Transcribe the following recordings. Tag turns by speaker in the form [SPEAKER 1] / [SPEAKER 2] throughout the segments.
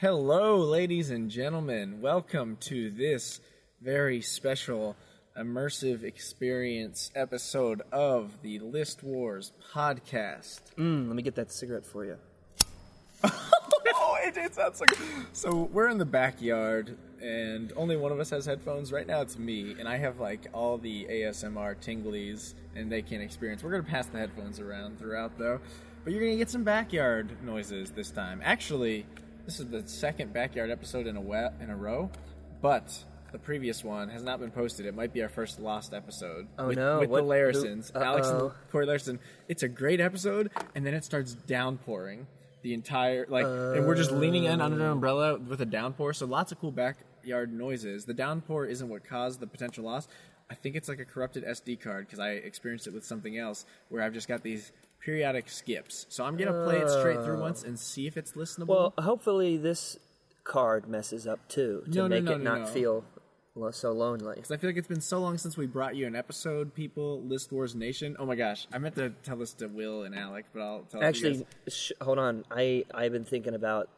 [SPEAKER 1] Hello, ladies and gentlemen. Welcome to this very special immersive experience episode of the List Wars podcast.
[SPEAKER 2] Mm, let me get that cigarette for you.
[SPEAKER 1] oh, it, it sounds like. So we're in the backyard, and only one of us has headphones. Right now, it's me, and I have like all the ASMR tinglies, and they can't experience. We're gonna pass the headphones around throughout, though. But you're gonna get some backyard noises this time. Actually, this is the second backyard episode in a we- in a row, but. The previous one has not been posted. It might be our first lost episode.
[SPEAKER 2] Oh,
[SPEAKER 1] with,
[SPEAKER 2] no.
[SPEAKER 1] With
[SPEAKER 2] What-
[SPEAKER 1] the Larisons,
[SPEAKER 2] Uh-oh.
[SPEAKER 1] Alex and Corey Larson. It's a great episode, and then it starts downpouring the entire like, and we're just leaning in under an umbrella with a downpour. So lots of cool backyard noises. The downpour isn't what caused the potential loss. I think it's like a corrupted SD card because I experienced it with something else where I've just got these periodic skips. So I'm gonna play it straight through once and see if it's listenable.
[SPEAKER 2] Well, hopefully this card messes up too to
[SPEAKER 1] No, no,
[SPEAKER 2] make
[SPEAKER 1] no,
[SPEAKER 2] it
[SPEAKER 1] no,
[SPEAKER 2] not
[SPEAKER 1] no.
[SPEAKER 2] feel lo- so lonely.
[SPEAKER 1] Because I feel like it's been so long since we brought you an episode, people. List Wars Nation. Oh my gosh, I meant to tell this to Will and Alec, but I'll tell it to you guys.
[SPEAKER 2] Actually, sh- hold on. I I've been thinking about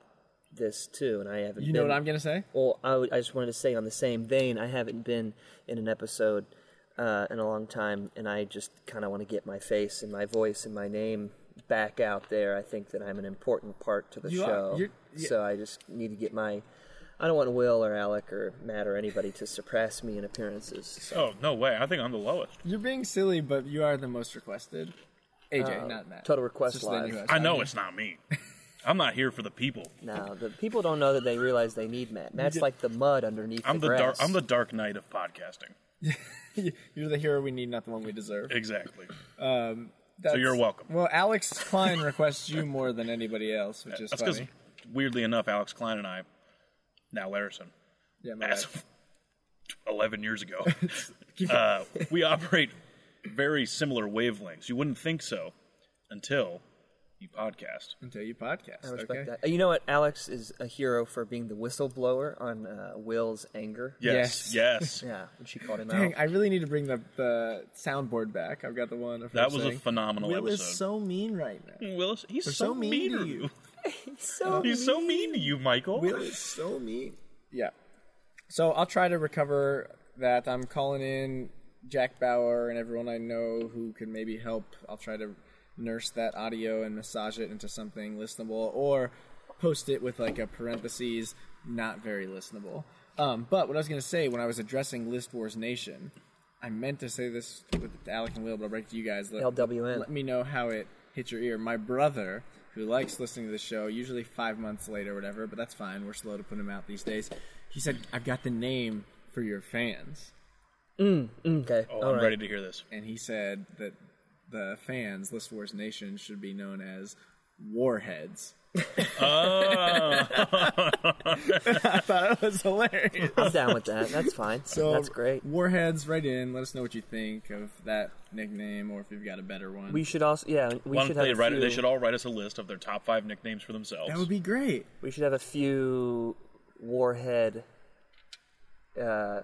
[SPEAKER 2] this too, and I haven't.
[SPEAKER 1] You know what I'm gonna say?
[SPEAKER 2] Well, I, w- I just wanted to say on the same vein, I haven't been in an episode uh, in a long time, and I just kind of want to get my face and my voice and my name back out there. I think that I'm an important part to the
[SPEAKER 1] You are.
[SPEAKER 2] show,
[SPEAKER 1] You're- yeah.
[SPEAKER 2] so I just need to get my. I don't want Will or Alec or Matt or anybody to surpass me in appearances. So.
[SPEAKER 3] Oh no way! I think I'm the lowest.
[SPEAKER 1] You're being silly, but you are the most requested. Uh, AJ, not Matt.
[SPEAKER 2] Total Request
[SPEAKER 1] It's just the
[SPEAKER 2] Live.
[SPEAKER 1] newest.
[SPEAKER 3] I know it's not me. I'm not here for the people.
[SPEAKER 2] Now the people don't know that they realize they need Matt. Matt's like the mud underneath
[SPEAKER 3] I'm the, dark.
[SPEAKER 2] grass.
[SPEAKER 3] I'm the dark knight of podcasting.
[SPEAKER 1] You're the hero we need, not the one we deserve.
[SPEAKER 3] Exactly.
[SPEAKER 1] That's,
[SPEAKER 3] you're welcome.
[SPEAKER 1] Well, Alex Klein requests you more than anybody else, which is
[SPEAKER 3] That's because,
[SPEAKER 1] funny.
[SPEAKER 3] weirdly enough, Alex Klein and I, now Larison,
[SPEAKER 1] Yeah, my
[SPEAKER 3] as
[SPEAKER 1] bad.
[SPEAKER 3] of eleven years ago, uh, we operate very similar wavelengths. You wouldn't think so until you podcast.
[SPEAKER 1] until you podcast.
[SPEAKER 2] I respect
[SPEAKER 1] okay?
[SPEAKER 2] that. Uh, You know what? Alex is a hero for being the whistleblower on uh, Will's anger.
[SPEAKER 3] Yes. Yes.
[SPEAKER 2] Yeah, when she called him
[SPEAKER 1] Dang,
[SPEAKER 2] out.
[SPEAKER 1] I really need to bring the, the soundboard back. I've got the one. of her
[SPEAKER 3] That was a
[SPEAKER 1] saying,
[SPEAKER 3] phenomenal
[SPEAKER 1] Will
[SPEAKER 3] episode.
[SPEAKER 1] is so mean right now.
[SPEAKER 3] Willis, he's so,
[SPEAKER 1] so mean to
[SPEAKER 3] to
[SPEAKER 1] you.
[SPEAKER 3] you.
[SPEAKER 2] So
[SPEAKER 3] He's so mean to you, Michael.
[SPEAKER 1] Will is so mean. Yeah. So I'll try to recover that. I'm calling in Jack Bauer and everyone I know who can maybe help. I'll try to nurse that audio and massage it into something listenable or post it with like a parentheses, not very listenable. Um, but what I was going to say when I was addressing List Wars Nation, I meant to say this with Alec and Will, but I'll break to you guys. Let-
[SPEAKER 2] LWN.
[SPEAKER 1] let me know how it hit your ear. My brother, who likes listening to the show, usually five months late or whatever, but that's fine. We're slow to put him out these days. He said, I've got the name for your fans.
[SPEAKER 2] okay.
[SPEAKER 3] Oh,
[SPEAKER 2] all
[SPEAKER 3] I'm
[SPEAKER 2] right.
[SPEAKER 3] ready to hear this.
[SPEAKER 1] And he said that the fans, List Wars Nation, should be known as Warheads. I thought it was hilarious.
[SPEAKER 2] I'm down with that. That's fine.
[SPEAKER 1] So,
[SPEAKER 2] That's great.
[SPEAKER 1] Warheads, right in. Let us know what you think of that nickname or if you've got a better one.
[SPEAKER 2] We should also yeah we
[SPEAKER 3] Why
[SPEAKER 2] should
[SPEAKER 3] don't
[SPEAKER 2] have
[SPEAKER 3] they
[SPEAKER 2] a
[SPEAKER 3] write?
[SPEAKER 2] few,
[SPEAKER 3] They should all write us a list of their top five nicknames for themselves.
[SPEAKER 1] that would be great.
[SPEAKER 2] we should have a few warhead uh,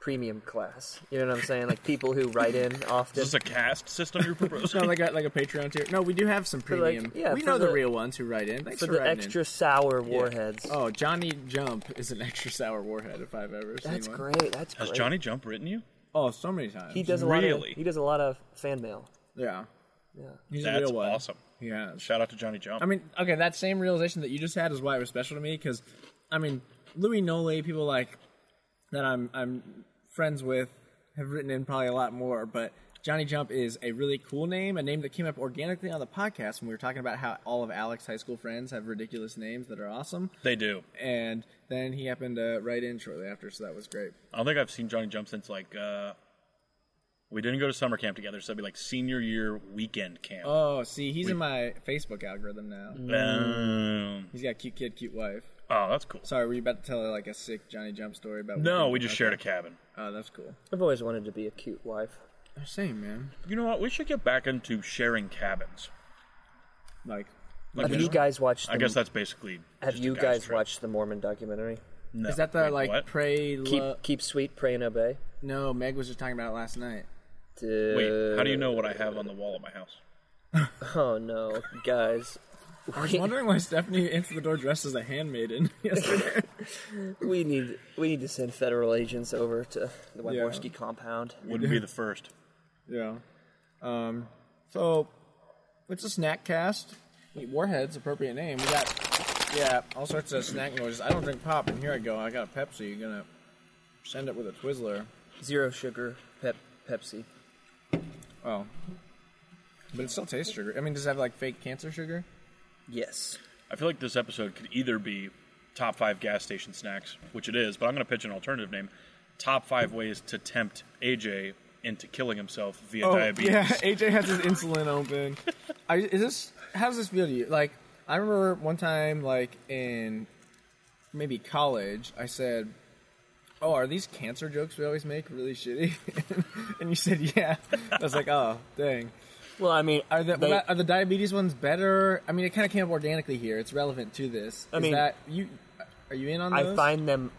[SPEAKER 2] premium class. You know what I'm saying? Like people who write in often.
[SPEAKER 3] Is this a caste system you're proposing?
[SPEAKER 1] No, like a, like a Patreon tier. No, we do have some
[SPEAKER 2] like,
[SPEAKER 1] premium.
[SPEAKER 2] yeah,
[SPEAKER 1] we
[SPEAKER 2] for
[SPEAKER 1] know the,
[SPEAKER 2] the-
[SPEAKER 1] real ones who write in. Thanks
[SPEAKER 2] for
[SPEAKER 1] for,
[SPEAKER 2] the
[SPEAKER 1] writing in.
[SPEAKER 2] extra sour warheads.
[SPEAKER 1] Oh, Johnny Jump is an extra sour warhead if I've ever seen
[SPEAKER 2] that's
[SPEAKER 1] one.
[SPEAKER 2] great. That's
[SPEAKER 3] Has
[SPEAKER 2] great.
[SPEAKER 3] Johnny Jump written you?
[SPEAKER 1] Oh, so many times.
[SPEAKER 2] He does a lot.
[SPEAKER 3] Really?
[SPEAKER 2] Of, he does a lot of fan mail.
[SPEAKER 1] yeah.
[SPEAKER 2] Yeah.
[SPEAKER 1] He's a
[SPEAKER 3] That's
[SPEAKER 1] real one.
[SPEAKER 3] awesome.
[SPEAKER 1] Yeah.
[SPEAKER 3] Shout out to Johnny Jump.
[SPEAKER 1] I mean, okay, that same realization that you just had is why it was special to me because, I mean, Louis Nole, people like that I'm I'm friends with have written in probably a lot more, but Johnny Jump is a really cool name, a name that came up organically on the podcast when we were talking about how all of Alex's high school friends have ridiculous names that are awesome.
[SPEAKER 3] they do.
[SPEAKER 1] and then he happened to write in shortly after, so that was great.
[SPEAKER 3] I don't think I've seen Johnny Jump since like uh, we didn't go to summer camp together, so that'd be like senior year weekend camp.
[SPEAKER 1] Oh, see, he's in my Facebook algorithm now.
[SPEAKER 3] Boom.
[SPEAKER 1] He's got cute kid, cute wife.
[SPEAKER 3] Oh, that's cool.
[SPEAKER 1] Sorry, were you about to tell like a sick Johnny Jump story about?
[SPEAKER 3] No, we just shared a cabin.
[SPEAKER 1] Oh, that's cool.
[SPEAKER 2] I've always wanted to be a cute wife.
[SPEAKER 1] Same man.
[SPEAKER 3] You know what? We should get back into sharing cabins.
[SPEAKER 1] Like,
[SPEAKER 2] Have you guys watched? The,
[SPEAKER 3] I guess that's basically.
[SPEAKER 2] have
[SPEAKER 3] just a
[SPEAKER 2] you
[SPEAKER 3] guy's
[SPEAKER 2] guys
[SPEAKER 3] trip.
[SPEAKER 2] watched the Mormon documentary?
[SPEAKER 3] No.
[SPEAKER 1] is that the
[SPEAKER 3] Wait,
[SPEAKER 1] like
[SPEAKER 3] what?
[SPEAKER 1] pray?
[SPEAKER 2] Keep
[SPEAKER 1] Lo-
[SPEAKER 2] keep sweet, pray and obey.
[SPEAKER 1] no, Meg was just talking about it last night.
[SPEAKER 2] Dude.
[SPEAKER 3] Wait, how do you know what I have on the wall of my house?
[SPEAKER 2] Oh no, guys.
[SPEAKER 1] I was wondering why Stephanie answered the door dressed as a handmaiden yesterday.
[SPEAKER 2] We need we need to send federal agents over to the
[SPEAKER 1] Yeah.
[SPEAKER 2] Wyborski compound.
[SPEAKER 3] Wouldn't be the first.
[SPEAKER 1] yeah. Um, so, it's a snack cast. Eat Warhead's appropriate name. We got, yeah, all sorts of snack noises. I don't drink pop, and here I go. I got a Pepsi. You're going to send it with a Twizzler.
[SPEAKER 2] Zero sugar, pep, Pepsi.
[SPEAKER 1] Oh. But it still tastes sugar. I mean, does it have like fake cancer sugar?
[SPEAKER 2] Yes.
[SPEAKER 3] I feel like this episode could either be top five gas station snacks, which it is, but I'm going to pitch an alternative name: top five ways to tempt AJ into killing himself via diabetes.
[SPEAKER 1] Oh, yeah. AJ has his insulin open. I, is this how does this feel to you? Like I remember one time, like in maybe college, I said, "Oh, are these cancer jokes we always make really shitty?" and you said, "Yeah." I was like, "Oh, dang."
[SPEAKER 2] Well, I mean,
[SPEAKER 1] Are the
[SPEAKER 2] they-
[SPEAKER 1] are the diabetes ones better? I mean, it kind of came up organically here. It's relevant to this.
[SPEAKER 2] I
[SPEAKER 1] Is
[SPEAKER 2] mean-
[SPEAKER 1] that you are you in on
[SPEAKER 2] I
[SPEAKER 1] those?
[SPEAKER 2] find them,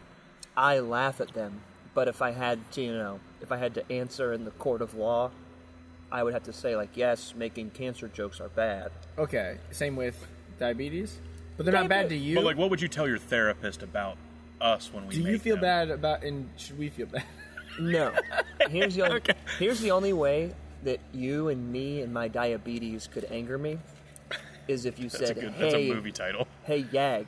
[SPEAKER 2] I laugh at them. But if I had to, you know, if I had to answer in the court of law, I would have to say like, yes, making cancer jokes are bad.
[SPEAKER 1] okay. Same with diabetes, but they're not bad to you.
[SPEAKER 3] But like, what would you tell your therapist about us when we?
[SPEAKER 1] Do you
[SPEAKER 3] make
[SPEAKER 1] feel
[SPEAKER 3] them?
[SPEAKER 1] bad about? And should we feel bad?
[SPEAKER 2] No. Here's the only, here's the only way that you and me and my diabetes could anger me is if you
[SPEAKER 3] That's a,
[SPEAKER 2] said,
[SPEAKER 3] good, that's a
[SPEAKER 2] "Hey,
[SPEAKER 3] movie title.
[SPEAKER 2] hey Yag,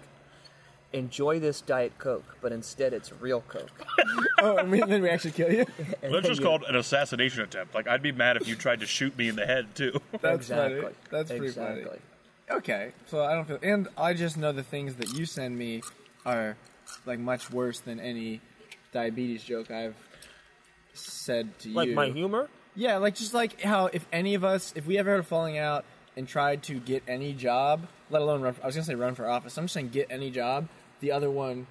[SPEAKER 2] enjoy this diet Coke, but instead it's real Coke."
[SPEAKER 1] oh, and we- then we actually kill you.
[SPEAKER 3] That's just called an assassination attempt. Like, I'd be mad if you tried to shoot me in the head too.
[SPEAKER 1] That's
[SPEAKER 2] exactly.
[SPEAKER 1] funny. That's pretty
[SPEAKER 2] exactly.
[SPEAKER 1] funny. Okay, so I don't feel, and I just know the things that you send me are like much worse than any diabetes joke I've said to
[SPEAKER 2] Like
[SPEAKER 1] you.
[SPEAKER 2] my humor.
[SPEAKER 1] yeah, like just like how if any of us, if we ever had a falling out and tried to get any job, let alone run, I was gonna say run for office. I'm just saying get any job. The other one,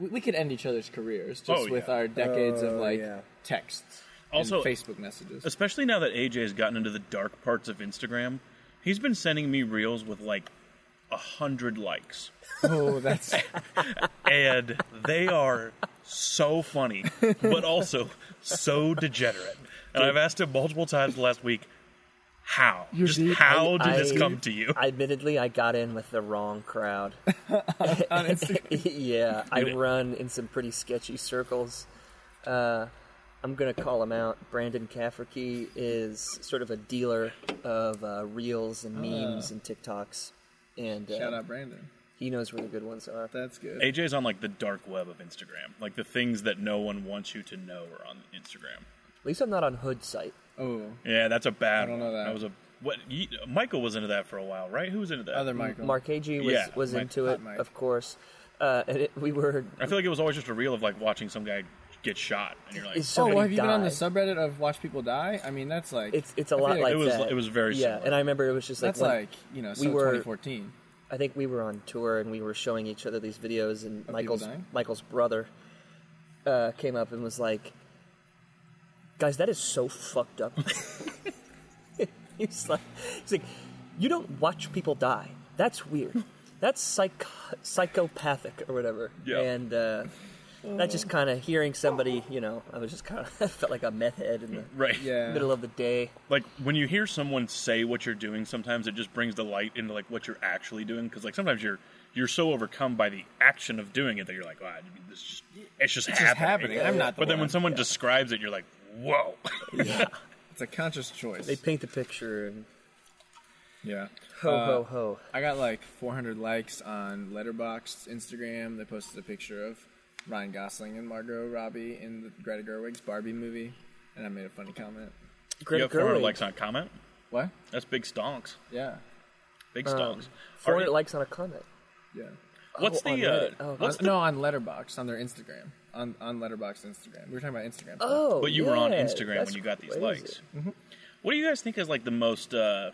[SPEAKER 1] we, we could end each other's careers just
[SPEAKER 3] Oh, yeah.
[SPEAKER 1] with our decades of
[SPEAKER 2] Oh,
[SPEAKER 1] like
[SPEAKER 2] yeah.
[SPEAKER 1] texts.
[SPEAKER 3] Also-
[SPEAKER 1] and Facebook messages.
[SPEAKER 3] Especially now that AJ has gotten into the dark parts of Instagram, he's been sending me reels with like a hundred likes,
[SPEAKER 1] Oh, that's
[SPEAKER 3] and they are so funny, but also so degenerate. And I've asked him multiple times last week, "How? Just
[SPEAKER 1] deep.
[SPEAKER 3] how did this
[SPEAKER 2] I-
[SPEAKER 3] come to you?"
[SPEAKER 2] Admittedly, I got in with the wrong crowd.
[SPEAKER 1] on Instagram.
[SPEAKER 2] yeah, I
[SPEAKER 3] Dude, it-
[SPEAKER 2] run in some pretty sketchy circles. Uh, I'm gonna call him out. Brandon Kafferkey is sort of a dealer of uh, reels
[SPEAKER 1] Ah.
[SPEAKER 2] and memes and TikToks, and
[SPEAKER 1] Shout
[SPEAKER 2] uh,
[SPEAKER 1] out Brandon.
[SPEAKER 2] he knows where the good ones are.
[SPEAKER 1] That's good.
[SPEAKER 3] AJ's on like the dark web of Instagram, like the things that no one wants you to know are on Instagram.
[SPEAKER 2] At least I'm not on Hood site.
[SPEAKER 1] Oh,
[SPEAKER 3] Yeah, that's a bad. I
[SPEAKER 1] don't know that.
[SPEAKER 3] was a what? You, Michael was into that for a while, right? Who was into that?
[SPEAKER 1] other Michael.
[SPEAKER 2] Mark Agee was
[SPEAKER 3] Yeah,
[SPEAKER 2] was
[SPEAKER 3] Mike-
[SPEAKER 2] into
[SPEAKER 1] Hot
[SPEAKER 2] it,
[SPEAKER 1] Mike.
[SPEAKER 2] of course. Uh, and it, we were
[SPEAKER 3] I feel like it was always just a reel of like watching some guy get shot, and you're like,
[SPEAKER 2] It's
[SPEAKER 1] Oh,
[SPEAKER 2] so-
[SPEAKER 1] well,
[SPEAKER 2] somebody
[SPEAKER 1] have you been on the
[SPEAKER 2] died.
[SPEAKER 1] subreddit of Watch People Die? I mean, that's like
[SPEAKER 2] it's it's a
[SPEAKER 1] I feel
[SPEAKER 2] lot like
[SPEAKER 3] It was-
[SPEAKER 2] that.
[SPEAKER 3] it was very
[SPEAKER 2] yeah.
[SPEAKER 3] similar.
[SPEAKER 2] And I remember it was just like
[SPEAKER 1] that's
[SPEAKER 2] when-
[SPEAKER 1] like you know, so
[SPEAKER 2] were-
[SPEAKER 1] 2014.
[SPEAKER 2] I think we were on tour and we were showing each other these videos, and Michael's
[SPEAKER 1] dying?
[SPEAKER 2] Michael's brother uh, came up and was like, "Guys, that is so fucked up." he's like, he's like, "You don't watch people die. That's weird. That's psych- psychopathic or whatever."
[SPEAKER 3] Yeah.
[SPEAKER 2] And uh, that just kind of hearing somebody, you know, I was just kind of felt like a meth head in the
[SPEAKER 3] right?
[SPEAKER 1] Yeah.
[SPEAKER 2] middle of the day.
[SPEAKER 3] Like when you hear someone say what you're doing, sometimes it just brings the light into like what you're actually doing, because like sometimes you're you're so overcome by the action of doing it that you're like, wow, this just it's just
[SPEAKER 1] It's just
[SPEAKER 3] happening.
[SPEAKER 1] happening. I'm not. The
[SPEAKER 3] But then
[SPEAKER 1] one.
[SPEAKER 3] when someone describes it, you're like, whoa.
[SPEAKER 1] it's a conscious choice.
[SPEAKER 2] They paint the picture and
[SPEAKER 1] yeah.
[SPEAKER 2] ho
[SPEAKER 1] Uh,
[SPEAKER 2] ho ho.
[SPEAKER 1] I got like 400 likes on Letterboxd Instagram. They posted a picture of Ryan Gosling and Margot Robbie in the Greta Gerwig's Barbie movie, and I made a funny comment.
[SPEAKER 3] you
[SPEAKER 2] Greta
[SPEAKER 3] have 400
[SPEAKER 2] Gerwig.
[SPEAKER 3] likes on a comment.
[SPEAKER 1] What?
[SPEAKER 3] That's big stonks.
[SPEAKER 1] Yeah.
[SPEAKER 3] Big
[SPEAKER 1] Um,
[SPEAKER 3] stonks.
[SPEAKER 2] Four
[SPEAKER 3] Are you-
[SPEAKER 2] hundred likes on a comment.
[SPEAKER 1] Yeah.
[SPEAKER 3] what's
[SPEAKER 2] oh, on
[SPEAKER 3] the uh,
[SPEAKER 2] Reddit. Oh,
[SPEAKER 3] what's
[SPEAKER 1] On- no, on Letterboxd, on their Instagram, on on Letterboxd Instagram. We were talking about Instagram.
[SPEAKER 2] Oh,
[SPEAKER 3] But you were on
[SPEAKER 2] yeah,
[SPEAKER 3] Instagram when
[SPEAKER 2] that's
[SPEAKER 3] you got these
[SPEAKER 2] crazy. Mm-hmm.
[SPEAKER 3] likes. What do you guys think is like the most, uh,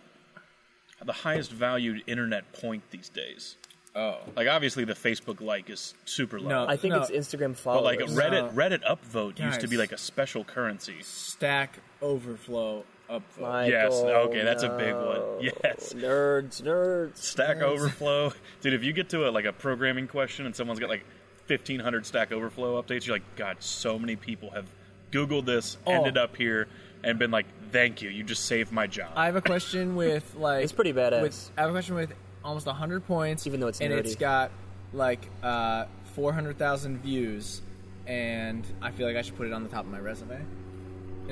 [SPEAKER 3] the highest valued internet point these days?
[SPEAKER 1] Oh.
[SPEAKER 3] Like obviously the Facebook like is super low.
[SPEAKER 1] No.
[SPEAKER 2] I think
[SPEAKER 1] No.
[SPEAKER 2] it's Instagram
[SPEAKER 3] but
[SPEAKER 2] followers.
[SPEAKER 3] like a Reddit Reddit upvote used to be
[SPEAKER 1] Guys.
[SPEAKER 3] like a special currency.
[SPEAKER 1] Stack Overflow upvote.
[SPEAKER 2] Michael,
[SPEAKER 3] Yes, okay, that's a big one.
[SPEAKER 2] no.
[SPEAKER 3] Yes.
[SPEAKER 2] Nerds, nerds.
[SPEAKER 3] Stack Overflow, dude. If you get to a, like a programming question and someone's got like fifteen hundred Stack Overflow updates, you're like, God, so many people have Googled this,
[SPEAKER 2] Oh.
[SPEAKER 3] ended up here, and been like, Thank you, you just saved my job.
[SPEAKER 1] I have a question with like
[SPEAKER 2] It's pretty badass.
[SPEAKER 1] With, I have a question with almost 100 points.
[SPEAKER 2] Even though it's
[SPEAKER 1] And
[SPEAKER 2] nerdy.
[SPEAKER 1] it's got like uh, 400,000 views, and I feel like I should put it on the top of my resume. It's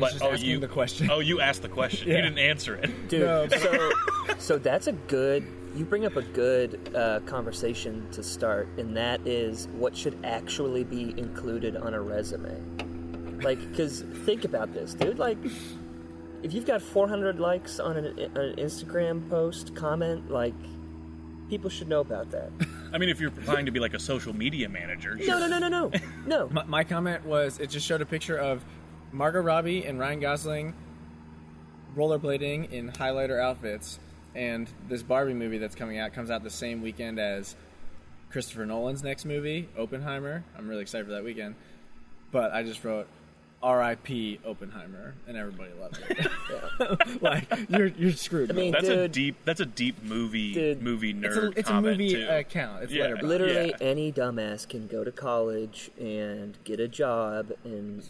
[SPEAKER 3] But-
[SPEAKER 1] just
[SPEAKER 3] oh,
[SPEAKER 1] asking
[SPEAKER 3] you
[SPEAKER 1] the question.
[SPEAKER 3] Oh, you asked the question.
[SPEAKER 1] Yeah.
[SPEAKER 3] You didn't answer it.
[SPEAKER 2] dude.
[SPEAKER 1] No, but-
[SPEAKER 2] so, so that's a good. You bring up a good uh, conversation to start, and that is what should actually be included on a resume. Like, because think about this, dude. Like, if you've got 400 likes on an, an Instagram post comment, like, people should know about that.
[SPEAKER 3] I mean, if you're applying to be like a social media manager,
[SPEAKER 2] No, no, no, no, no, no.
[SPEAKER 1] My, my comment was it just showed a picture of Margot Robbie and Ryan Gosling rollerblading in highlighter outfits, and this Barbie movie that's coming out comes out the same weekend as Christopher Nolan's next movie, Oppenheimer. I'm really excited for that weekend, but I just wrote. R.I.P. Oppenheimer, and everybody loved it. like you're you're screwed.
[SPEAKER 2] I mean,
[SPEAKER 3] that's a
[SPEAKER 2] dude.
[SPEAKER 3] deep. That's a deep movie
[SPEAKER 2] Dude.
[SPEAKER 3] movie
[SPEAKER 1] It's
[SPEAKER 3] nerd
[SPEAKER 1] a, it's a
[SPEAKER 3] comment
[SPEAKER 1] movie uh,
[SPEAKER 3] too.
[SPEAKER 1] account. It's
[SPEAKER 3] Yeah.
[SPEAKER 1] Letterboxd.
[SPEAKER 2] Literally,
[SPEAKER 3] Yeah.
[SPEAKER 2] any dumbass can go to college and get a job and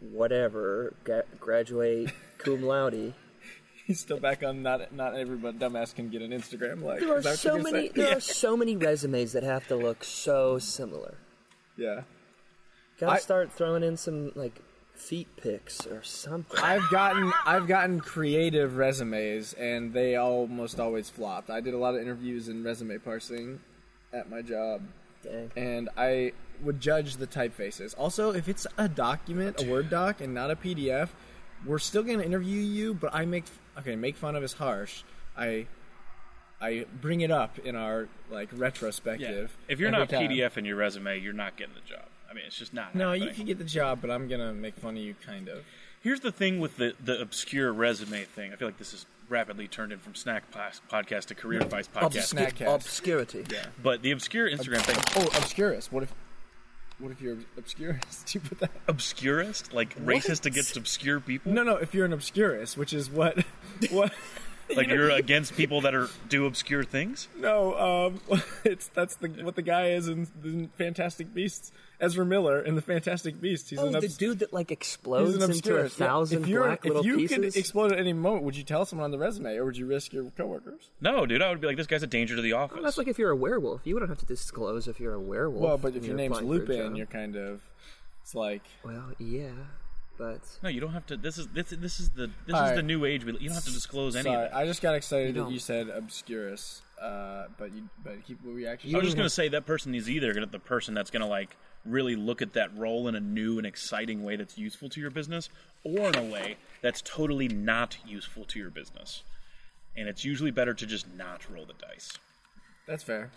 [SPEAKER 2] whatever, gra- graduate cum laude.
[SPEAKER 1] He's still back on. Not not everybody dumbass can get an Instagram like.
[SPEAKER 2] There are
[SPEAKER 1] is that what
[SPEAKER 2] so
[SPEAKER 1] you're saying?
[SPEAKER 2] many. There are so many resumes that have to look so similar.
[SPEAKER 1] Yeah.
[SPEAKER 2] Gotta
[SPEAKER 1] I-
[SPEAKER 2] start throwing in some like feet pics or something.
[SPEAKER 1] I've gotten I've gotten creative resumes and they almost always flopped. I did a lot of interviews and resume parsing at my job
[SPEAKER 2] Dang.
[SPEAKER 1] and I would judge the typefaces. Also, if it's a document, a Word doc and not a PDF, we're still going to interview you, but I make okay, make fun of is harsh. I I bring it up in our like
[SPEAKER 3] Yeah.
[SPEAKER 1] retrospective.
[SPEAKER 3] If you're
[SPEAKER 1] every
[SPEAKER 3] not
[SPEAKER 1] time.
[SPEAKER 3] PDF in your resume, you're not getting the job. I mean, it's just not.
[SPEAKER 1] No, you
[SPEAKER 3] happening.
[SPEAKER 1] can get the job, but I'm going to make fun of you kind of.
[SPEAKER 3] Here's the thing with the, the obscure resume thing. I feel like this is rapidly turned in from snack pos- podcast to career advice podcast.
[SPEAKER 1] snack. Snackcast.
[SPEAKER 2] Obscurity.
[SPEAKER 3] But the obscure Instagram thing,
[SPEAKER 1] Oh, obscurus. What if? What if you're obscurus? Do you put that?
[SPEAKER 3] obscurist, like racist against obscure people.
[SPEAKER 1] No, no. If you're an obscurus, which is what, what?
[SPEAKER 3] like you're against people that are do obscure things.
[SPEAKER 1] no, um, it's that's the what the guy is in the Fantastic Beasts. Ezra Miller in the Fantastic Beasts. He's
[SPEAKER 2] Oh,
[SPEAKER 1] an
[SPEAKER 2] the
[SPEAKER 1] obs-
[SPEAKER 2] dude that like
[SPEAKER 1] He's
[SPEAKER 2] explodes
[SPEAKER 1] an
[SPEAKER 2] into a
[SPEAKER 1] obscurus. Yeah.
[SPEAKER 2] thousand
[SPEAKER 1] if you're,
[SPEAKER 2] black little
[SPEAKER 1] if you
[SPEAKER 2] pieces.
[SPEAKER 1] could explode at any moment, would you tell someone on the resume, or would you risk your coworkers?
[SPEAKER 3] No, dude, I would be like, this guy's a danger to the office.
[SPEAKER 2] That's like if you're a werewolf. You wouldn't have to disclose if you're a werewolf.
[SPEAKER 1] Well, but
[SPEAKER 2] when
[SPEAKER 1] if your
[SPEAKER 2] you're
[SPEAKER 1] name's
[SPEAKER 2] applying for a
[SPEAKER 1] Lupin,
[SPEAKER 2] job.
[SPEAKER 1] you're kind of. It's like
[SPEAKER 2] Well, yeah, but
[SPEAKER 3] no, you don't have to. This is this, this is the this
[SPEAKER 1] All
[SPEAKER 3] is
[SPEAKER 1] right.
[SPEAKER 3] the new age. We, you don't have to disclose any.
[SPEAKER 1] sorry.
[SPEAKER 3] of that.
[SPEAKER 1] I just got excited
[SPEAKER 2] You
[SPEAKER 1] that
[SPEAKER 2] don't.
[SPEAKER 1] you said obscurus, uh, but you but keep what we actually. oh,
[SPEAKER 3] I was just gonna say that person is either gonna the person that's gonna like really look at that role in a new and exciting way that's useful to your business, or in a way that's totally not useful to your business. And it's usually better to just not roll the dice.
[SPEAKER 1] That's fair.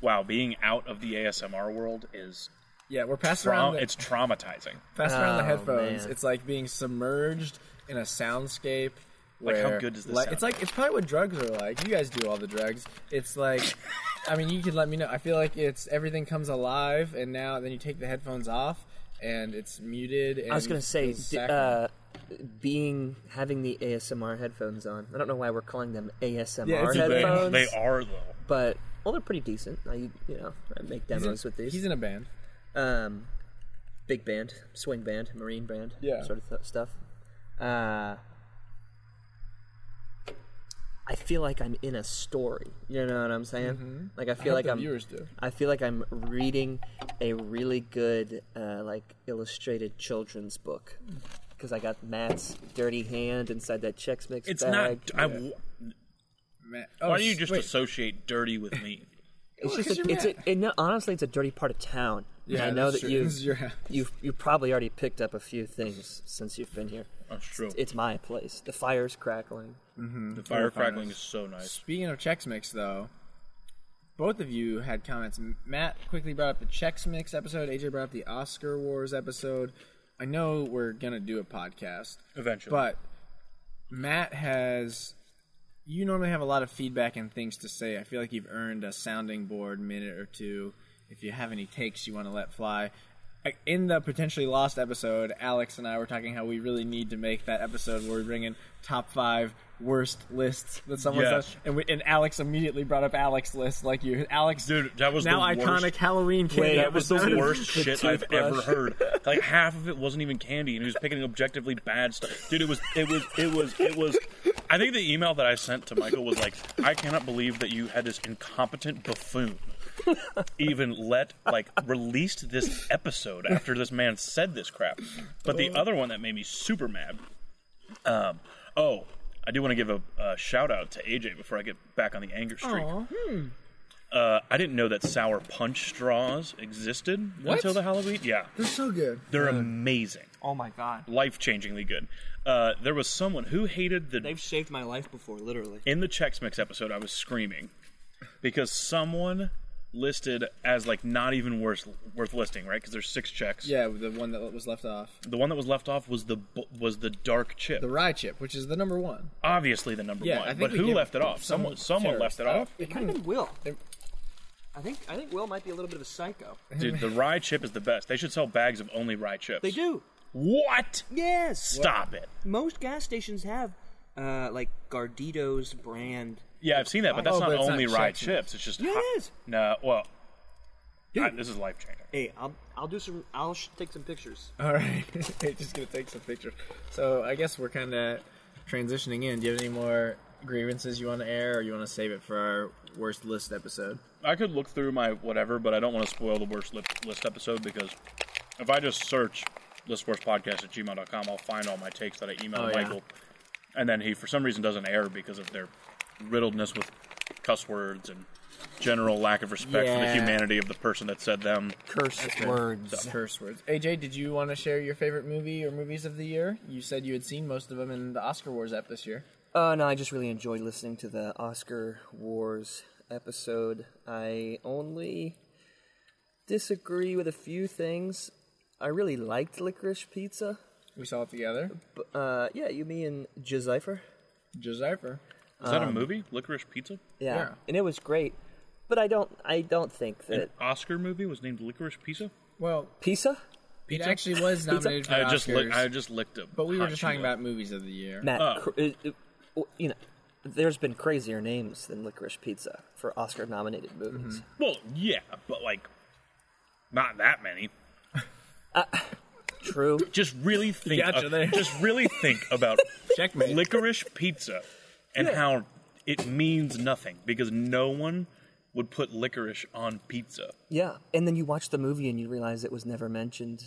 [SPEAKER 3] Wow, being out of the ASMR world is
[SPEAKER 1] Yeah, we're passing
[SPEAKER 3] trau-
[SPEAKER 1] around. The,
[SPEAKER 3] it's traumatizing.
[SPEAKER 1] passing around the
[SPEAKER 2] Oh,
[SPEAKER 1] headphones.
[SPEAKER 2] man.
[SPEAKER 1] It's like being submerged in a soundscape.
[SPEAKER 3] Like,
[SPEAKER 1] Where,
[SPEAKER 3] how good does this
[SPEAKER 1] Like,
[SPEAKER 3] sound?
[SPEAKER 1] It's like it's probably what drugs are like. You guys do all the drugs. It's like, I mean, you could let me know. I feel like it's everything comes alive, and now then you take the headphones off, and it's muted. And
[SPEAKER 2] I was gonna say
[SPEAKER 1] it's
[SPEAKER 2] d-
[SPEAKER 1] sacrament.
[SPEAKER 2] uh, being having the ASMR headphones on. I don't know why we're calling them ASMR
[SPEAKER 1] Yeah, it's a
[SPEAKER 3] They,
[SPEAKER 2] headphones,
[SPEAKER 3] they are though.
[SPEAKER 2] but well, they're pretty decent. I you know I make demos with these.
[SPEAKER 1] He's in a band.
[SPEAKER 2] um, big band, swing band, marine band,
[SPEAKER 1] Yeah.
[SPEAKER 2] sort of th- stuff. Uh, I feel like I'm in a story. You know what I'm saying? Like I feel
[SPEAKER 1] Mm-hmm. hope
[SPEAKER 2] like
[SPEAKER 1] the
[SPEAKER 2] I'm.
[SPEAKER 1] viewers do.
[SPEAKER 2] I feel like I'm reading a really good, uh, like illustrated children's book, because I got Matt's dirty hand inside that Chex Mix
[SPEAKER 3] It's not.
[SPEAKER 2] bag.
[SPEAKER 3] I w
[SPEAKER 1] Man. Oh,
[SPEAKER 3] why don't you just
[SPEAKER 1] wait.
[SPEAKER 3] associate dirty with me?
[SPEAKER 2] It's
[SPEAKER 1] Well, 'cause
[SPEAKER 2] just. A,
[SPEAKER 1] you're
[SPEAKER 2] it's a, it, no, honestly, it's a dirty part of town.
[SPEAKER 1] Yeah,
[SPEAKER 2] I know
[SPEAKER 1] that's
[SPEAKER 2] that
[SPEAKER 1] true.
[SPEAKER 2] you.
[SPEAKER 1] This is your house.
[SPEAKER 2] You've you probably already picked up a few things since you've been here.
[SPEAKER 3] That's true.
[SPEAKER 2] It's my place. The fire's crackling.
[SPEAKER 3] the fire crackling
[SPEAKER 1] furnace.
[SPEAKER 3] is so nice.
[SPEAKER 1] Speaking of Chex Mix, though, both of you had comments. M- Matt quickly brought up the Chex Mix episode. AJ brought up the Oscar Wars episode. I know we're gonna do a podcast
[SPEAKER 3] Eventually,
[SPEAKER 1] but Matt has. You normally have a lot of feedback and things to say. I feel like you've earned a sounding board minute or two. If you have any takes you want to let fly. I- In the potentially lost episode, Alex and I were talking how we really need to make that episode where we bring in top five worst lists that someone's done.
[SPEAKER 3] Yes.
[SPEAKER 1] And, we, and Alex immediately brought up Alex's list, like you. Alex,
[SPEAKER 3] Dude, that was
[SPEAKER 1] now
[SPEAKER 3] the
[SPEAKER 1] iconic
[SPEAKER 3] worst.
[SPEAKER 1] Halloween kid.
[SPEAKER 2] Wait,
[SPEAKER 3] that was the
[SPEAKER 1] episode.
[SPEAKER 3] worst shit I've ever
[SPEAKER 2] toothbrush.
[SPEAKER 3] heard. Like half of it wasn't even candy, and he was picking objectively bad stuff. Dude, it was it was it was it was I think the email that I sent to Michael was like, "I cannot believe that you had this incompetent buffoon even let like released this episode after this man said this crap." But the other one that made me super mad. Um, oh, I do want to give a, a shout out to AJ before I get back on the anger streak. Uh, I didn't know that sour punch straws existed until the Halloween. Yeah,
[SPEAKER 4] They're so good.
[SPEAKER 3] they're amazing,
[SPEAKER 2] Oh my god.
[SPEAKER 3] life changingly good. Uh, there was someone who hated the
[SPEAKER 2] They've saved my life before, literally.
[SPEAKER 3] in the Chex Mix episode, I was screaming because someone listed as like not even worth worth listing, right? Because there's six checks.
[SPEAKER 1] Yeah, the one that was left off.
[SPEAKER 3] The one that was left off was the bu- was the dark chip,
[SPEAKER 1] The rye chip, which is the number one.
[SPEAKER 3] obviously the number
[SPEAKER 1] Yeah, I
[SPEAKER 3] one.
[SPEAKER 1] think
[SPEAKER 3] But
[SPEAKER 1] we
[SPEAKER 3] who
[SPEAKER 1] gave-
[SPEAKER 3] left it off? Someone someone
[SPEAKER 1] Sure.
[SPEAKER 3] left it
[SPEAKER 1] I don't-
[SPEAKER 3] off.
[SPEAKER 1] it
[SPEAKER 2] might have
[SPEAKER 1] couldn't-
[SPEAKER 2] been Will.
[SPEAKER 1] it-
[SPEAKER 2] I think I think Will might be a little bit of a psycho.
[SPEAKER 3] Dude, the rye chip is the best. They should sell bags of only rye chips.
[SPEAKER 2] They do.
[SPEAKER 3] What?
[SPEAKER 2] Yes.
[SPEAKER 3] Stop it.
[SPEAKER 2] Most gas stations have uh, like Gardito's brand.
[SPEAKER 3] Yeah, I've seen that, but that's
[SPEAKER 1] Oh,
[SPEAKER 3] not
[SPEAKER 1] but it's
[SPEAKER 3] only
[SPEAKER 1] not Chex
[SPEAKER 3] rye
[SPEAKER 1] Mix.
[SPEAKER 3] chips. It's just
[SPEAKER 2] Yeah, it
[SPEAKER 3] hot-
[SPEAKER 2] is.
[SPEAKER 3] No, well,
[SPEAKER 2] Dude.
[SPEAKER 3] I- this is life changing.
[SPEAKER 2] Hey, I'll I'll do some. I'll sh- take some pictures.
[SPEAKER 1] All right, Hey, just gonna take some pictures. So I guess we're kind of transitioning in. Do you have any more grievances you want to air, or you want to save it for our worst list episode?
[SPEAKER 3] I could look through my whatever, but I don't want to spoil the worst li- list episode because if I just search this worst podcast at gmail.com, I'll find all my takes that I emailed
[SPEAKER 1] Oh, yeah.
[SPEAKER 3] Michael. And then he, for some reason, doesn't air because of their riddledness with cuss words and general lack of respect for the
[SPEAKER 1] Yeah.
[SPEAKER 3] humanity of the person that said them.
[SPEAKER 2] Curse
[SPEAKER 1] Words, curse words. AJ, did you want to share your favorite movie or movies of the year? You said you had seen most of them in the Oscar Wars app this year.
[SPEAKER 2] Uh, no, I just really enjoyed listening to the Oscar Wars episode. I only disagree with a few things. I really liked Licorice Pizza.
[SPEAKER 1] We saw it together.
[SPEAKER 2] But, uh, yeah, you, me, and Jizzypher.
[SPEAKER 1] Josiper.
[SPEAKER 3] Is
[SPEAKER 1] Um,
[SPEAKER 3] that a movie? Licorice Pizza?
[SPEAKER 2] Yeah.
[SPEAKER 1] Yeah.
[SPEAKER 2] and it was great. But I don't, I don't think that
[SPEAKER 3] An Oscar movie was named Licorice Pizza?
[SPEAKER 1] Well,
[SPEAKER 2] pizza.
[SPEAKER 1] it actually was nominated for
[SPEAKER 3] I just,
[SPEAKER 1] Oscars,
[SPEAKER 3] lick I just licked it.
[SPEAKER 1] but we were just talking about movies of the year.
[SPEAKER 2] Matt,
[SPEAKER 3] Oh.
[SPEAKER 2] cr- it- it- w- you know, there's been crazier names than Licorice Pizza for Oscar-nominated movies.
[SPEAKER 3] Well, yeah, but like, not that many.
[SPEAKER 2] True.
[SPEAKER 3] Just really think.
[SPEAKER 1] Gotcha
[SPEAKER 3] of-
[SPEAKER 1] there.
[SPEAKER 3] just really think about
[SPEAKER 1] Checkmate.
[SPEAKER 3] licorice pizza and how it means nothing because no one would put licorice on pizza.
[SPEAKER 2] Yeah, and then you watch the movie and you realize it was never mentioned.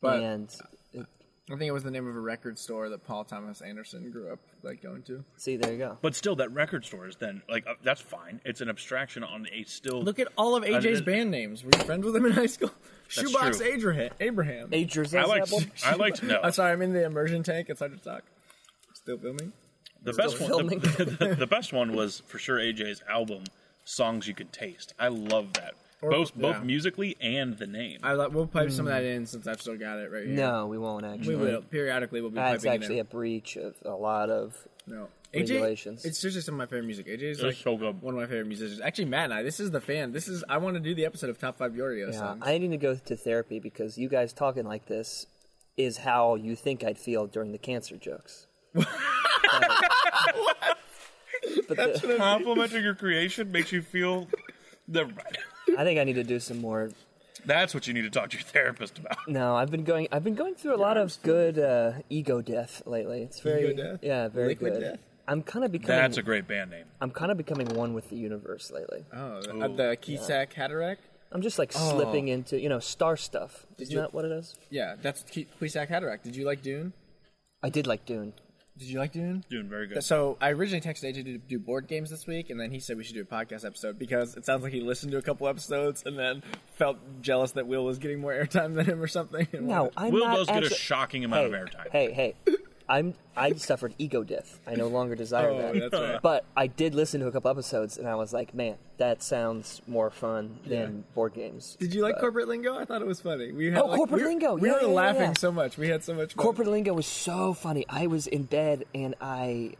[SPEAKER 1] But-
[SPEAKER 2] and it,
[SPEAKER 1] I think it was the name of a record store that Paul Thomas Anderson grew up like going to.
[SPEAKER 2] see, there you go.
[SPEAKER 3] But still, that record store is then like uh, that's fine. It's an abstraction on a still.
[SPEAKER 1] Look at all of AJ's
[SPEAKER 3] didn't-
[SPEAKER 1] band names. Were you friends with him in high school? Shoebox
[SPEAKER 3] true.
[SPEAKER 1] Abraham. Abraham.
[SPEAKER 2] Majors
[SPEAKER 3] I like. I like no.
[SPEAKER 1] I'm sorry, I'm in the immersion tank. It's hard to talk. Still filming.
[SPEAKER 3] The best
[SPEAKER 2] still
[SPEAKER 3] one. The,
[SPEAKER 2] filming.
[SPEAKER 3] the- the best one was for sure AJ's album songs you could taste. I love that. both both
[SPEAKER 1] yeah.
[SPEAKER 3] musically and the name.
[SPEAKER 1] I like, we'll pipe some of that in since I've still got it right here.
[SPEAKER 2] No, we won't actually.
[SPEAKER 1] we will periodically. We'll be
[SPEAKER 2] That's
[SPEAKER 1] piping
[SPEAKER 2] actually
[SPEAKER 1] it
[SPEAKER 2] a breach of a lot of.
[SPEAKER 1] in. no AJ,
[SPEAKER 2] regulations.
[SPEAKER 1] It's seriously some of my favorite music. AJ is
[SPEAKER 3] It's
[SPEAKER 1] like
[SPEAKER 3] so good.
[SPEAKER 1] one of my favorite musicians. Actually, Matt and I. This is the fan. This is I want to do the episode of top five Yorio
[SPEAKER 2] Yeah,
[SPEAKER 1] songs.
[SPEAKER 2] I need to go to therapy because you guys talking like this is how you think I'd feel during the cancer jokes. But
[SPEAKER 1] Oh,
[SPEAKER 2] the-
[SPEAKER 3] Complimenting your creation makes you feel. Never mind.
[SPEAKER 2] I think I need to do some more.
[SPEAKER 3] That's what you need to talk to your therapist about.
[SPEAKER 2] No, I've been going. I've been going through a lot of good uh, ego death lately. It's very,
[SPEAKER 1] Ego death?
[SPEAKER 2] yeah, very
[SPEAKER 1] Liquid
[SPEAKER 2] good.
[SPEAKER 1] death?
[SPEAKER 2] I'm kind of becoming.
[SPEAKER 3] That's a great band name.
[SPEAKER 2] I'm kind of becoming one with the universe lately.
[SPEAKER 1] oh, the- uh, the Keysack Haderach.
[SPEAKER 2] I'm just like slipping into, you know, star stuff. Isn't
[SPEAKER 1] you-
[SPEAKER 2] that what it is?
[SPEAKER 1] Yeah, that's Key- Keysack Haderach. Did you like Dune?
[SPEAKER 2] I did like Dune.
[SPEAKER 1] Did you like Dune?
[SPEAKER 3] Doing very good.
[SPEAKER 1] So I originally texted AJ to do board games this week, and then he said we should do a podcast episode because it sounds like he listened to a couple episodes and then felt jealous that Will was getting more airtime than him or something. and
[SPEAKER 2] No,
[SPEAKER 1] wanted-
[SPEAKER 2] I'm
[SPEAKER 3] Will
[SPEAKER 2] not.
[SPEAKER 3] does get a
[SPEAKER 2] actu-
[SPEAKER 3] shocking
[SPEAKER 2] hey,
[SPEAKER 3] amount of airtime.
[SPEAKER 2] Hey, hey, I'm. I suffered ego death. I no longer desire
[SPEAKER 1] Oh,
[SPEAKER 2] that.
[SPEAKER 1] that's right.
[SPEAKER 2] But I did listen to a couple episodes, and I was like, man, that sounds more fun than board games.
[SPEAKER 1] Did you like corporate lingo? I thought it was funny. We had,
[SPEAKER 2] Oh,
[SPEAKER 1] like-
[SPEAKER 2] corporate
[SPEAKER 1] we were-
[SPEAKER 2] lingo.
[SPEAKER 1] We
[SPEAKER 2] Yeah,
[SPEAKER 1] were
[SPEAKER 2] yeah, yeah,
[SPEAKER 1] laughing
[SPEAKER 2] yeah.
[SPEAKER 1] so much. We had so much fun.
[SPEAKER 2] Corporate lingo was so funny. I was in bed and I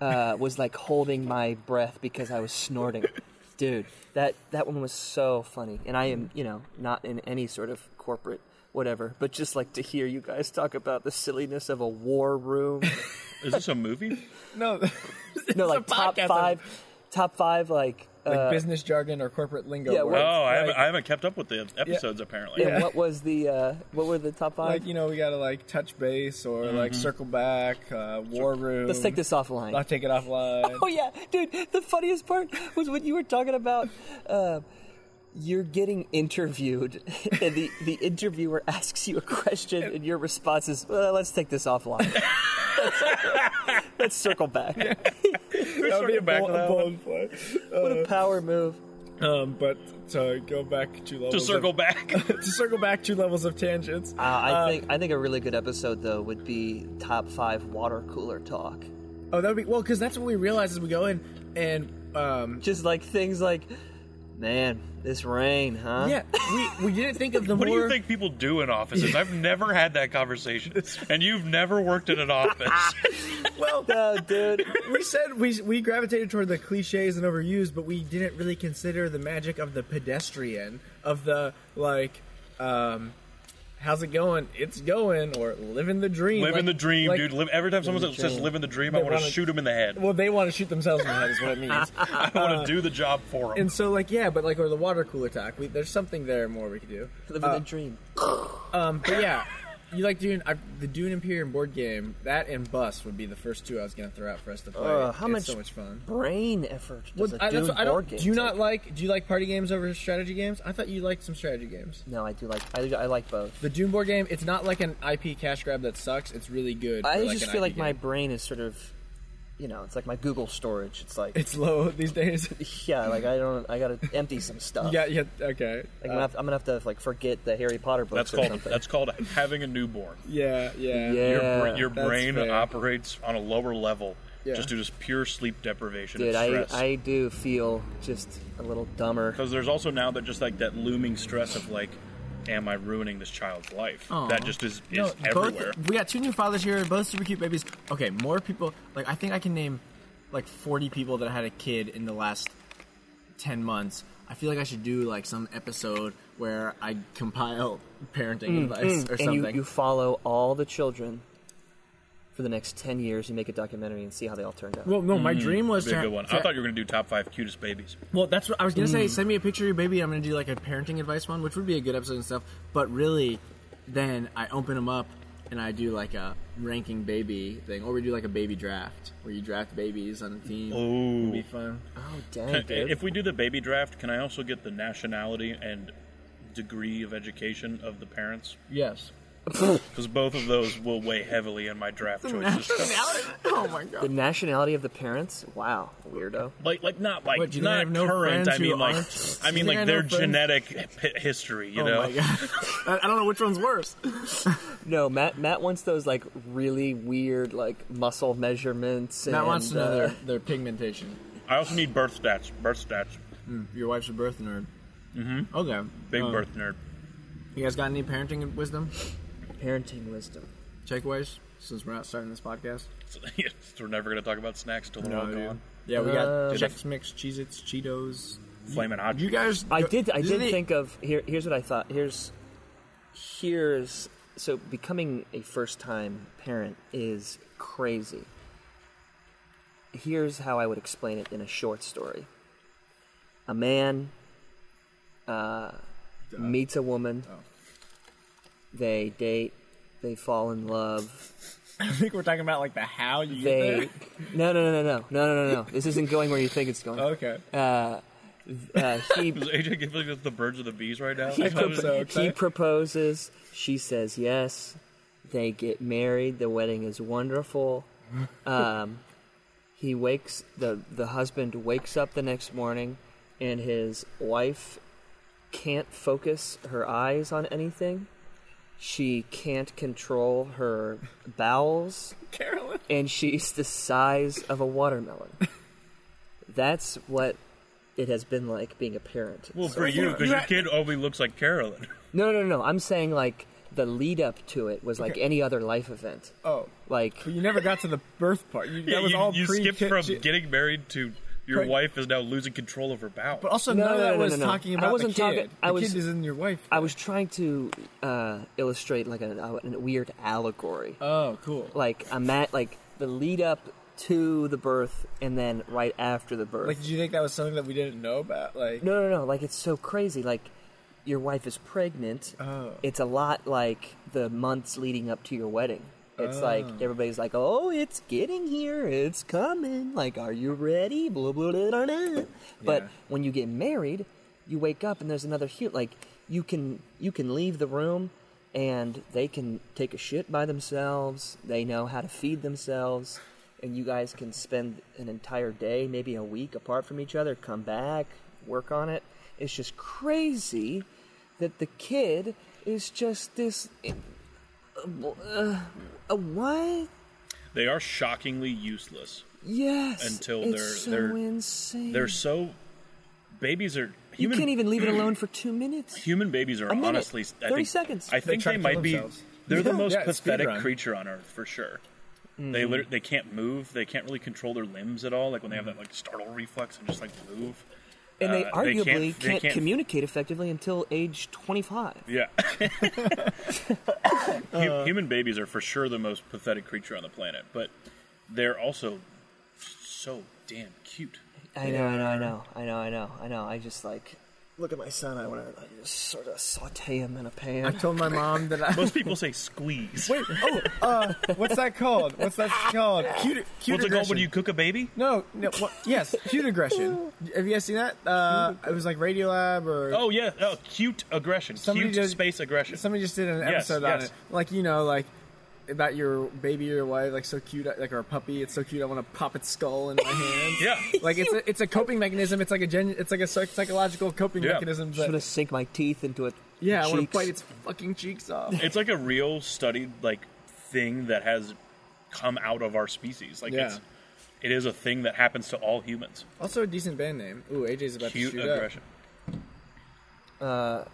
[SPEAKER 2] uh, was like holding my breath because I was snorting. Dude, that that one was so funny. And I am, you know, not in any sort of corporate whatever, but just like to hear you guys talk about the silliness of a war room.
[SPEAKER 3] Is this a movie?
[SPEAKER 1] No,
[SPEAKER 2] no, like
[SPEAKER 1] a
[SPEAKER 2] top
[SPEAKER 1] podcast.
[SPEAKER 2] five, top five like uh,
[SPEAKER 1] like business jargon or corporate lingo.
[SPEAKER 2] yeah,
[SPEAKER 1] words,
[SPEAKER 2] what-
[SPEAKER 3] Oh, I
[SPEAKER 1] like-
[SPEAKER 3] haven't, I haven't kept up with the episodes apparently.
[SPEAKER 2] And what was the uh, what were the top five?
[SPEAKER 1] like you know we gotta like touch base or like
[SPEAKER 3] Mm-hmm.
[SPEAKER 1] circle back uh, war room
[SPEAKER 2] Let's take this offline.
[SPEAKER 1] i'll take it offline
[SPEAKER 2] Oh yeah, dude. The funniest part was when you were talking about uh, you're getting interviewed, and the, the interviewer asks you a question, and your response is, well, "Let's take this offline. let's, let's circle back."
[SPEAKER 1] that would be a
[SPEAKER 3] Circle back
[SPEAKER 1] bold,
[SPEAKER 3] to that
[SPEAKER 1] bold play
[SPEAKER 2] What a power move.
[SPEAKER 1] um, but to go back two levels
[SPEAKER 3] To circle
[SPEAKER 1] of,
[SPEAKER 3] back,
[SPEAKER 1] to circle back two levels of tangents
[SPEAKER 2] Uh, I
[SPEAKER 1] Um,
[SPEAKER 2] think I think a really good episode though would be top five water cooler talk.
[SPEAKER 1] oh that would be well because that's what we realize as we go in and um,
[SPEAKER 2] Just like things like, man, this rain, huh?
[SPEAKER 1] yeah we, we didn't think of the
[SPEAKER 3] what do
[SPEAKER 1] more
[SPEAKER 3] you think people do in offices? I've never had that conversation, and you've never worked in an office.
[SPEAKER 1] well
[SPEAKER 2] Oh, dude.
[SPEAKER 1] we said we, we gravitated toward the cliches and overused, but we didn't really consider the magic of the pedestrian, of the like, um, how's it going? It's going, or living the dream.
[SPEAKER 3] Living
[SPEAKER 1] Like-
[SPEAKER 3] the dream,
[SPEAKER 1] like-
[SPEAKER 3] dude. Live, every time someone
[SPEAKER 2] Living the
[SPEAKER 3] says
[SPEAKER 2] dream.
[SPEAKER 3] "living the dream," I
[SPEAKER 1] They
[SPEAKER 3] want to
[SPEAKER 1] wanna-
[SPEAKER 3] shoot them in the head.
[SPEAKER 1] Well, they want to shoot themselves in the head, is what it means.
[SPEAKER 3] I want to do the job for them.
[SPEAKER 1] and so, like, yeah, but like, or the water cooler talk. We, there's something there more we could do.
[SPEAKER 2] Living the dream.
[SPEAKER 1] Um, but yeah. You like Dune? I, the Dune Imperium board game, that and Bus would be the first two I was gonna throw out for us to play.
[SPEAKER 2] Uh, how
[SPEAKER 1] it's
[SPEAKER 2] much-
[SPEAKER 1] so much fun.
[SPEAKER 2] Brain effort.
[SPEAKER 1] Well,
[SPEAKER 2] Does a
[SPEAKER 1] I, that's
[SPEAKER 2] Dune
[SPEAKER 1] what, I
[SPEAKER 2] board
[SPEAKER 1] don't.
[SPEAKER 2] game
[SPEAKER 1] Do you
[SPEAKER 2] take?
[SPEAKER 1] not like? Do you like party games over strategy games? I thought you liked some strategy games.
[SPEAKER 2] No, I do like I, I like both.
[SPEAKER 1] The Doom board game. It's not like an IP cash grab that sucks. It's really good.
[SPEAKER 2] I
[SPEAKER 1] for, like,
[SPEAKER 2] just
[SPEAKER 1] an
[SPEAKER 2] feel like
[SPEAKER 1] IP
[SPEAKER 2] my
[SPEAKER 1] game.
[SPEAKER 2] brain is sort of, you know, it's like my Google storage. It's like
[SPEAKER 1] It's low these days.
[SPEAKER 2] yeah, like I don't I gotta empty some stuff.
[SPEAKER 1] yeah. Yeah. Okay.
[SPEAKER 2] Like,
[SPEAKER 1] Uh,
[SPEAKER 2] I'm, gonna have to, I'm gonna have to like forget the Harry Potter books
[SPEAKER 3] That's
[SPEAKER 2] or
[SPEAKER 3] called
[SPEAKER 2] something.
[SPEAKER 3] that's called having a newborn.
[SPEAKER 1] yeah. Yeah.
[SPEAKER 2] Yeah.
[SPEAKER 3] Your, bra- your
[SPEAKER 1] that's
[SPEAKER 3] brain
[SPEAKER 1] fair.
[SPEAKER 3] operates on a lower level
[SPEAKER 1] Yeah.
[SPEAKER 3] just due to pure sleep deprivation
[SPEAKER 2] Dude,
[SPEAKER 3] and
[SPEAKER 2] I,
[SPEAKER 3] stress.
[SPEAKER 2] I do feel just a little dumber.
[SPEAKER 3] Because there's also now that just like that looming stress of like, am I ruining this child's life? That just is, is
[SPEAKER 1] No,
[SPEAKER 3] everywhere.
[SPEAKER 1] both, we got two new fathers here, both super cute babies. Okay, more people. Like, I think I can name like 40 people that had a kid in the last 10 months. I feel like I should do like some episode where I compile parenting advice or
[SPEAKER 2] Mm, and you,
[SPEAKER 1] something.
[SPEAKER 2] you follow all the children for the next ten years. You make a documentary and see how they all turned out.
[SPEAKER 1] well, no, my dream was
[SPEAKER 3] Mm, That'd be
[SPEAKER 1] to.
[SPEAKER 3] a good one. I
[SPEAKER 1] to-
[SPEAKER 3] thought you were gonna do top five cutest babies.
[SPEAKER 1] Well, that's what I was gonna
[SPEAKER 2] Mm.
[SPEAKER 1] say. Send me a picture of your baby. I'm gonna do like a parenting advice one, which would be a good episode and stuff. But really, then I open them up and I do like a ranking baby thing, or we do like a baby draft where you draft babies on a team.
[SPEAKER 3] Ooh.
[SPEAKER 1] It'd be fun.
[SPEAKER 2] oh dang, dude.
[SPEAKER 3] If we do the baby draft, can I also get the nationality and degree of education of the parents?
[SPEAKER 1] Yes.
[SPEAKER 3] Because both of those will weigh heavily in my draft choices.
[SPEAKER 1] oh my
[SPEAKER 2] the
[SPEAKER 1] god.
[SPEAKER 2] nationality of the parents. Wow, weirdo.
[SPEAKER 3] Like, like not like
[SPEAKER 1] What, do you think I
[SPEAKER 3] not
[SPEAKER 1] have no
[SPEAKER 3] current.
[SPEAKER 1] friends
[SPEAKER 3] I
[SPEAKER 1] who
[SPEAKER 3] mean, like,
[SPEAKER 1] aren't-
[SPEAKER 3] I
[SPEAKER 1] Do you
[SPEAKER 3] mean,
[SPEAKER 1] think I
[SPEAKER 3] like
[SPEAKER 1] know
[SPEAKER 3] their
[SPEAKER 1] friends?
[SPEAKER 3] genetic hi- history. You
[SPEAKER 1] Oh
[SPEAKER 3] know,
[SPEAKER 1] my god. I I don't know which one's worse.
[SPEAKER 2] No, Matt. Matt wants those like really weird like muscle measurements.
[SPEAKER 1] Matt
[SPEAKER 2] and,
[SPEAKER 1] wants to know
[SPEAKER 2] uh,
[SPEAKER 1] their, their pigmentation.
[SPEAKER 3] I also need birth stats. Birth stats.
[SPEAKER 1] Your wife's a birth nerd. Mm-hmm. Okay.
[SPEAKER 3] Big
[SPEAKER 1] Um,
[SPEAKER 3] birth nerd.
[SPEAKER 1] You guys got any parenting wisdom
[SPEAKER 2] parenting wisdom.
[SPEAKER 1] takeaways since we're not starting this podcast?
[SPEAKER 3] So, yes, we're never gonna talk about snacks till they're all
[SPEAKER 1] Oh, dude.
[SPEAKER 3] gone.
[SPEAKER 1] Yeah, we got
[SPEAKER 2] Um,
[SPEAKER 1] Chex Mix, Cheez Its, Cheetos.
[SPEAKER 3] Flamin' hot.
[SPEAKER 1] You guys.
[SPEAKER 2] I did. I
[SPEAKER 1] these
[SPEAKER 2] did
[SPEAKER 1] are the-
[SPEAKER 2] think of here. Here's what I thought. Here's here's so becoming a first time parent is crazy. Here's how I would explain it in a short story. A man uh, meets a woman. They date. They fall in love.
[SPEAKER 1] I think we're talking about like the how you
[SPEAKER 2] They no no no no no no no no. This isn't going where you think it's going.
[SPEAKER 1] Okay.
[SPEAKER 2] Uh, he
[SPEAKER 3] Is AJ giving us the birds or the bees right now?
[SPEAKER 1] I hope so.
[SPEAKER 2] He
[SPEAKER 1] okay.
[SPEAKER 2] proposes. She says yes. They get married. The wedding is wonderful. Um, he wakes the the husband wakes up the next morning, and his wife can't focus her eyes on anything. She can't control her bowels,
[SPEAKER 1] Carolyn.
[SPEAKER 2] and she's the size of a watermelon. That's what it has been like being a parent.
[SPEAKER 3] Well, for you, because your
[SPEAKER 1] Right.
[SPEAKER 3] kid only looks like Carolyn.
[SPEAKER 2] No, no, no. I'm saying like the lead up to it was like any other life event.
[SPEAKER 1] Oh.
[SPEAKER 2] Like
[SPEAKER 1] But you never got to the birth part. You, that was
[SPEAKER 3] you
[SPEAKER 1] all
[SPEAKER 3] you
[SPEAKER 1] pre
[SPEAKER 3] skipped from getting married to your
[SPEAKER 1] Right.
[SPEAKER 3] wife is now losing control of her bowel.
[SPEAKER 1] But also,
[SPEAKER 2] No,
[SPEAKER 1] none
[SPEAKER 2] no,
[SPEAKER 1] of that
[SPEAKER 2] no, no,
[SPEAKER 1] was
[SPEAKER 2] no, no.
[SPEAKER 1] talking
[SPEAKER 2] I
[SPEAKER 1] about the
[SPEAKER 2] wasn't
[SPEAKER 1] kid.
[SPEAKER 2] talking- I
[SPEAKER 1] the
[SPEAKER 2] was-
[SPEAKER 1] kid is in your wife.
[SPEAKER 2] I was trying to uh, illustrate like a, a, a weird allegory.
[SPEAKER 1] Oh, cool.
[SPEAKER 2] Like a mat, like the lead up to the birth and then right after the birth.
[SPEAKER 1] Like, did you think that was something that we didn't know about? Like,
[SPEAKER 2] no, no, no. Like it's so crazy. Like your wife is pregnant.
[SPEAKER 1] Oh.
[SPEAKER 2] It's a lot like the months leading up to your wedding. It's like everybody's like, "Oh, it's getting here. It's coming. Like, are you ready?" Blah blah blah. blah, blah.
[SPEAKER 1] Yeah.
[SPEAKER 2] But when you get married, you wake up and there's another huge like you can you can leave the room and they can take a shit by themselves. They know how to feed themselves. And you guys can spend an entire day, maybe a week apart from each other, come back, work on it. It's just crazy that the kid is just this uh, uh, what?
[SPEAKER 3] They are shockingly useless.
[SPEAKER 2] Yes.
[SPEAKER 3] Until
[SPEAKER 2] it's
[SPEAKER 3] they're-
[SPEAKER 2] so
[SPEAKER 3] they're-
[SPEAKER 2] insane.
[SPEAKER 1] Mm.
[SPEAKER 3] They're so babies are
[SPEAKER 2] you
[SPEAKER 3] human.
[SPEAKER 2] can't even leave it alone for two minutes.
[SPEAKER 3] human babies are
[SPEAKER 2] A minute,
[SPEAKER 3] honestly. I
[SPEAKER 2] 30
[SPEAKER 3] think,
[SPEAKER 2] seconds.
[SPEAKER 3] I think
[SPEAKER 1] try
[SPEAKER 3] they,
[SPEAKER 1] to kill
[SPEAKER 3] might be.
[SPEAKER 1] themselves.
[SPEAKER 3] They're the
[SPEAKER 1] Yeah.
[SPEAKER 3] most
[SPEAKER 1] Yeah, it's Hmm.
[SPEAKER 3] pathetic
[SPEAKER 1] speedrun.
[SPEAKER 3] creature on earth for sure. They liter- they can't move. They can't really control their limbs at all. Like when they have that like startle reflex and just like move.
[SPEAKER 2] And they
[SPEAKER 3] uh, they
[SPEAKER 2] arguably
[SPEAKER 3] can't-
[SPEAKER 2] can't,
[SPEAKER 3] they can't-
[SPEAKER 2] communicate effectively until age 25.
[SPEAKER 3] Yeah. Hu-
[SPEAKER 1] Uh.
[SPEAKER 3] human babies are for sure the most pathetic creature on the planet, but they're also so damn cute.
[SPEAKER 2] I know, I know, I know, I know, I know, I know. I just like look at my son. I want to I just sort of saute him in a
[SPEAKER 1] I
[SPEAKER 2] pan.
[SPEAKER 1] told my mom that I.
[SPEAKER 3] Most people say squeeze.
[SPEAKER 1] Wait, oh, uh, what's that called? What's that called? Cute, cute
[SPEAKER 3] What's it called
[SPEAKER 1] aggression.
[SPEAKER 3] when you cook a baby?
[SPEAKER 1] No, no, what, yes, cute aggression. Have you guys seen that? Uh, it was like Radiolab or
[SPEAKER 3] Oh yeah, oh, cute aggression,
[SPEAKER 1] Somebody
[SPEAKER 3] cute
[SPEAKER 1] does-
[SPEAKER 3] space aggression.
[SPEAKER 1] somebody just did an
[SPEAKER 3] Yes,
[SPEAKER 1] episode on
[SPEAKER 3] yes.
[SPEAKER 1] it. Like you know, like about your baby or wife, like so cute, like or a puppy. It's so cute. I want to pop its skull in my hand.
[SPEAKER 3] Yeah.
[SPEAKER 1] like it's a, it's a coping mechanism. It's like a gen, it's like a psych- psychological coping
[SPEAKER 3] Yeah.
[SPEAKER 1] mechanism.
[SPEAKER 2] Sort
[SPEAKER 1] That,
[SPEAKER 2] of sink my teeth into it.
[SPEAKER 1] yeah, I want
[SPEAKER 2] cheeks.
[SPEAKER 1] to bite its fucking cheeks off.
[SPEAKER 3] It's like a real studied like thing that has come out of our species. Like
[SPEAKER 1] Yeah.
[SPEAKER 3] it's it is a thing that happens to all humans.
[SPEAKER 1] also, a decent band name. Ooh, AJ's about
[SPEAKER 3] Cute
[SPEAKER 1] to shoot
[SPEAKER 3] aggression.
[SPEAKER 1] up.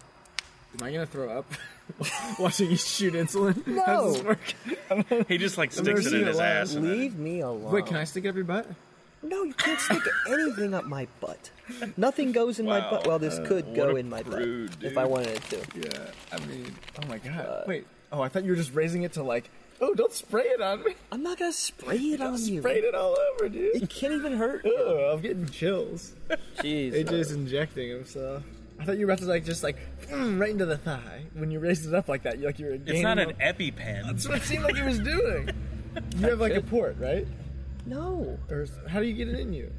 [SPEAKER 1] Am I gonna throw up? Watching you shoot insulin. No. How does this work?
[SPEAKER 3] He just like
[SPEAKER 1] never
[SPEAKER 3] sticks it
[SPEAKER 1] seen
[SPEAKER 3] in
[SPEAKER 1] it
[SPEAKER 3] his
[SPEAKER 1] live.
[SPEAKER 3] ass. and then-
[SPEAKER 2] Leave me alone.
[SPEAKER 1] Wait, can I stick it up your butt?
[SPEAKER 2] No, you can't stick anything up my butt. Nothing goes in my
[SPEAKER 3] Wow.
[SPEAKER 2] butt. Well, this could
[SPEAKER 3] what
[SPEAKER 2] go
[SPEAKER 3] a
[SPEAKER 2] in my
[SPEAKER 3] prude,
[SPEAKER 2] butt
[SPEAKER 3] dude.
[SPEAKER 2] if I wanted it to.
[SPEAKER 1] Yeah, I mean, oh my god.
[SPEAKER 2] Uh,
[SPEAKER 1] Wait, oh, I thought you were just raising it to like, oh, don't spray it on me.
[SPEAKER 2] I'm not gonna spray it
[SPEAKER 1] I
[SPEAKER 2] on Oh, you.
[SPEAKER 1] sprayed it all over, dude.
[SPEAKER 2] It can't even hurt.
[SPEAKER 1] Ugh, I'm getting chills.
[SPEAKER 2] Jeez.
[SPEAKER 1] AJ's injecting himself. I thought you were about to like just like mm, right into the thigh when you raised it up like that. You're like you're.
[SPEAKER 3] It's not an EpiPen.
[SPEAKER 1] That's what it seemed like he was doing. You have like a port, right?
[SPEAKER 2] No.
[SPEAKER 1] Or s- how do you get it in you?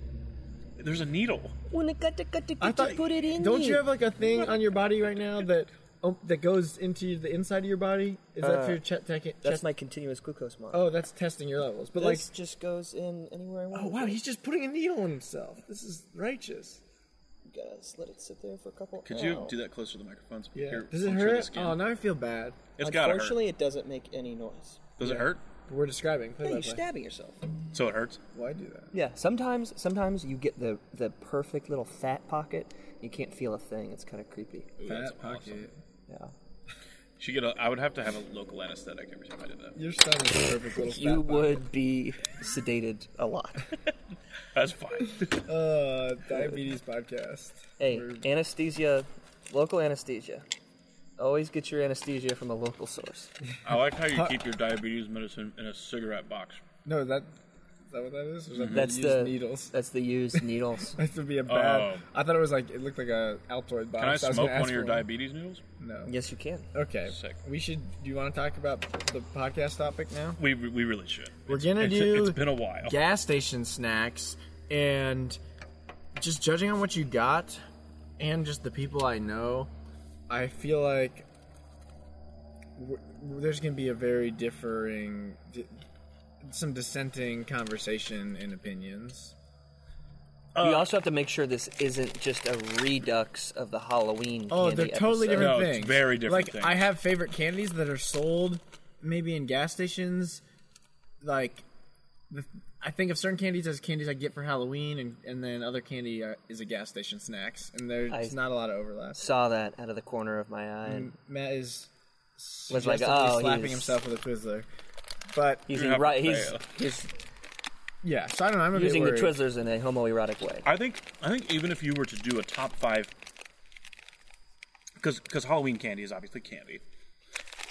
[SPEAKER 3] There's a needle.
[SPEAKER 2] When it got to, got to, got to put it in.
[SPEAKER 1] Don't you have like a thing on your body right now that oh, that goes into the inside of your body? Is that for your che- tech-
[SPEAKER 2] That's
[SPEAKER 1] chest?
[SPEAKER 2] my continuous glucose monitor.
[SPEAKER 1] Oh, that's testing your levels. But like,
[SPEAKER 2] this just goes in anywhere I want.
[SPEAKER 1] Oh
[SPEAKER 2] it
[SPEAKER 1] wow,
[SPEAKER 2] to.
[SPEAKER 1] he's just putting a needle in himself. This is righteous.
[SPEAKER 2] You gotta just let it sit there for a couple.
[SPEAKER 3] Could you
[SPEAKER 2] Oh.
[SPEAKER 3] do that closer to the microphone? so we
[SPEAKER 1] Yeah.
[SPEAKER 3] can hear-
[SPEAKER 1] Does it
[SPEAKER 3] puncture the
[SPEAKER 1] hurt?
[SPEAKER 3] skin?
[SPEAKER 1] Oh, now I feel bad.
[SPEAKER 3] It's gotta hurt.
[SPEAKER 2] Unfortunately, it doesn't make any noise.
[SPEAKER 3] Does it hurt?
[SPEAKER 1] We're describing. Play
[SPEAKER 2] Hey,
[SPEAKER 1] by
[SPEAKER 2] you're
[SPEAKER 1] play.
[SPEAKER 2] stabbing yourself.
[SPEAKER 3] So it hurts.
[SPEAKER 1] Why do that?
[SPEAKER 2] Yeah. Sometimes, sometimes you get the the perfect little fat pocket. You can't feel a thing. It's kind of creepy.
[SPEAKER 3] Ooh,
[SPEAKER 1] Fat
[SPEAKER 3] that's awesome.
[SPEAKER 1] pocket.
[SPEAKER 2] Yeah.
[SPEAKER 3] She get. A, I would have to have a local anesthetic every time I did that.
[SPEAKER 1] Your son is a perfect little.
[SPEAKER 2] You
[SPEAKER 1] fat
[SPEAKER 2] would be sedated a lot.
[SPEAKER 3] That's fine.
[SPEAKER 1] pocket. Uh, diabetes podcast.
[SPEAKER 2] Hey,
[SPEAKER 1] We're-
[SPEAKER 2] anesthesia, local anesthesia. Always get your anesthesia from a local source.
[SPEAKER 3] I like how you keep your diabetes medicine in a cigarette box.
[SPEAKER 1] No, that is that what that is? Or is that they
[SPEAKER 2] That's
[SPEAKER 1] use
[SPEAKER 2] the
[SPEAKER 1] needles.
[SPEAKER 2] That's the used needles.
[SPEAKER 1] That would be a bad.
[SPEAKER 3] Oh.
[SPEAKER 1] I thought it was like it looked like a Altoid box.
[SPEAKER 3] Can I
[SPEAKER 1] was gonna
[SPEAKER 3] smoke one
[SPEAKER 1] ask
[SPEAKER 3] of your
[SPEAKER 1] for
[SPEAKER 3] diabetes noodles?
[SPEAKER 1] No.
[SPEAKER 2] yes, you can.
[SPEAKER 1] Okay.
[SPEAKER 3] Sick.
[SPEAKER 1] We should. Do you want to talk about the podcast topic now?
[SPEAKER 3] We, we really should.
[SPEAKER 1] We're gonna
[SPEAKER 3] it's,
[SPEAKER 1] do.
[SPEAKER 3] It's been a while.
[SPEAKER 1] gas station snacks and just judging on what you got and just the people I know, I feel like w- there's going to be a very differing, di- some dissenting conversation and opinions.
[SPEAKER 2] we also have to make sure this isn't just a redux of the Halloween.
[SPEAKER 1] Oh,
[SPEAKER 2] candy
[SPEAKER 1] they're totally
[SPEAKER 2] episode.
[SPEAKER 1] different
[SPEAKER 3] No, it's
[SPEAKER 1] things.
[SPEAKER 3] very different
[SPEAKER 1] Like
[SPEAKER 3] things.
[SPEAKER 1] I have favorite candies that are sold maybe in gas stations. Like the, I think of certain candies as candies I get for Halloween, and, and then other candy uh, is a gas station snacks, and there's
[SPEAKER 2] I-
[SPEAKER 1] not a lot of overlap.
[SPEAKER 2] Saw that out of the corner of my eye. And
[SPEAKER 1] Matt is
[SPEAKER 2] Was like,
[SPEAKER 1] suggestively
[SPEAKER 2] oh,
[SPEAKER 1] slapping
[SPEAKER 2] he's-
[SPEAKER 1] himself with a Twizzler, but
[SPEAKER 2] he's
[SPEAKER 3] You're not
[SPEAKER 2] right.
[SPEAKER 3] gonna
[SPEAKER 2] He's,
[SPEAKER 3] fail.
[SPEAKER 2] he's
[SPEAKER 1] yeah. So I don't know. I'm a bit
[SPEAKER 2] using the
[SPEAKER 1] worried.
[SPEAKER 2] Twizzlers in a homoerotic way.
[SPEAKER 3] I think I think even if you were to do a top five, because because Halloween candy is obviously candy.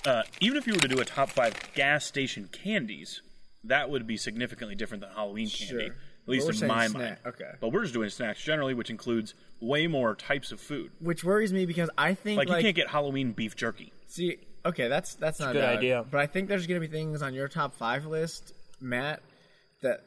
[SPEAKER 3] Uh, even if you were to do a top five gas station candies, that would be significantly different than Halloween candy,
[SPEAKER 1] Sure.
[SPEAKER 3] at
[SPEAKER 1] But
[SPEAKER 3] least
[SPEAKER 1] we're
[SPEAKER 3] in
[SPEAKER 1] saying
[SPEAKER 3] my mind.
[SPEAKER 1] snack- okay.
[SPEAKER 3] But we're just doing snacks generally, which includes way more types of food.
[SPEAKER 1] Which worries me because I think
[SPEAKER 3] Like,
[SPEAKER 1] like,
[SPEAKER 3] you can't get Halloween beef jerky.
[SPEAKER 1] see okay that's that's not
[SPEAKER 2] a good
[SPEAKER 1] bad.
[SPEAKER 2] idea.
[SPEAKER 1] But I think there's gonna be things on your top five list, Matt, that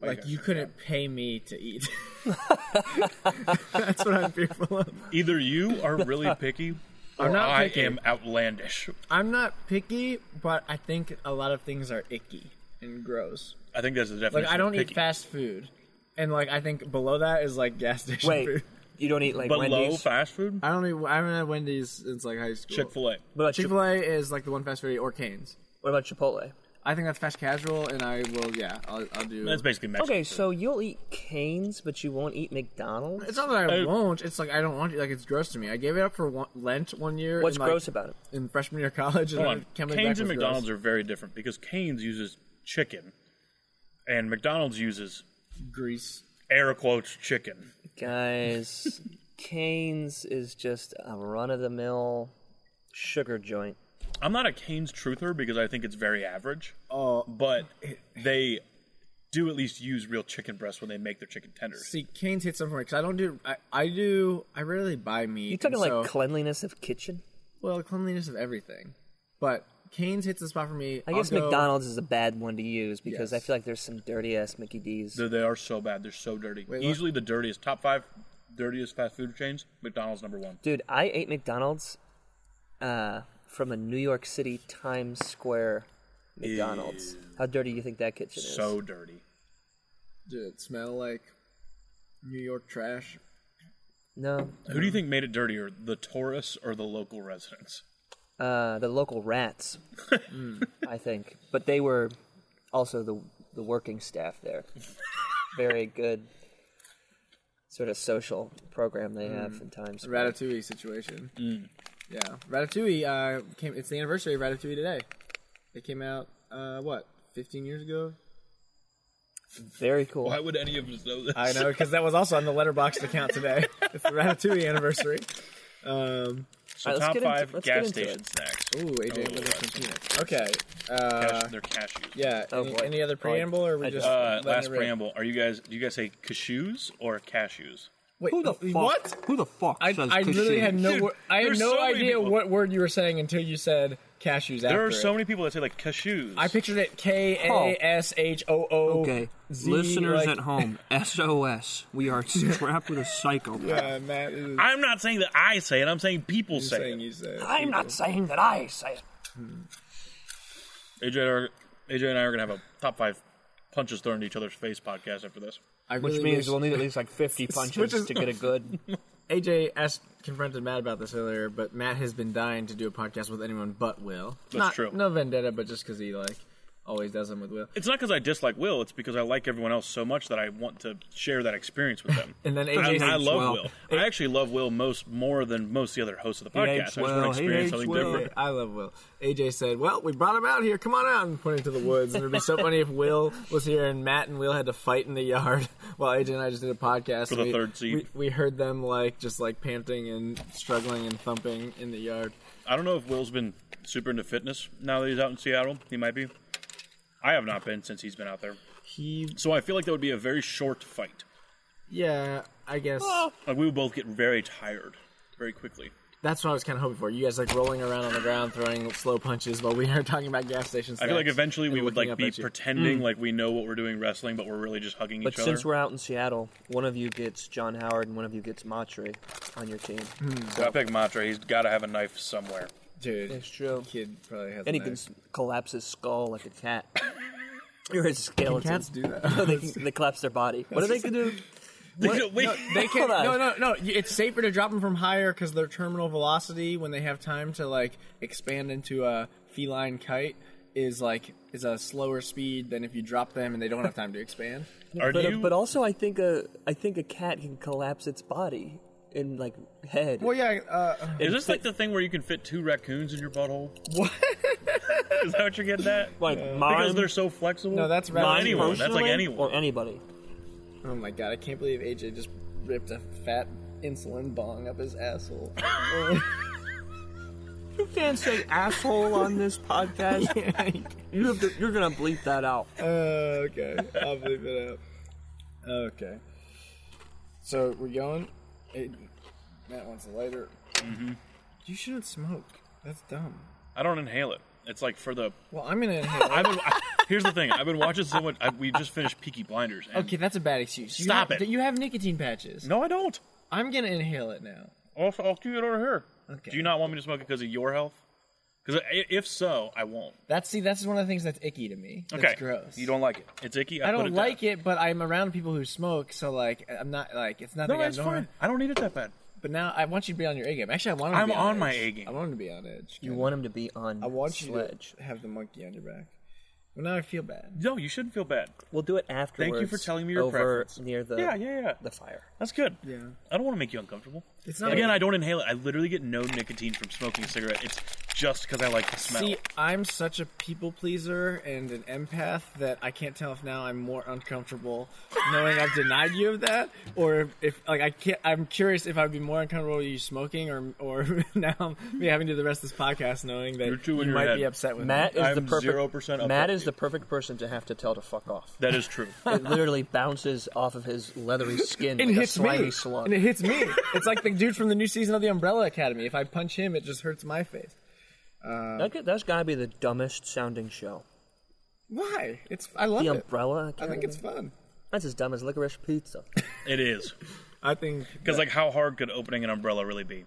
[SPEAKER 1] like
[SPEAKER 3] Okay.
[SPEAKER 1] you couldn't pay me to eat. that's what I'm fearful of.
[SPEAKER 3] Either you are really picky, or
[SPEAKER 1] I'm not
[SPEAKER 3] I
[SPEAKER 1] picky.
[SPEAKER 3] am outlandish.
[SPEAKER 1] I'm not picky, but I think a lot of things are icky and gross.
[SPEAKER 3] I think that's the definition.
[SPEAKER 1] Like I don't
[SPEAKER 3] of picky.
[SPEAKER 1] eat fast food, and like I think below that is like gas station
[SPEAKER 2] Wait,
[SPEAKER 1] food.
[SPEAKER 2] you don't eat like
[SPEAKER 3] But low
[SPEAKER 2] Wendy's?
[SPEAKER 3] fast food,
[SPEAKER 1] I don't eat. I haven't had Wendy's since like high school.
[SPEAKER 3] Chick Fil A.
[SPEAKER 2] What about,
[SPEAKER 1] Chick
[SPEAKER 2] Chipotle?
[SPEAKER 1] Fil A is like the one fast food or Canes.
[SPEAKER 2] what about Chipotle?
[SPEAKER 1] I think that's fast casual, and I will. Yeah, I'll, I'll do.
[SPEAKER 3] That's basically Mexican.
[SPEAKER 2] Okay,
[SPEAKER 3] food.
[SPEAKER 2] so you'll eat Canes, but you won't eat McDonald's.
[SPEAKER 1] It's not that I,
[SPEAKER 3] I-
[SPEAKER 1] won't. It's like I don't want to. Like it's gross to me. I gave it up for one, Lent one year.
[SPEAKER 2] What's
[SPEAKER 1] in, like,
[SPEAKER 2] gross about it?
[SPEAKER 1] In freshman year of college, and
[SPEAKER 3] Hold
[SPEAKER 1] I
[SPEAKER 3] on.
[SPEAKER 1] came back
[SPEAKER 3] Canes and
[SPEAKER 1] was
[SPEAKER 3] McDonald's
[SPEAKER 1] gross.
[SPEAKER 3] are very different because Canes uses chicken, and McDonald's uses
[SPEAKER 1] grease.
[SPEAKER 3] air quotes chicken.
[SPEAKER 2] Guys, Canes is just a run of the mill sugar joint.
[SPEAKER 3] I'm not a Canes truther because I think it's very average,
[SPEAKER 1] Oh,
[SPEAKER 3] but they do at least use real chicken breast when they make their chicken tenders.
[SPEAKER 1] see, Canes hits something because I don't do. I, I do. I rarely buy meat.
[SPEAKER 2] You talking
[SPEAKER 1] and so,
[SPEAKER 2] like cleanliness of kitchen?
[SPEAKER 1] well cleanliness of everything, but Canes hits the spot for me.
[SPEAKER 2] I guess
[SPEAKER 1] I'll go-
[SPEAKER 2] McDonald's is a bad one to use because I
[SPEAKER 1] Yes.
[SPEAKER 2] feel like there's some dirty ass Mickey D's.
[SPEAKER 3] They- They are so bad. They're so dirty.
[SPEAKER 1] Wait, what?
[SPEAKER 3] Easily the dirtiest. Top five dirtiest fast food chains. McDonald's number one.
[SPEAKER 2] Dude, I ate McDonald's uh, from a New York City Times Square McDonald's. How dirty do you think that kitchen is?
[SPEAKER 3] So dirty.
[SPEAKER 1] Did it smell like New York trash?
[SPEAKER 2] no,
[SPEAKER 3] Who do you think made it dirtier, the tourists or the local residents?
[SPEAKER 2] uh, the local rats, Mm, I think. But they were also the the working staff there. Very good sort of social program they
[SPEAKER 1] Mm.
[SPEAKER 2] have in Times Square.
[SPEAKER 1] Ratatouille situation.
[SPEAKER 3] Mm.
[SPEAKER 1] Yeah, Ratatouille uh, came. It's the anniversary of Ratatouille today. It came out uh, what 15 years ago.
[SPEAKER 2] Very cool.
[SPEAKER 3] Why would any of us know this?
[SPEAKER 1] I know because that was also on the Letterboxd account today. It's the Ratatouille anniversary. Um,
[SPEAKER 3] So
[SPEAKER 2] All right, let's
[SPEAKER 3] top
[SPEAKER 2] get into-
[SPEAKER 3] five
[SPEAKER 2] let's get
[SPEAKER 3] gas
[SPEAKER 2] into
[SPEAKER 3] station
[SPEAKER 2] it.
[SPEAKER 3] snacks.
[SPEAKER 1] ooh, AJ
[SPEAKER 3] Oh,
[SPEAKER 1] with
[SPEAKER 3] that's
[SPEAKER 1] some peanuts. Okay. Uh,
[SPEAKER 3] Cash, they're cashews.
[SPEAKER 1] yeah.
[SPEAKER 2] Oh,
[SPEAKER 1] any,
[SPEAKER 2] boy.
[SPEAKER 1] any other
[SPEAKER 2] Oh, I-
[SPEAKER 1] preamble, or are we
[SPEAKER 2] I
[SPEAKER 1] just
[SPEAKER 2] don't-
[SPEAKER 3] Uh,
[SPEAKER 1] letting
[SPEAKER 3] last
[SPEAKER 1] it rip?
[SPEAKER 3] preamble. Are you guys? Do you guys say cashews or cashews?
[SPEAKER 1] Wait,
[SPEAKER 2] Who the fuck?
[SPEAKER 1] What?
[SPEAKER 2] Who the fuck?
[SPEAKER 1] I,
[SPEAKER 2] says
[SPEAKER 1] I literally
[SPEAKER 2] Cushing?
[SPEAKER 1] had no.
[SPEAKER 3] Dude,
[SPEAKER 1] wor- I had
[SPEAKER 3] there's
[SPEAKER 1] no
[SPEAKER 3] so many
[SPEAKER 1] idea
[SPEAKER 3] people-
[SPEAKER 1] what word you were saying until you said cashews.
[SPEAKER 3] There
[SPEAKER 1] after
[SPEAKER 3] are so
[SPEAKER 1] it.
[SPEAKER 3] many people that say like cashews.
[SPEAKER 1] I pictured it K A S H O O.
[SPEAKER 4] Okay,
[SPEAKER 1] Oh, Z,
[SPEAKER 4] listeners
[SPEAKER 1] like-
[SPEAKER 4] at home, SOS. We are strapped with a psychopath.
[SPEAKER 1] Yeah, Matt is
[SPEAKER 3] I'm not saying that I say it. I'm saying people say
[SPEAKER 1] saying you said.
[SPEAKER 4] I'm not saying that I say it.
[SPEAKER 3] it. AJ, are, AJ and I are gonna have a top five punches thrown at each other's face podcast after this.
[SPEAKER 1] I
[SPEAKER 2] Which
[SPEAKER 1] really
[SPEAKER 2] means
[SPEAKER 1] wish-
[SPEAKER 2] we'll need at least like 50 punches
[SPEAKER 1] is-
[SPEAKER 2] to get a good.
[SPEAKER 1] AJ asked, confronted Matt about this earlier, but Matt has been dying to do a podcast with anyone but Will. That's not,
[SPEAKER 3] true.
[SPEAKER 1] No vendetta, but just because he like always does them with Will.
[SPEAKER 3] It's not because I dislike Will. It's because I like everyone else so much that I want to share that experience with them.
[SPEAKER 1] And then
[SPEAKER 3] I,
[SPEAKER 1] AJ
[SPEAKER 3] I
[SPEAKER 1] hates
[SPEAKER 3] love
[SPEAKER 1] Will.
[SPEAKER 3] Will. I actually love Will most more than most of the other hosts of the podcast. I
[SPEAKER 4] hates
[SPEAKER 3] just want to
[SPEAKER 4] Will. He
[SPEAKER 3] experience
[SPEAKER 4] hates
[SPEAKER 3] something
[SPEAKER 4] Will.
[SPEAKER 3] different.
[SPEAKER 1] I love Will. AJ said, "Well, we brought him out here. Come on out!" and pointed to the woods. And it'd be so funny if Will was here and Matt and Will had to fight in the yard while AJ and I just did a podcast. For
[SPEAKER 3] the third seed.
[SPEAKER 1] we, we heard them like just like panting and struggling and thumping in the yard.
[SPEAKER 3] I don't know if Will's been super into fitness now that he's out in Seattle. He might be. I have not been since he's been out there.
[SPEAKER 1] He,
[SPEAKER 3] So I feel like that would be a very short fight.
[SPEAKER 1] yeah, I guess.
[SPEAKER 3] Like we would both get very tired very quickly.
[SPEAKER 1] That's what I was kind of hoping for. You guys like rolling around on the ground, throwing slow punches, while we are talking about gas stations.
[SPEAKER 3] I feel like eventually we
[SPEAKER 1] and
[SPEAKER 3] would
[SPEAKER 1] looking
[SPEAKER 3] like
[SPEAKER 1] up
[SPEAKER 3] be
[SPEAKER 1] at you. Mm.
[SPEAKER 3] pretending like we know what we're doing wrestling, but we're really just hugging
[SPEAKER 2] But
[SPEAKER 3] each
[SPEAKER 2] since
[SPEAKER 3] other.
[SPEAKER 2] we're out in Seattle, one of you gets John Howard and one of you gets Matre on your team.
[SPEAKER 1] Mm,
[SPEAKER 3] I pick Matra. He's got to have a knife somewhere.
[SPEAKER 1] dude.
[SPEAKER 2] That's true.
[SPEAKER 1] Kid probably has.
[SPEAKER 2] And he
[SPEAKER 1] a
[SPEAKER 2] can
[SPEAKER 1] knife.
[SPEAKER 2] s- collapse his skull like a cat. Or his skeleton.
[SPEAKER 1] Cats do
[SPEAKER 2] No,
[SPEAKER 1] that.
[SPEAKER 2] they, can- they collapse their body. What do they can do?
[SPEAKER 3] Wait,
[SPEAKER 1] They can
[SPEAKER 2] Hold
[SPEAKER 1] no
[SPEAKER 2] on.
[SPEAKER 1] no no. y- It's safer to drop them from higher because their terminal velocity, when they have time to like expand into a feline kite, is like is a slower speed than if you drop them and they don't have time to expand.
[SPEAKER 3] are
[SPEAKER 2] But, uh,
[SPEAKER 3] you?
[SPEAKER 2] but also, I think a I think a cat can collapse its body in like head.
[SPEAKER 1] Well, yeah. Uh,
[SPEAKER 3] is this like the thing where you can fit two raccoons in your butthole?
[SPEAKER 1] what?
[SPEAKER 3] Is that what you're getting at?
[SPEAKER 2] like
[SPEAKER 3] Because
[SPEAKER 2] mine,
[SPEAKER 3] they're so flexible.
[SPEAKER 1] No, that's
[SPEAKER 3] Not
[SPEAKER 1] raccoon.
[SPEAKER 3] anyone. That's like
[SPEAKER 2] personally,
[SPEAKER 3] anyone.
[SPEAKER 2] or anybody.
[SPEAKER 1] Oh my god! I can't believe AJ just ripped a fat insulin bong up his asshole.
[SPEAKER 4] You can't say asshole on this podcast. You have to, you're gonna bleep that out.
[SPEAKER 1] Uh, okay, I'll leave it out. Okay. So we're going. Hey, Matt wants a lighter. Mm-hmm. You shouldn't smoke. That's dumb.
[SPEAKER 3] I don't inhale it. It's like for the.
[SPEAKER 1] Well, I'm gonna inhale.
[SPEAKER 3] I've been, I, here's the thing. I've been watching so much. I, we just finished Peaky Blinders. And,
[SPEAKER 1] okay, that's a bad excuse. You
[SPEAKER 3] Stop
[SPEAKER 1] have,
[SPEAKER 3] it.
[SPEAKER 1] You have nicotine patches.
[SPEAKER 3] No, I don't.
[SPEAKER 1] I'm gonna inhale it now.
[SPEAKER 3] I'll, I'll keep it over here.
[SPEAKER 1] Okay.
[SPEAKER 3] Do you not want me to smoke it because of your health? Because if so, I won't.
[SPEAKER 1] That's see, that's one of the things that's icky to me. That's
[SPEAKER 3] okay.
[SPEAKER 1] gross.
[SPEAKER 3] You don't like it. It's icky. I,
[SPEAKER 1] I don't like it, but I'm around people who smoke, so like I'm not like it's nothing
[SPEAKER 3] No, that's
[SPEAKER 1] abnormal.
[SPEAKER 3] fine. I don't need it that bad.
[SPEAKER 1] But now I want you to be on your A game. Actually, I want. Him
[SPEAKER 3] I'm
[SPEAKER 1] to be on,
[SPEAKER 3] on my
[SPEAKER 1] edge.
[SPEAKER 3] A game.
[SPEAKER 1] I want him to be on edge.
[SPEAKER 2] You
[SPEAKER 1] kinda.
[SPEAKER 2] want him to be on
[SPEAKER 1] I want you
[SPEAKER 2] Sledge.
[SPEAKER 1] to have the monkey on your back. Well, now I feel bad.
[SPEAKER 3] No, you shouldn't feel bad.
[SPEAKER 2] We'll do it afterwards.
[SPEAKER 3] for telling me your
[SPEAKER 2] over
[SPEAKER 3] preference.
[SPEAKER 2] near the
[SPEAKER 3] Yeah, yeah, yeah.
[SPEAKER 2] the fire.
[SPEAKER 3] That's good.
[SPEAKER 1] Yeah.
[SPEAKER 3] I don't want to make you uncomfortable.
[SPEAKER 1] It's not-
[SPEAKER 3] Again, I don't inhale it. I literally get no nicotine from smoking a cigarette. It's just because I like the smell.
[SPEAKER 1] See, I'm such a people pleaser and an empath that I can't tell if now I'm more uncomfortable knowing I've denied you of that, or if, if like I can't. I'm curious if I'd be more uncomfortable with you smoking, or or now me having to do the rest of this podcast knowing that
[SPEAKER 3] You're too
[SPEAKER 1] you
[SPEAKER 3] in your
[SPEAKER 1] might
[SPEAKER 3] head.
[SPEAKER 1] be upset with
[SPEAKER 2] Matt
[SPEAKER 1] me.
[SPEAKER 2] is the
[SPEAKER 3] I'm
[SPEAKER 2] perfect
[SPEAKER 3] 0% up
[SPEAKER 2] Matt
[SPEAKER 3] with
[SPEAKER 2] is
[SPEAKER 3] you.
[SPEAKER 2] the perfect person to have to tell to fuck off.
[SPEAKER 3] that is true.
[SPEAKER 2] It literally bounces off of his leathery skin
[SPEAKER 1] And it
[SPEAKER 2] like a
[SPEAKER 1] hits
[SPEAKER 2] slimy
[SPEAKER 1] me.
[SPEAKER 2] slug.
[SPEAKER 1] And it hits me. It's like the dude from the new season of the Umbrella Academy. If I punch him, it just hurts my face.
[SPEAKER 2] that could, that's got to be the dumbest sounding show.
[SPEAKER 1] Why? It's I love
[SPEAKER 2] The
[SPEAKER 1] it.
[SPEAKER 2] Umbrella
[SPEAKER 1] I
[SPEAKER 2] Academy.
[SPEAKER 1] think it's fun.
[SPEAKER 2] that's as dumb as licorice pizza.
[SPEAKER 3] it is.
[SPEAKER 1] I think
[SPEAKER 3] Because like, how hard could opening an umbrella really be?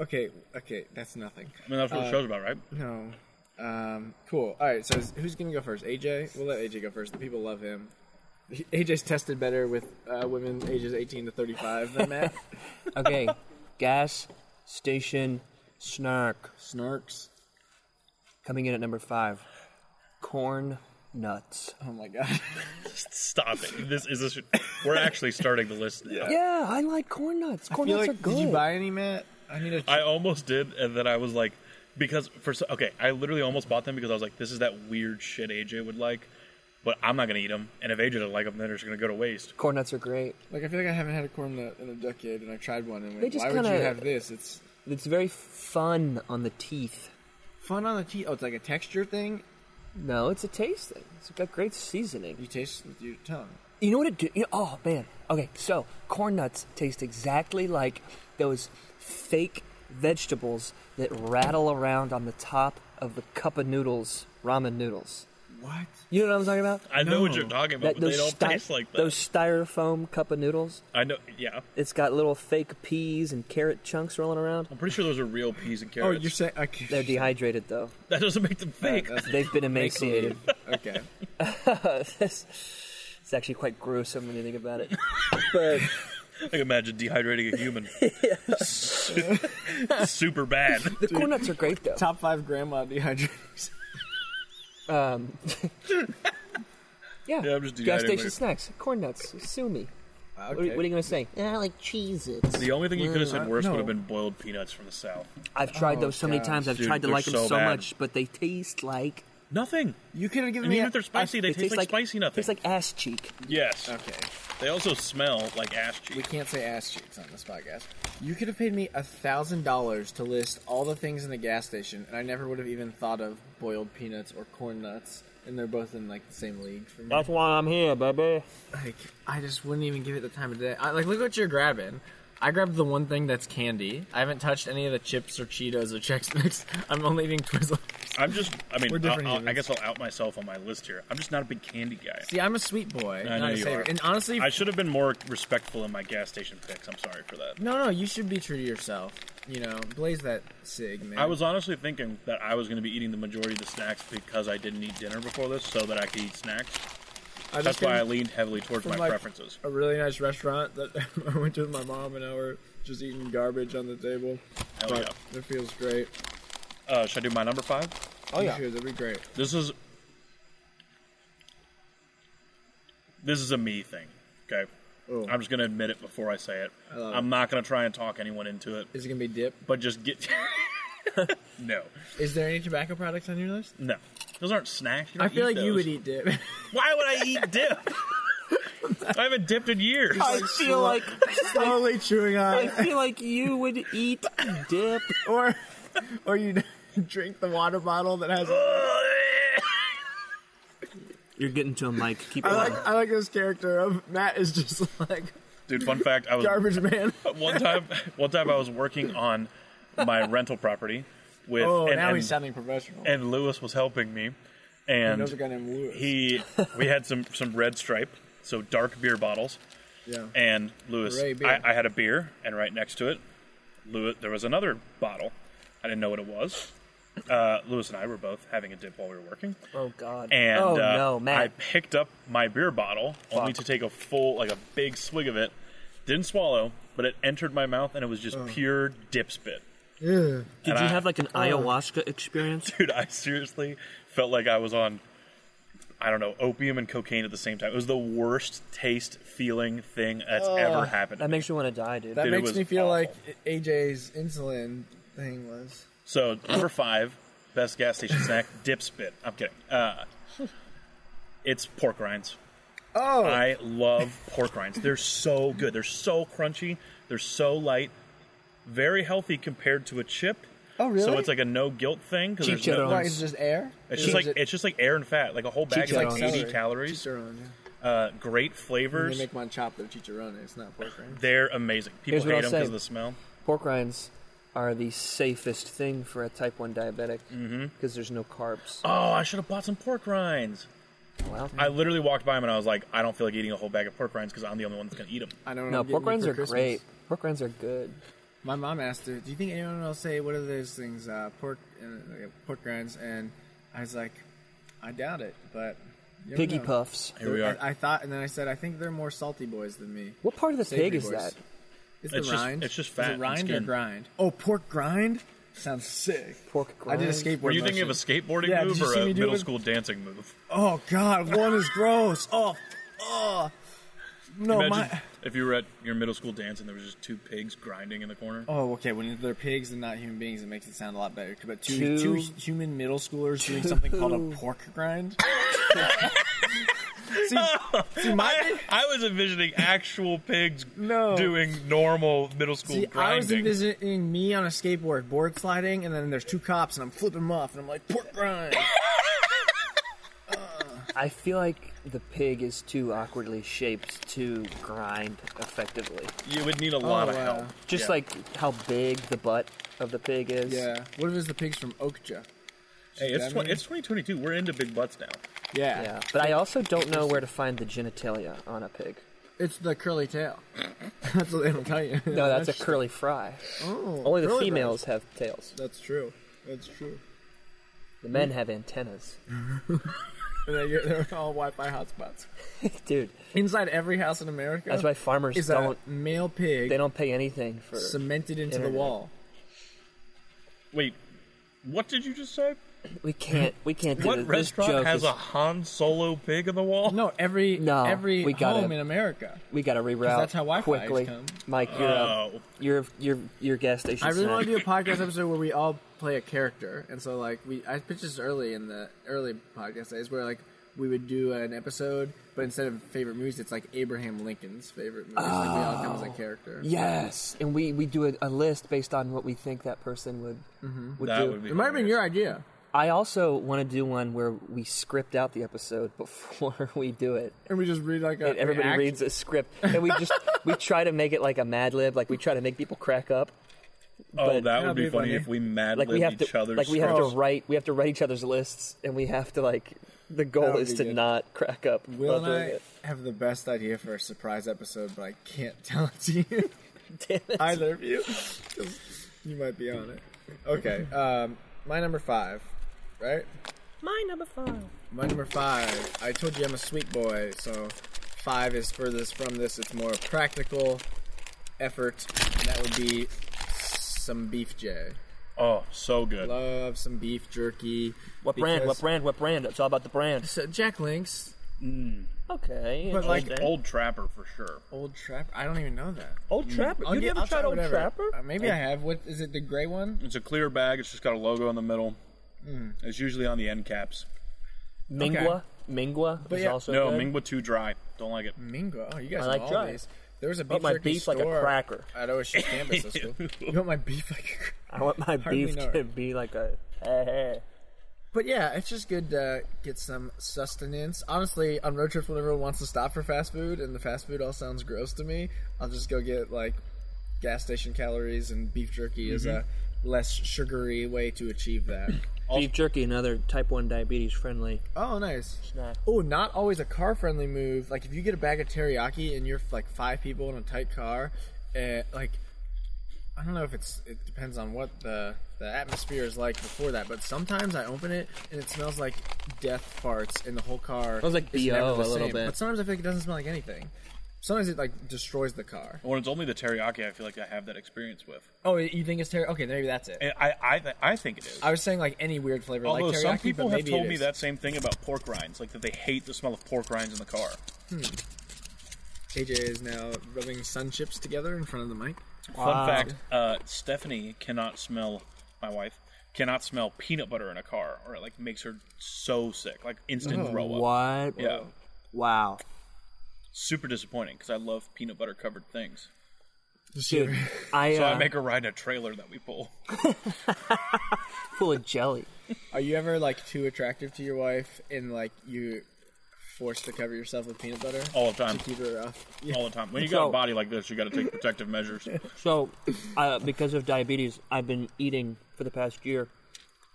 [SPEAKER 1] okay, okay, that's nothing.
[SPEAKER 3] I mean, that's what the show's about, right?
[SPEAKER 1] No. Um, cool. All right. So is- who's gonna go first? AJ. We'll let AJ go first. The people love him. He- AJ's tested better with uh, women ages 18 to 35 than Matt.
[SPEAKER 2] Okay, gas station snark
[SPEAKER 1] Snarks.
[SPEAKER 2] coming in at number five. Corn nuts.
[SPEAKER 1] Oh my god.
[SPEAKER 3] Stop it. This is this. We're actually starting the list. Now.
[SPEAKER 2] Yeah, I like corn nuts. Corn
[SPEAKER 1] Feel
[SPEAKER 2] nuts
[SPEAKER 1] like-
[SPEAKER 2] are good.
[SPEAKER 1] Did you buy any, Matt? I need a.
[SPEAKER 3] I almost did, and then I was like, because for so- okay, I literally almost bought them because I was like, this is that weird shit AJ would like, but I'm not gonna eat them, and if AJ doesn't like them, then they're just gonna go to waste.
[SPEAKER 2] corn nuts are great.
[SPEAKER 1] like I feel like I haven't had a corn nut in a decade, and I tried one and went,
[SPEAKER 2] They just
[SPEAKER 1] why would you
[SPEAKER 2] kinda-
[SPEAKER 1] have this? It's
[SPEAKER 2] It's very fun on the teeth.
[SPEAKER 1] fun on the teeth. Oh, it's like a texture thing.
[SPEAKER 2] No, it's a taste thing. It's got great seasoning.
[SPEAKER 1] You taste with your tongue.
[SPEAKER 2] You know what it do? You oh man. Okay, so corn nuts taste exactly like those fake vegetables that rattle around on the top of the cup of noodles, ramen noodles.
[SPEAKER 1] What?
[SPEAKER 2] You know what I'm talking about?
[SPEAKER 3] I know what you're talking about,
[SPEAKER 2] That-
[SPEAKER 3] but they don't
[SPEAKER 2] sty-
[SPEAKER 3] taste like that.
[SPEAKER 2] Those styrofoam cup of noodles.
[SPEAKER 3] I know, yeah.
[SPEAKER 2] It's got little fake peas and carrot chunks rolling around.
[SPEAKER 3] I'm pretty sure those are real peas and
[SPEAKER 1] Oh,
[SPEAKER 3] carrots.
[SPEAKER 1] you're saying okay.
[SPEAKER 2] They're dehydrated though.
[SPEAKER 3] that doesn't make them fake.
[SPEAKER 1] that's
[SPEAKER 2] They've been emaciated.
[SPEAKER 1] okay.
[SPEAKER 2] This- it's actually quite gruesome when you think about it. But
[SPEAKER 3] I can imagine dehydrating a human. Super bad.
[SPEAKER 2] the corn nuts are great though.
[SPEAKER 1] Top five grandma dehydrators.
[SPEAKER 2] Um, yeah.
[SPEAKER 3] Yeah, I'm just
[SPEAKER 2] gas
[SPEAKER 3] dehydrated,
[SPEAKER 2] station
[SPEAKER 3] mate.
[SPEAKER 2] snacks, corn nuts. Sue me. What, are, you- what are you gonna say? Yeah, I like Cheez-Its.
[SPEAKER 3] The only thing you could have said worse
[SPEAKER 1] no.
[SPEAKER 3] would have been boiled peanuts from the south.
[SPEAKER 2] I've tried
[SPEAKER 1] Oh,
[SPEAKER 2] those so many
[SPEAKER 1] gosh.
[SPEAKER 2] times. I've
[SPEAKER 3] Dude,
[SPEAKER 2] tried to
[SPEAKER 3] they're
[SPEAKER 2] like them
[SPEAKER 3] so
[SPEAKER 2] so
[SPEAKER 3] bad.
[SPEAKER 2] much, but they taste like
[SPEAKER 3] Nothing.
[SPEAKER 1] You could have given
[SPEAKER 3] And
[SPEAKER 1] me.
[SPEAKER 3] even
[SPEAKER 1] a-
[SPEAKER 3] if they're spicy, they, taste, like, spicy nothing.
[SPEAKER 2] Tastes like ass cheek.
[SPEAKER 3] yes.
[SPEAKER 1] Okay,
[SPEAKER 3] They also smell like ass
[SPEAKER 1] we
[SPEAKER 3] cheek.
[SPEAKER 1] can't say ass cheeks on this podcast. You could have paid me a thousand dollars to list all the things in the gas station, and I never would have even thought of boiled peanuts or corn nuts. And they're both in like the same league for me.
[SPEAKER 2] why I'm here, baby.
[SPEAKER 1] Like I just wouldn't even give it the time of day. I, like look what you're grabbing. I grabbed the one thing that's candy. I haven't touched any of the chips or Cheetos or Chex Mix. I'm only eating Twizzlers.
[SPEAKER 3] I'm just, I mean,
[SPEAKER 1] We're different
[SPEAKER 3] I'll, I'll, I
[SPEAKER 1] humans.
[SPEAKER 3] guess I'll out myself on my list here. I'm just not a big candy guy.
[SPEAKER 1] See, I'm a sweet boy,
[SPEAKER 3] I
[SPEAKER 1] not
[SPEAKER 3] know
[SPEAKER 1] a
[SPEAKER 3] you
[SPEAKER 1] saver.
[SPEAKER 3] are.
[SPEAKER 1] And honestly,
[SPEAKER 3] I should have been more respectful in my gas station picks. I'm sorry for that.
[SPEAKER 1] no, no, you should be true to yourself. You know, blaze that sig, man.
[SPEAKER 3] I was honestly thinking that I was going to be eating the majority of the snacks because I didn't eat dinner before this, so that I could eat snacks.
[SPEAKER 1] I
[SPEAKER 3] That's
[SPEAKER 1] just
[SPEAKER 3] why I
[SPEAKER 1] came
[SPEAKER 3] leaned heavily towards
[SPEAKER 1] from,
[SPEAKER 3] my
[SPEAKER 1] like,
[SPEAKER 3] preferences.
[SPEAKER 1] a really nice restaurant that I went to with my mom, and I were just eating garbage on the table.
[SPEAKER 3] Hell
[SPEAKER 1] but
[SPEAKER 3] yeah.
[SPEAKER 1] it feels great.
[SPEAKER 3] Uh, should I do my number five?
[SPEAKER 1] Oh
[SPEAKER 2] yeah.
[SPEAKER 1] sure, that'd be great.
[SPEAKER 3] This is this is a me thing. Okay,
[SPEAKER 1] Oh.
[SPEAKER 3] I'm just going to admit it before I say it.
[SPEAKER 1] love
[SPEAKER 3] I'm not going to try and talk anyone into it,
[SPEAKER 1] Is it gonna be dip?
[SPEAKER 3] but just get no,
[SPEAKER 1] Is there any tobacco products on your list?
[SPEAKER 3] no. Those aren't snacks. don't
[SPEAKER 1] I feel like you
[SPEAKER 3] those.
[SPEAKER 1] would eat dip.
[SPEAKER 3] Why would I eat dip? I haven't dipped in years.
[SPEAKER 2] I feel like
[SPEAKER 1] Slowly chewing on,
[SPEAKER 2] I
[SPEAKER 1] it.
[SPEAKER 2] feel like you would eat dip.
[SPEAKER 1] or or you drink the water bottle that has.
[SPEAKER 4] You're getting to him, Mike. Keep
[SPEAKER 1] I
[SPEAKER 4] going.
[SPEAKER 1] like I like this character of Matt is just like
[SPEAKER 3] Dude, fun fact: I was
[SPEAKER 1] garbage man.
[SPEAKER 3] one time. One time, I was working on my rental property with,
[SPEAKER 1] Oh,
[SPEAKER 3] and,
[SPEAKER 1] now
[SPEAKER 3] and,
[SPEAKER 1] he's sounding professional.
[SPEAKER 3] and Lewis was helping me,
[SPEAKER 1] He
[SPEAKER 3] and
[SPEAKER 1] knows a guy named Lewis.
[SPEAKER 3] he we had some some red stripe, so dark beer bottles,
[SPEAKER 1] yeah.
[SPEAKER 3] and Lewis,
[SPEAKER 1] Hooray, beer.
[SPEAKER 3] I, I had a beer, and right next to it, Lewis, there was another bottle. I didn't know what it was. Uh, Lewis and I were both having a dip while we were working,
[SPEAKER 2] Oh God.
[SPEAKER 3] and
[SPEAKER 2] oh
[SPEAKER 3] uh,
[SPEAKER 2] no,
[SPEAKER 3] I
[SPEAKER 2] Matt.
[SPEAKER 3] picked up my beer bottle only
[SPEAKER 2] Fuck.
[SPEAKER 3] to take a full, like a big swig of it. Didn't swallow, but it entered my mouth, and it was just pure dip spit.
[SPEAKER 4] Did
[SPEAKER 3] and
[SPEAKER 4] you
[SPEAKER 3] I-
[SPEAKER 4] have like
[SPEAKER 1] Oh.
[SPEAKER 4] an ayahuasca experience?
[SPEAKER 3] dude, I seriously felt like I was on, I don't know, opium and cocaine at the same time. It was the worst taste feeling thing that's ever happened. to
[SPEAKER 2] that
[SPEAKER 3] me.
[SPEAKER 2] makes me want to die, dude.
[SPEAKER 1] That
[SPEAKER 3] Dude, it
[SPEAKER 1] makes
[SPEAKER 3] was
[SPEAKER 1] me feel
[SPEAKER 3] awful.
[SPEAKER 1] like AJ's insulin thing was.
[SPEAKER 3] so number five, best gas station snack, dip spit. I'm kidding. Uh, it's pork rinds.
[SPEAKER 1] Oh,
[SPEAKER 3] I love pork rinds. They're so good. They're so crunchy. They're so light. Very healthy compared to a chip.
[SPEAKER 1] oh really?
[SPEAKER 3] So it's like a no guilt thing because
[SPEAKER 4] Cheap
[SPEAKER 3] there's no,
[SPEAKER 4] chitterlings.
[SPEAKER 1] Why, it's just air.
[SPEAKER 3] it's just
[SPEAKER 1] Or is
[SPEAKER 3] like
[SPEAKER 1] it-
[SPEAKER 3] it's just like air and fat. Like a whole bag is like
[SPEAKER 4] Chicharrones.
[SPEAKER 3] eighty
[SPEAKER 1] Sorry.
[SPEAKER 3] calories.
[SPEAKER 1] Chicharron, yeah.
[SPEAKER 3] Uh, great
[SPEAKER 1] When
[SPEAKER 3] flavors.
[SPEAKER 1] They make mine chopped. They're chicharrones. It's not pork rind.
[SPEAKER 3] They're amazing. People
[SPEAKER 2] Here's what
[SPEAKER 3] hate
[SPEAKER 2] I'll
[SPEAKER 3] them because
[SPEAKER 2] say.
[SPEAKER 3] of the smell.
[SPEAKER 2] Pork rinds are the safest thing for a type one diabetic because
[SPEAKER 1] Mm-hmm.
[SPEAKER 2] there's no carbs.
[SPEAKER 3] Oh, I should have bought some pork rinds.
[SPEAKER 2] Wow.
[SPEAKER 3] I literally walked by them and I was like, I don't feel like eating a whole bag of pork rinds because I'm the only one that's gonna eat them.
[SPEAKER 1] I don't know.
[SPEAKER 2] no,
[SPEAKER 1] what I'm
[SPEAKER 2] pork
[SPEAKER 1] getting
[SPEAKER 2] rinds
[SPEAKER 1] you
[SPEAKER 2] are
[SPEAKER 1] for Christmas.
[SPEAKER 2] great. Pork rinds are good.
[SPEAKER 1] My mom asked her, "Do you think anyone will say what are those things, uh, pork, uh, like, pork rinds?" And I was like, "I doubt it, but you never
[SPEAKER 2] Piggy
[SPEAKER 1] know."
[SPEAKER 2] puffs.
[SPEAKER 3] Here we are.
[SPEAKER 1] I, I thought, and then I said, "I think they're more salty boys than me."
[SPEAKER 2] What part of the
[SPEAKER 1] Savory
[SPEAKER 2] pig is
[SPEAKER 1] boys.
[SPEAKER 2] that?
[SPEAKER 1] It's,
[SPEAKER 3] It's
[SPEAKER 1] the
[SPEAKER 3] just-
[SPEAKER 1] rind.
[SPEAKER 3] it's just
[SPEAKER 1] Is
[SPEAKER 3] fat
[SPEAKER 1] it
[SPEAKER 3] and
[SPEAKER 1] rind or
[SPEAKER 3] skin.
[SPEAKER 1] grind? Oh, pork grind sounds sick.
[SPEAKER 2] Pork grind.
[SPEAKER 1] I did a skateboard.
[SPEAKER 3] Were you thinking of a
[SPEAKER 1] motion.
[SPEAKER 3] skateboarding
[SPEAKER 1] Yeah, did
[SPEAKER 3] move
[SPEAKER 1] you
[SPEAKER 3] or
[SPEAKER 1] see
[SPEAKER 3] a
[SPEAKER 1] me do
[SPEAKER 3] middle
[SPEAKER 1] it?
[SPEAKER 3] school dancing move?
[SPEAKER 1] Oh God, one is gross. Oh, oh. No,
[SPEAKER 3] Imagine
[SPEAKER 1] Oh, my.
[SPEAKER 3] if you were at your middle school dance and there was just two pigs grinding in the corner.
[SPEAKER 1] Oh, okay. When they're pigs and not human beings, it makes it sound a lot better. But two,
[SPEAKER 2] Two-
[SPEAKER 1] two human middle schoolers doing something called a
[SPEAKER 2] two-
[SPEAKER 1] pork grind. see, see, my,
[SPEAKER 3] I, I was envisioning actual pigs
[SPEAKER 1] No.
[SPEAKER 3] doing normal middle school
[SPEAKER 1] see, I was
[SPEAKER 3] grinding.
[SPEAKER 1] envisioning me on a skateboard, board sliding, and then there's two cops, and I'm flipping them off, and I'm like, pork grind.
[SPEAKER 2] I feel like the pig is too awkwardly shaped to grind effectively.
[SPEAKER 3] you would need a lot of
[SPEAKER 1] Oh, wow.
[SPEAKER 3] help.
[SPEAKER 2] Just
[SPEAKER 3] Yeah.
[SPEAKER 2] like how big the butt of the pig is.
[SPEAKER 1] Yeah. What if it's the pigs from Oakja?
[SPEAKER 3] Hey, it's,
[SPEAKER 1] That
[SPEAKER 3] twen-
[SPEAKER 1] many?
[SPEAKER 3] it's 2022. We're into big butts now.
[SPEAKER 1] Yeah.
[SPEAKER 2] Yeah. But I also don't know where to find the genitalia on a pig.
[SPEAKER 1] It's the curly tail. that's what they don't tell you.
[SPEAKER 2] No, that's a curly fry.
[SPEAKER 1] Oh,
[SPEAKER 2] Only the
[SPEAKER 1] curly
[SPEAKER 2] females have tails.
[SPEAKER 1] fries. That's true. That's true.
[SPEAKER 2] The men have antennas.
[SPEAKER 1] And they- they're all Wi-Fi hotspots.
[SPEAKER 2] Dude,
[SPEAKER 1] Inside every house in America.
[SPEAKER 2] that's why farmers
[SPEAKER 1] is
[SPEAKER 2] don't
[SPEAKER 1] a male pig
[SPEAKER 2] they don't pay anything for
[SPEAKER 1] cemented into the
[SPEAKER 2] Internet.
[SPEAKER 1] wall.
[SPEAKER 3] Wait, what did you just say?
[SPEAKER 2] we can't we can't do
[SPEAKER 3] What
[SPEAKER 2] this. This
[SPEAKER 3] restaurant
[SPEAKER 2] joke
[SPEAKER 3] has
[SPEAKER 2] is-
[SPEAKER 3] a Han Solo pig in the wall?
[SPEAKER 1] No, every
[SPEAKER 2] No,
[SPEAKER 1] every
[SPEAKER 2] we gotta-
[SPEAKER 1] home in America.
[SPEAKER 2] we gotta reroute
[SPEAKER 1] that's how Wi-Fi has
[SPEAKER 2] quickly.
[SPEAKER 1] come.
[SPEAKER 2] Mike, you're up.
[SPEAKER 3] Oh.
[SPEAKER 2] Your your your gas station.
[SPEAKER 1] I really
[SPEAKER 2] snack.
[SPEAKER 1] want to do a podcast episode where we all play a character, and so like we I pitched this early in the early podcast days where like we would do an episode, but instead of favorite movies, it's like Abraham Lincoln's favorite movies. Like we all come as a
[SPEAKER 2] Oh.
[SPEAKER 1] character.
[SPEAKER 2] Yes, and we we do a, a list based on what we think that person would
[SPEAKER 1] Mm-hmm.
[SPEAKER 2] would
[SPEAKER 3] That
[SPEAKER 2] do.
[SPEAKER 3] would be
[SPEAKER 1] It might have been your idea.
[SPEAKER 2] I also want to do one where we script out the episode before we do it,
[SPEAKER 1] And we just read like a
[SPEAKER 2] and everybody
[SPEAKER 1] reaction.
[SPEAKER 2] reads a script, and we just we try to make it like a Mad Lib, like we try to make people crack up.
[SPEAKER 3] Oh,
[SPEAKER 2] but-
[SPEAKER 3] that would
[SPEAKER 1] That'd
[SPEAKER 3] be
[SPEAKER 1] be
[SPEAKER 3] funny
[SPEAKER 1] funny.
[SPEAKER 3] if we mad
[SPEAKER 2] Like we
[SPEAKER 3] libbed
[SPEAKER 2] have
[SPEAKER 3] each
[SPEAKER 2] to
[SPEAKER 3] other's.
[SPEAKER 2] like we have to
[SPEAKER 1] scripts.
[SPEAKER 2] write we have to write each other's lists, and we have to like the
[SPEAKER 1] That
[SPEAKER 2] goal
[SPEAKER 1] would
[SPEAKER 2] is
[SPEAKER 1] be
[SPEAKER 2] to
[SPEAKER 1] good.
[SPEAKER 2] not crack up.
[SPEAKER 1] Will
[SPEAKER 2] while doing
[SPEAKER 1] and
[SPEAKER 2] it.
[SPEAKER 1] I have the best idea for a surprise episode, but I can't tell it to you.
[SPEAKER 2] Damn it.
[SPEAKER 1] either of you. 'Cause you might be on it. Okay, um, my number five, right?
[SPEAKER 2] My number five.
[SPEAKER 1] My number five. I told you I'm a sweet boy, so five is furthest from this. It's more practical effort. And that would be some beef J.
[SPEAKER 3] Oh, so good.
[SPEAKER 1] Love some beef jerky.
[SPEAKER 2] What brand? What
[SPEAKER 1] because-
[SPEAKER 2] brand? What brand? It's all about the brand.
[SPEAKER 1] So Jack Links,
[SPEAKER 2] Okay.
[SPEAKER 1] But, like,
[SPEAKER 2] interesting.
[SPEAKER 3] Old Trapper for sure.
[SPEAKER 1] Old Trapper. I don't even know that.
[SPEAKER 2] Old Trapper.
[SPEAKER 1] I'll
[SPEAKER 2] You've
[SPEAKER 1] get-
[SPEAKER 2] never
[SPEAKER 1] I'll
[SPEAKER 2] tried
[SPEAKER 1] try
[SPEAKER 2] Old
[SPEAKER 1] whatever.
[SPEAKER 2] Trapper? Mm.
[SPEAKER 1] Uh, maybe I have. What is it? The gray one?
[SPEAKER 3] It's a clear bag. It's just got a logo in the middle.
[SPEAKER 1] Mm.
[SPEAKER 3] It's usually on the end caps.
[SPEAKER 2] Mingua. Mingua is
[SPEAKER 1] yeah.
[SPEAKER 2] also
[SPEAKER 3] no,
[SPEAKER 2] good.
[SPEAKER 3] Mingwa too dry. Don't like it.
[SPEAKER 1] Mingo. Oh, you guys
[SPEAKER 2] I
[SPEAKER 1] know
[SPEAKER 2] like
[SPEAKER 1] all
[SPEAKER 2] dry.
[SPEAKER 1] these. There was a beef
[SPEAKER 2] want my
[SPEAKER 1] jerky
[SPEAKER 2] beef
[SPEAKER 1] store
[SPEAKER 2] like a cracker.
[SPEAKER 1] at OSU campus. That's cool. You want my beef like a cracker?
[SPEAKER 2] I want my
[SPEAKER 1] Hardly
[SPEAKER 2] beef
[SPEAKER 1] know
[SPEAKER 2] to
[SPEAKER 1] it.
[SPEAKER 2] be like a
[SPEAKER 1] But yeah, it's just good to get some sustenance. Honestly, on road trips, whenever everyone wants to stop for fast food, and the fast food all sounds gross to me, I'll just go get like gas station calories and beef jerky is
[SPEAKER 2] Mm-hmm.
[SPEAKER 1] a less sugary way to achieve that.
[SPEAKER 5] Beef jerky, another type one diabetes friendly
[SPEAKER 1] oh, nice.
[SPEAKER 5] snack.
[SPEAKER 1] Oh, not always a car friendly move. Like if you get a bag of teriyaki and you're like five people in a tight car, eh, like I don't know if it's it depends on what the the atmosphere is like before that, but sometimes I open it and it smells like death farts in the whole car.
[SPEAKER 5] Smells like
[SPEAKER 1] is
[SPEAKER 5] BO
[SPEAKER 1] never the
[SPEAKER 5] a little
[SPEAKER 1] same.
[SPEAKER 5] bit.
[SPEAKER 1] But sometimes I feel like it doesn't smell like anything. Sometimes it like destroys the car.
[SPEAKER 3] When it's only the teriyaki, I feel like I have that experience with.
[SPEAKER 1] Oh, you think it's teriyaki? Okay, maybe that's it.
[SPEAKER 3] And I, I, th- I think it is.
[SPEAKER 1] I was saying like any weird flavor
[SPEAKER 3] Although
[SPEAKER 1] like teriyaki,
[SPEAKER 3] some people
[SPEAKER 1] but
[SPEAKER 3] have
[SPEAKER 1] maybe
[SPEAKER 3] told
[SPEAKER 1] it
[SPEAKER 3] me
[SPEAKER 1] is.
[SPEAKER 3] that same thing about pork rinds, like that they hate the smell of pork rinds in the car.
[SPEAKER 1] AJ is now rubbing sun chips together in front of the mic.
[SPEAKER 3] Fun fact: uh, Stephanie cannot smell. My wife cannot smell peanut butter in a car, or it like makes her so sick, like
[SPEAKER 1] Oh,
[SPEAKER 3] instant throw up.
[SPEAKER 2] What?
[SPEAKER 3] Yeah,
[SPEAKER 2] Wow.
[SPEAKER 3] super disappointing because I love peanut butter covered things.
[SPEAKER 2] Dude, I, uh,
[SPEAKER 3] So I make her ride in a trailer that we pull.
[SPEAKER 2] full of jelly.
[SPEAKER 1] Are you ever like too attractive to your wife and like you forced to cover yourself with peanut butter
[SPEAKER 3] All the time.
[SPEAKER 1] to keep her off? Yeah.
[SPEAKER 3] All the time. When you got
[SPEAKER 2] So-
[SPEAKER 3] a body like this, you got to take protective measures.
[SPEAKER 2] So, uh, because of diabetes, I've been eating for the past year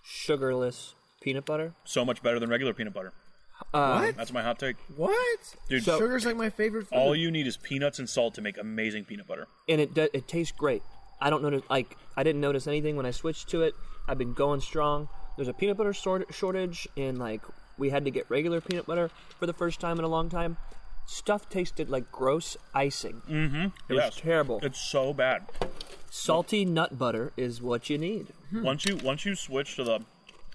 [SPEAKER 2] sugarless peanut butter.
[SPEAKER 3] So much better than regular peanut butter.
[SPEAKER 1] What?
[SPEAKER 3] That's my hot take.
[SPEAKER 1] What?
[SPEAKER 3] Dude,
[SPEAKER 2] So-
[SPEAKER 1] Sugar's like my favorite food.
[SPEAKER 3] all you need is peanuts and salt to make amazing peanut butter.
[SPEAKER 2] and it do, it tastes great. I don't notice like I didn't notice anything when I switched to it. I've been going strong. There's a peanut butter sort- shortage, and like we had to get regular peanut butter for the first time in a long time. Stuff tasted like gross icing.
[SPEAKER 3] Mm-hmm. It
[SPEAKER 2] was terrible.
[SPEAKER 3] It's so bad.
[SPEAKER 2] Salty nut butter is what you need.
[SPEAKER 1] Hmm.
[SPEAKER 3] Once you once you switch to the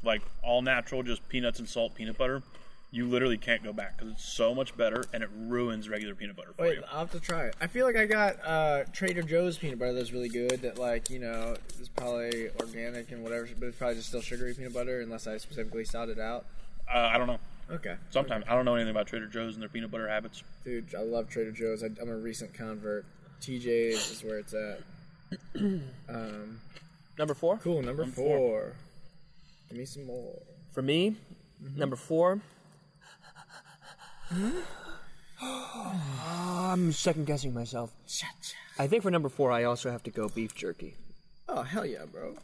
[SPEAKER 3] like all natural, just peanuts and salt peanut butter, you literally can't go back because it's so much better and it ruins regular peanut butter for
[SPEAKER 1] Wait,
[SPEAKER 3] you.
[SPEAKER 1] I'll have to try it. I feel like I got uh, Trader Joe's peanut butter that's really good. That like you know is probably organic and whatever, but it's probably just still sugary peanut butter unless I specifically sought it out.
[SPEAKER 3] Uh, I don't know.
[SPEAKER 1] Okay.
[SPEAKER 3] Sometimes I don't know anything about Trader Joe's and their peanut butter habits.
[SPEAKER 1] Dude, I love Trader Joe's. I, I'm a recent convert. TJ's is where it's at.
[SPEAKER 2] Number four
[SPEAKER 1] Cool. Number
[SPEAKER 3] four.
[SPEAKER 1] four. Give me some more.
[SPEAKER 2] for me. Number four. I'm second guessing myself. I think for number four, I also have to go beef jerky.
[SPEAKER 1] Oh hell yeah, bro.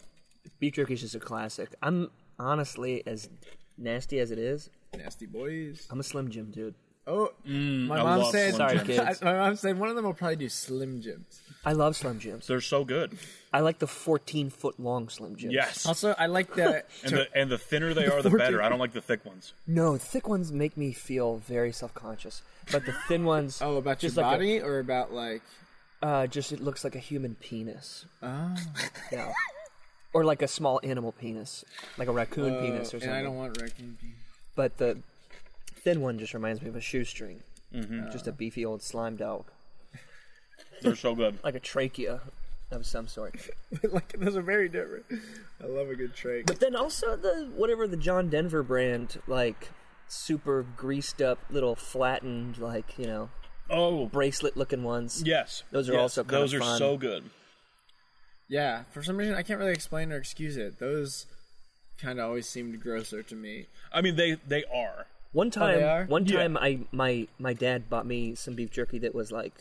[SPEAKER 2] Beef jerky is just a classic. I'm honestly as nasty as it is.
[SPEAKER 1] Nasty boys.
[SPEAKER 2] I'm a Slim Jim dude.
[SPEAKER 1] Oh, my
[SPEAKER 3] Mm, I
[SPEAKER 1] mom
[SPEAKER 3] love
[SPEAKER 1] said.
[SPEAKER 3] Slim
[SPEAKER 2] Sorry, Jims. kids.
[SPEAKER 1] my mom said one of them will probably do Slim Jims.
[SPEAKER 2] I love Slim Jims.
[SPEAKER 3] They're so good.
[SPEAKER 2] I like the 14 foot long Slim Jims.
[SPEAKER 3] Yes.
[SPEAKER 1] Also, I like that.
[SPEAKER 3] And the and the thinner they are, the better. I don't like the thick ones.
[SPEAKER 2] No, thick ones make me feel very self conscious, but the thin ones.
[SPEAKER 1] oh, about your
[SPEAKER 2] just like
[SPEAKER 1] body or about like?
[SPEAKER 2] A, uh, just it looks like a human penis. Oh.
[SPEAKER 3] Ah.
[SPEAKER 2] Yeah. Or like a small animal penis, like a raccoon
[SPEAKER 3] Uh,
[SPEAKER 2] penis or
[SPEAKER 1] uh, and
[SPEAKER 2] something.
[SPEAKER 1] I don't want wrecking.
[SPEAKER 2] But the thin one just reminds me of a shoestring,
[SPEAKER 3] Mm-hmm.
[SPEAKER 2] just a beefy old slime dog,
[SPEAKER 3] They're so good.
[SPEAKER 2] like a trachea of some sort.
[SPEAKER 1] like those are very different. I love a good trick.
[SPEAKER 2] But then also the whatever the John Denver brand, like super greased up, little flattened, like you know
[SPEAKER 3] Oh,
[SPEAKER 2] bracelet looking ones.
[SPEAKER 3] yes.
[SPEAKER 2] Those are
[SPEAKER 3] Yes.
[SPEAKER 2] also kinda
[SPEAKER 3] those are
[SPEAKER 2] fun.
[SPEAKER 3] so good.
[SPEAKER 1] Yeah, for some reason I can't really explain or excuse it. Those kind of always seemed grosser to me.
[SPEAKER 3] I mean, they they are.
[SPEAKER 2] One time,
[SPEAKER 1] Oh, are?
[SPEAKER 2] one
[SPEAKER 3] Yeah.
[SPEAKER 2] time, I my my dad bought me some beef jerky that was like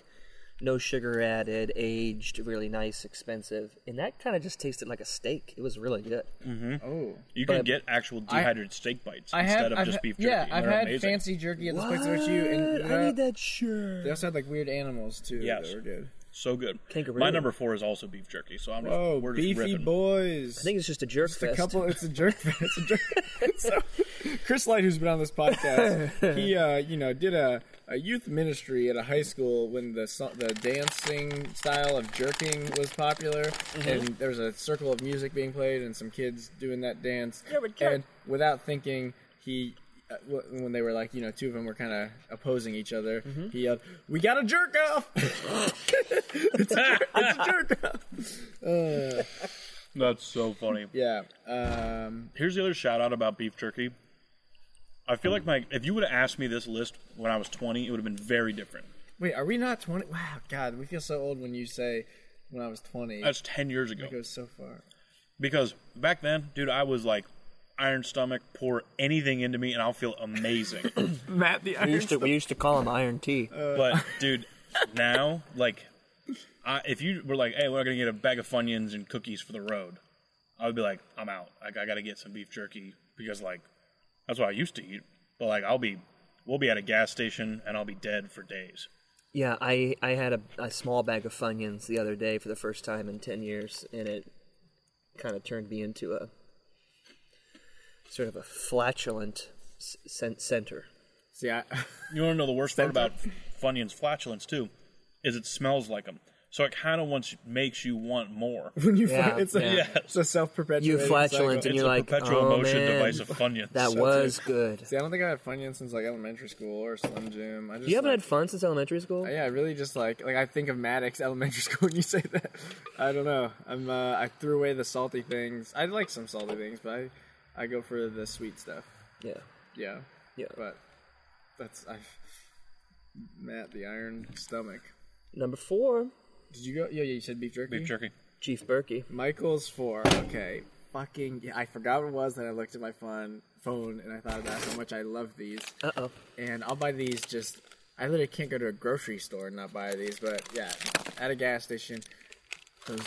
[SPEAKER 2] no sugar added, aged, really nice, expensive, and that kind of just tasted like a steak. It was really good.
[SPEAKER 1] Oh,
[SPEAKER 3] You can
[SPEAKER 2] But-
[SPEAKER 3] get actual dehydrated steak bites
[SPEAKER 1] I
[SPEAKER 3] instead
[SPEAKER 1] have.
[SPEAKER 3] of
[SPEAKER 1] I've
[SPEAKER 3] just
[SPEAKER 1] ha-
[SPEAKER 3] beef jerky.
[SPEAKER 1] yeah,
[SPEAKER 3] and
[SPEAKER 1] I've
[SPEAKER 3] they're
[SPEAKER 1] had
[SPEAKER 3] amazing.
[SPEAKER 1] fancy jerky at the place where you and
[SPEAKER 2] Ah, I need that shirt.
[SPEAKER 1] they also had like weird animals too.
[SPEAKER 3] Yes.
[SPEAKER 1] that were good.
[SPEAKER 3] So good.
[SPEAKER 2] Kangaroo.
[SPEAKER 3] My number four is also beef jerky. So I'm just,
[SPEAKER 1] Oh,
[SPEAKER 3] we're just
[SPEAKER 1] beefy
[SPEAKER 3] ripping.
[SPEAKER 1] boys.
[SPEAKER 2] I think it's just a jerk
[SPEAKER 1] It's a
[SPEAKER 2] fest.
[SPEAKER 1] couple. It's a jerk. It's a jerk. so, Chris Light, who's been on this podcast, he uh, you know did a, a youth ministry at a high school when the so- the dancing style of jerking was popular, and there was a circle of music being played and some kids doing that dance.
[SPEAKER 2] but jerk.
[SPEAKER 1] And without thinking, he. Uh, wh- when they were like, you know, two of them were kind of opposing each other. He yelled, "We got a jerk off! it's a jerk off!"
[SPEAKER 3] That's so funny.
[SPEAKER 1] Yeah. Um,
[SPEAKER 3] Here's the other shout out about beef jerky. I feel like my if you would have asked me this list when I was 20, it would have been very different.
[SPEAKER 1] Wait, are we not 20? Wow, God, we feel so old when you say when I was 20.
[SPEAKER 3] That's 10 years ago.
[SPEAKER 1] it goes so far.
[SPEAKER 3] Because back then, dude, I was like iron stomach, pour anything into me, and I'll feel amazing.
[SPEAKER 1] Matt the
[SPEAKER 4] We
[SPEAKER 1] Iron
[SPEAKER 4] used to we used to call him Iron T.
[SPEAKER 1] Uh.
[SPEAKER 3] but dude, now like, I, if you were like, "Hey, we're gonna get a bag of Funyuns and cookies for the road," I would be like, "I'm out. Like, I gotta get some beef jerky because like, that's what I used to eat." But like, I'll be, we'll be at a gas station and I'll be dead for days.
[SPEAKER 4] Yeah,
[SPEAKER 2] Yeah, I, I had a, a small bag of Funyuns the other day for the first time in 10 years, and it kind of turned me into a sort of a flatulent s- sen- center.
[SPEAKER 1] See, I,
[SPEAKER 3] You want to know the worst part about Funyuns flatulence too, is it smells like them. So it kind of wants makes you want more.
[SPEAKER 1] when you
[SPEAKER 2] Yeah,
[SPEAKER 1] fly, it's a,
[SPEAKER 2] yeah.
[SPEAKER 1] it's a self-perpetuating
[SPEAKER 2] You flatulent
[SPEAKER 1] cycle.
[SPEAKER 2] and
[SPEAKER 3] it's
[SPEAKER 2] you're
[SPEAKER 3] a
[SPEAKER 2] like,
[SPEAKER 3] perpetual
[SPEAKER 2] "Oh,
[SPEAKER 3] motion
[SPEAKER 2] man,
[SPEAKER 3] device of Funyuns.
[SPEAKER 2] That was good.
[SPEAKER 1] See, I don't think I had Funyuns since like elementary school or Slim Jim. I just
[SPEAKER 2] You haven't
[SPEAKER 1] like,
[SPEAKER 2] had fun since elementary school?
[SPEAKER 1] Yeah, I really just like like I think of Maddox Elementary School when you say that. I don't know. I'm uh, I threw away the salty things. I like some salty things, but I I go for the sweet stuff.
[SPEAKER 2] Yeah.
[SPEAKER 1] Yeah.
[SPEAKER 2] Yeah.
[SPEAKER 1] But that's I Matt the Iron Stomach.
[SPEAKER 2] Number four,
[SPEAKER 1] Did you go? Yeah, yeah. You said beef jerky.
[SPEAKER 3] beef jerky.
[SPEAKER 2] Chief Berkey.
[SPEAKER 1] Michael's four. Okay. Fucking. Yeah, I forgot what it was. Then I looked at my phone, phone, and I thought about how much I love these.
[SPEAKER 2] Uh oh.
[SPEAKER 1] and I'll buy these just. I literally can't go to a grocery store and not buy these, but yeah, at a gas station, those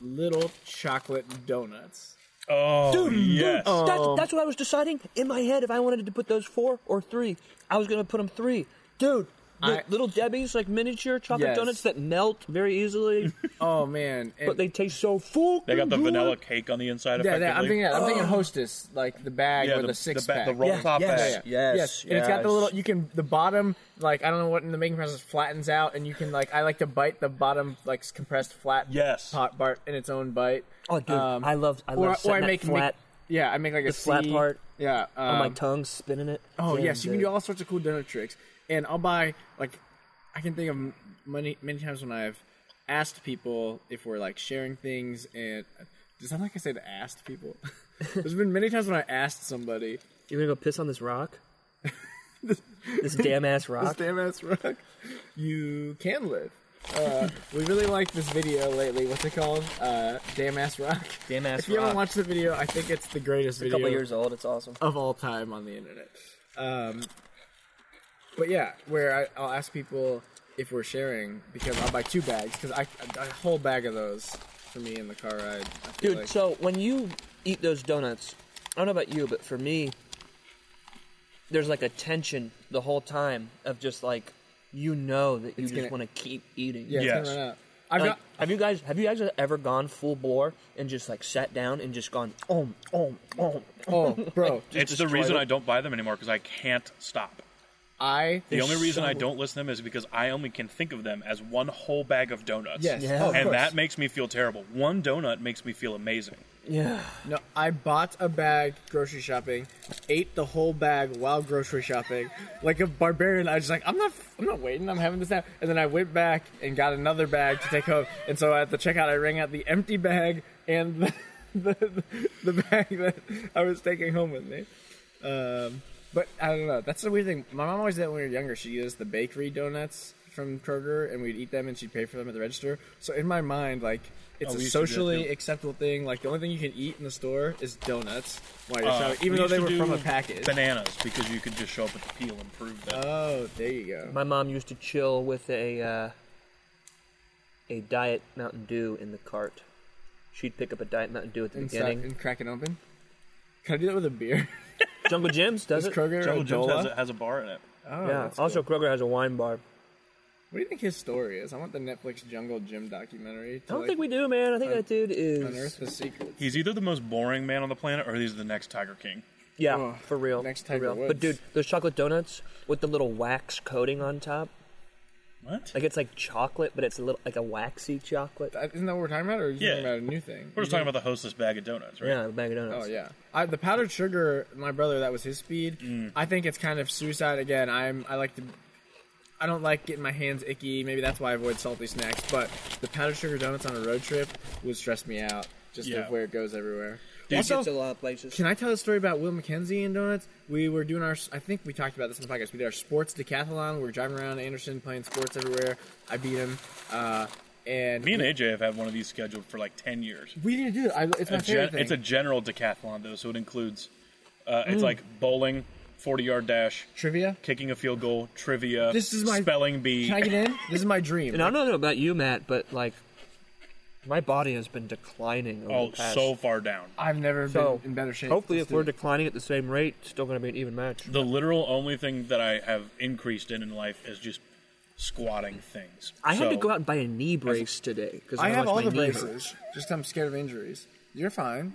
[SPEAKER 1] little chocolate donuts.
[SPEAKER 3] Oh yes.
[SPEAKER 4] that's,
[SPEAKER 2] Um,
[SPEAKER 4] that's what I was deciding in my head if I wanted to put those four or three. I was gonna put them three, dude. The
[SPEAKER 1] I-
[SPEAKER 4] little Debbie's like miniature chocolate
[SPEAKER 1] Yes.
[SPEAKER 4] donuts that melt very easily,
[SPEAKER 1] Oh man! And,
[SPEAKER 4] but they taste so full.
[SPEAKER 3] They got the vanilla cake on the inside.
[SPEAKER 1] yeah,
[SPEAKER 3] effectively.
[SPEAKER 1] yeah, I'm thinking, I'm thinking Hostess, like the bag or the, six
[SPEAKER 3] ba-
[SPEAKER 1] pack.
[SPEAKER 3] the roll top
[SPEAKER 2] yes,
[SPEAKER 3] bag.
[SPEAKER 1] Oh, Yeah, yeah.
[SPEAKER 2] Yes,
[SPEAKER 1] And it's got the
[SPEAKER 2] yes.
[SPEAKER 1] little. You can the bottom, like I don't know what in the making process flattens out, and you can like I like to bite the bottom, like compressed flat.
[SPEAKER 3] Yes.
[SPEAKER 1] Pot part in its own bite. Um,
[SPEAKER 4] Oh, dude, I loved- I loved
[SPEAKER 1] or- or, I
[SPEAKER 4] setting that
[SPEAKER 1] make
[SPEAKER 4] flat-
[SPEAKER 1] Make, yeah, I make like a
[SPEAKER 4] the flat
[SPEAKER 1] C.
[SPEAKER 4] part
[SPEAKER 1] Yeah.
[SPEAKER 4] on my
[SPEAKER 1] um,
[SPEAKER 4] tongue, spinning it.
[SPEAKER 1] Oh
[SPEAKER 4] Yeah,
[SPEAKER 1] yes, you can
[SPEAKER 4] dude.
[SPEAKER 1] do all sorts of cool donut tricks, and I'll buy like I can think of m- many many times when I've asked people if we're like sharing things, and does that like I said asked people? There's been many times when I asked somebody
[SPEAKER 4] You gonna go piss on this rock? this damn ass
[SPEAKER 1] this
[SPEAKER 4] rock.
[SPEAKER 1] damn ass rock. You can live. Uh, we really liked this video lately. What's it called? Uh, damn ass rock.
[SPEAKER 2] Damn Ass
[SPEAKER 1] If you haven't
[SPEAKER 2] Rock.
[SPEAKER 1] watched the video, I think it's the greatest
[SPEAKER 2] A
[SPEAKER 1] video
[SPEAKER 2] couple years old. It's awesome.
[SPEAKER 1] of all time on the internet. Um, but yeah, where I, I'll ask people if we're sharing because I'll buy two bags because I a whole bag of those for me in the car ride. I feel
[SPEAKER 4] Dude,
[SPEAKER 1] like-
[SPEAKER 4] so when you eat those donuts, I don't know about you, but for me, there's like a tension the whole time of just like you know that you just
[SPEAKER 1] gonna-
[SPEAKER 4] want to keep eating.
[SPEAKER 1] yeah, it's gonna
[SPEAKER 3] yes.
[SPEAKER 1] run out. I've
[SPEAKER 4] Like,
[SPEAKER 1] got
[SPEAKER 4] have you guys have you guys ever gone full bore and just like sat down and just gone om om om?
[SPEAKER 1] oh bro,
[SPEAKER 3] It's the reason I don't buy them anymore because I can't stop.
[SPEAKER 1] I
[SPEAKER 3] The only reason I don't list them is because I only can think of them as one whole bag of donuts.
[SPEAKER 1] yes
[SPEAKER 4] Yeah.
[SPEAKER 1] oh, of
[SPEAKER 3] and
[SPEAKER 1] course.
[SPEAKER 3] that makes me feel terrible. One donut makes me feel amazing.
[SPEAKER 4] Yeah.
[SPEAKER 1] No, I bought a bag grocery shopping, ate the whole bag while grocery shopping, like a barbarian. I was just like, I'm not, I'm not waiting. I'm having this now. And then I went back and got another bag to take home. And so at the checkout, I rang out the empty bag and the the, the bag that I was taking home with me. Um, but I don't know. That's the weird thing. My mom always did that when we were younger. She used the bakery donuts from Kroger, and we'd eat them, and she'd pay for them at the register. So in my mind, like it's
[SPEAKER 3] Oh,
[SPEAKER 1] a
[SPEAKER 3] we used to do that,
[SPEAKER 1] socially
[SPEAKER 3] too.
[SPEAKER 1] acceptable thing. Like the only thing you can eat in the store is donuts. While you're
[SPEAKER 3] Uh,
[SPEAKER 1] shopping, even
[SPEAKER 3] we
[SPEAKER 1] though
[SPEAKER 3] used
[SPEAKER 1] they
[SPEAKER 3] to
[SPEAKER 1] were
[SPEAKER 3] do
[SPEAKER 1] from a package.
[SPEAKER 3] Bananas, because you could just show up at the peel and prove that.
[SPEAKER 1] oh, there you go.
[SPEAKER 4] My mom used to chill with a uh, a diet Mountain Dew in the cart. She'd pick up a diet Mountain Dew at the
[SPEAKER 1] And, stop,
[SPEAKER 4] beginning.
[SPEAKER 1] and crack it open. Can I do that with a beer?
[SPEAKER 4] Jungle Jim's does
[SPEAKER 1] Is
[SPEAKER 4] it?
[SPEAKER 1] Kroger
[SPEAKER 3] Jungle
[SPEAKER 1] or
[SPEAKER 3] Jim's
[SPEAKER 1] Dola?
[SPEAKER 3] has a, has a bar in it.
[SPEAKER 1] Oh,
[SPEAKER 4] yeah.
[SPEAKER 1] that's
[SPEAKER 4] Also,
[SPEAKER 1] cool.
[SPEAKER 4] Kroger has a wine bar.
[SPEAKER 1] what do you think his story is? I want the Netflix Jungle Gym documentary. To,
[SPEAKER 4] I don't
[SPEAKER 1] like,
[SPEAKER 4] think we do, man. I think that dude
[SPEAKER 1] unearth
[SPEAKER 4] is
[SPEAKER 1] the secret.
[SPEAKER 3] He's either the most boring man on the planet or he's the next Tiger King.
[SPEAKER 4] yeah,
[SPEAKER 1] Oh,
[SPEAKER 4] for real.
[SPEAKER 1] next
[SPEAKER 4] for
[SPEAKER 1] Tiger
[SPEAKER 4] real.
[SPEAKER 1] Woods.
[SPEAKER 4] But dude, those chocolate donuts with the little wax coating on top,
[SPEAKER 3] What?
[SPEAKER 4] like it's like chocolate, but it's a little like a waxy chocolate.
[SPEAKER 1] Uh, Isn't that what we're talking about, or are you
[SPEAKER 3] Yeah.
[SPEAKER 1] talking about a new thing?
[SPEAKER 3] We're just talking about the hostess bag of donuts, right?
[SPEAKER 4] Yeah, a bag of donuts.
[SPEAKER 1] Oh yeah, I, the powdered sugar. My brother, that was his speed.
[SPEAKER 3] Mm.
[SPEAKER 1] I think it's kind of suicide again. I'm. I like to. I don't like getting my hands icky. Maybe that's why I avoid salty snacks. But the powdered sugar donuts on a road trip would stress me out. Just
[SPEAKER 3] Yeah.
[SPEAKER 1] of where it goes everywhere.
[SPEAKER 3] Dude,
[SPEAKER 1] also,
[SPEAKER 2] It's a lot of places.
[SPEAKER 1] can I tell a story about Will McKenzie and donuts? We were doing our. I think we talked about this in the podcast. We did our sports decathlon. We were driving around Anderson playing sports everywhere. I beat him. Uh, and
[SPEAKER 3] Me and AJ have had one of these scheduled for like 10 years.
[SPEAKER 1] we didn't do it. I, it's my
[SPEAKER 3] A
[SPEAKER 1] favorite
[SPEAKER 3] gen-
[SPEAKER 1] thing.
[SPEAKER 3] it's a general decathlon, though, so it includes Uh,
[SPEAKER 1] Mm.
[SPEAKER 3] It's like bowling, forty yard dash,
[SPEAKER 1] Trivia?
[SPEAKER 3] kicking a field goal, trivia.
[SPEAKER 1] This is my-
[SPEAKER 3] spelling bee.
[SPEAKER 1] Can I get in? This is my dream.
[SPEAKER 4] And I don't know about you, Matt, but like, my body has been declining. Over
[SPEAKER 3] oh,
[SPEAKER 4] the past.
[SPEAKER 3] so far down.
[SPEAKER 1] I've never
[SPEAKER 4] So,
[SPEAKER 1] been in better shape.
[SPEAKER 4] Hopefully,
[SPEAKER 1] Let's
[SPEAKER 4] if
[SPEAKER 1] do
[SPEAKER 4] we're
[SPEAKER 1] it.
[SPEAKER 4] declining at the same rate, it's still going to be an even match.
[SPEAKER 3] The literal only thing that I have increased in in life is just squatting things.
[SPEAKER 4] I had to
[SPEAKER 3] So,
[SPEAKER 4] go out and buy a knee brace today because
[SPEAKER 1] I have all
[SPEAKER 4] my
[SPEAKER 1] the
[SPEAKER 4] knee
[SPEAKER 1] braces.
[SPEAKER 4] hurts.
[SPEAKER 1] Just I'm scared of injuries. You're fine.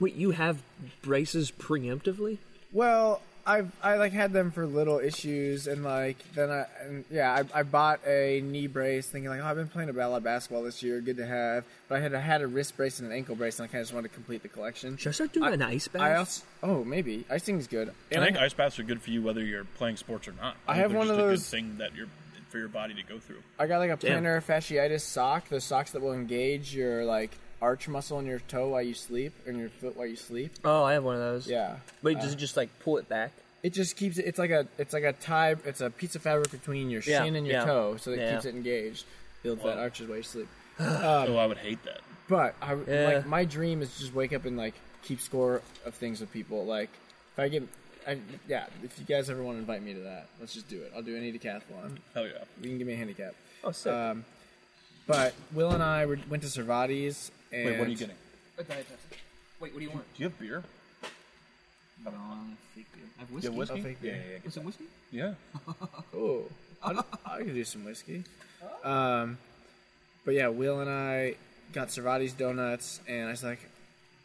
[SPEAKER 4] Wait, you have braces preemptively?
[SPEAKER 1] Well, I've I like had them for little issues, and like then I and yeah I, I bought a knee brace, thinking like oh I've been playing a lot of basketball this year, good to have. But I had I had a wrist brace and an ankle brace, and I kind of just wanted to complete the collection.
[SPEAKER 4] Should I start doing an ice bath?
[SPEAKER 1] I also oh maybe icing's good.
[SPEAKER 3] I
[SPEAKER 1] And
[SPEAKER 3] think ice baths are good for you whether you're playing sports or not.
[SPEAKER 1] I have
[SPEAKER 3] They're
[SPEAKER 1] one
[SPEAKER 3] just
[SPEAKER 1] of
[SPEAKER 3] a good
[SPEAKER 1] those-
[SPEAKER 3] thing that you're for your body to go through.
[SPEAKER 1] I got like a
[SPEAKER 4] Damn.
[SPEAKER 1] plantar fasciitis sock, the socks that will engage your like arch muscle in your toe while you sleep and your foot while you sleep.
[SPEAKER 4] oh, I have one of those.
[SPEAKER 1] Yeah.
[SPEAKER 2] Wait,
[SPEAKER 3] Uh,
[SPEAKER 2] does it just like pull it back?
[SPEAKER 1] It just keeps it. It's like a it's like a tie. It's a piece of fabric between your
[SPEAKER 2] Yeah,
[SPEAKER 1] shin and your
[SPEAKER 2] yeah.
[SPEAKER 1] toe, so that
[SPEAKER 2] Yeah.
[SPEAKER 1] keeps it engaged. Builds that arches while you sleep. Um,
[SPEAKER 3] oh, I would hate that.
[SPEAKER 1] But I
[SPEAKER 2] Yeah.
[SPEAKER 1] like my dream is just wake up and like keep score of things with people. Like if I get, I, yeah. If you guys ever want to invite me to that, let's just do it. I'll do any decathlon.
[SPEAKER 3] Hell yeah.
[SPEAKER 1] You can give me a handicap.
[SPEAKER 2] Oh, sick.
[SPEAKER 3] uh,
[SPEAKER 1] Um, but Will and I were, went to Cervati's. And
[SPEAKER 3] Wait, what are you getting?
[SPEAKER 4] Wait, what do you want?
[SPEAKER 3] Do you have beer?
[SPEAKER 4] I have
[SPEAKER 3] Do you have whiskey?
[SPEAKER 1] fake
[SPEAKER 3] yeah,
[SPEAKER 1] beer.
[SPEAKER 3] yeah, yeah.
[SPEAKER 4] Is it whiskey?
[SPEAKER 3] yeah.
[SPEAKER 1] Oh, I, I could do some whiskey. Um, but yeah, Will and I got Cervati's donuts, and I was like,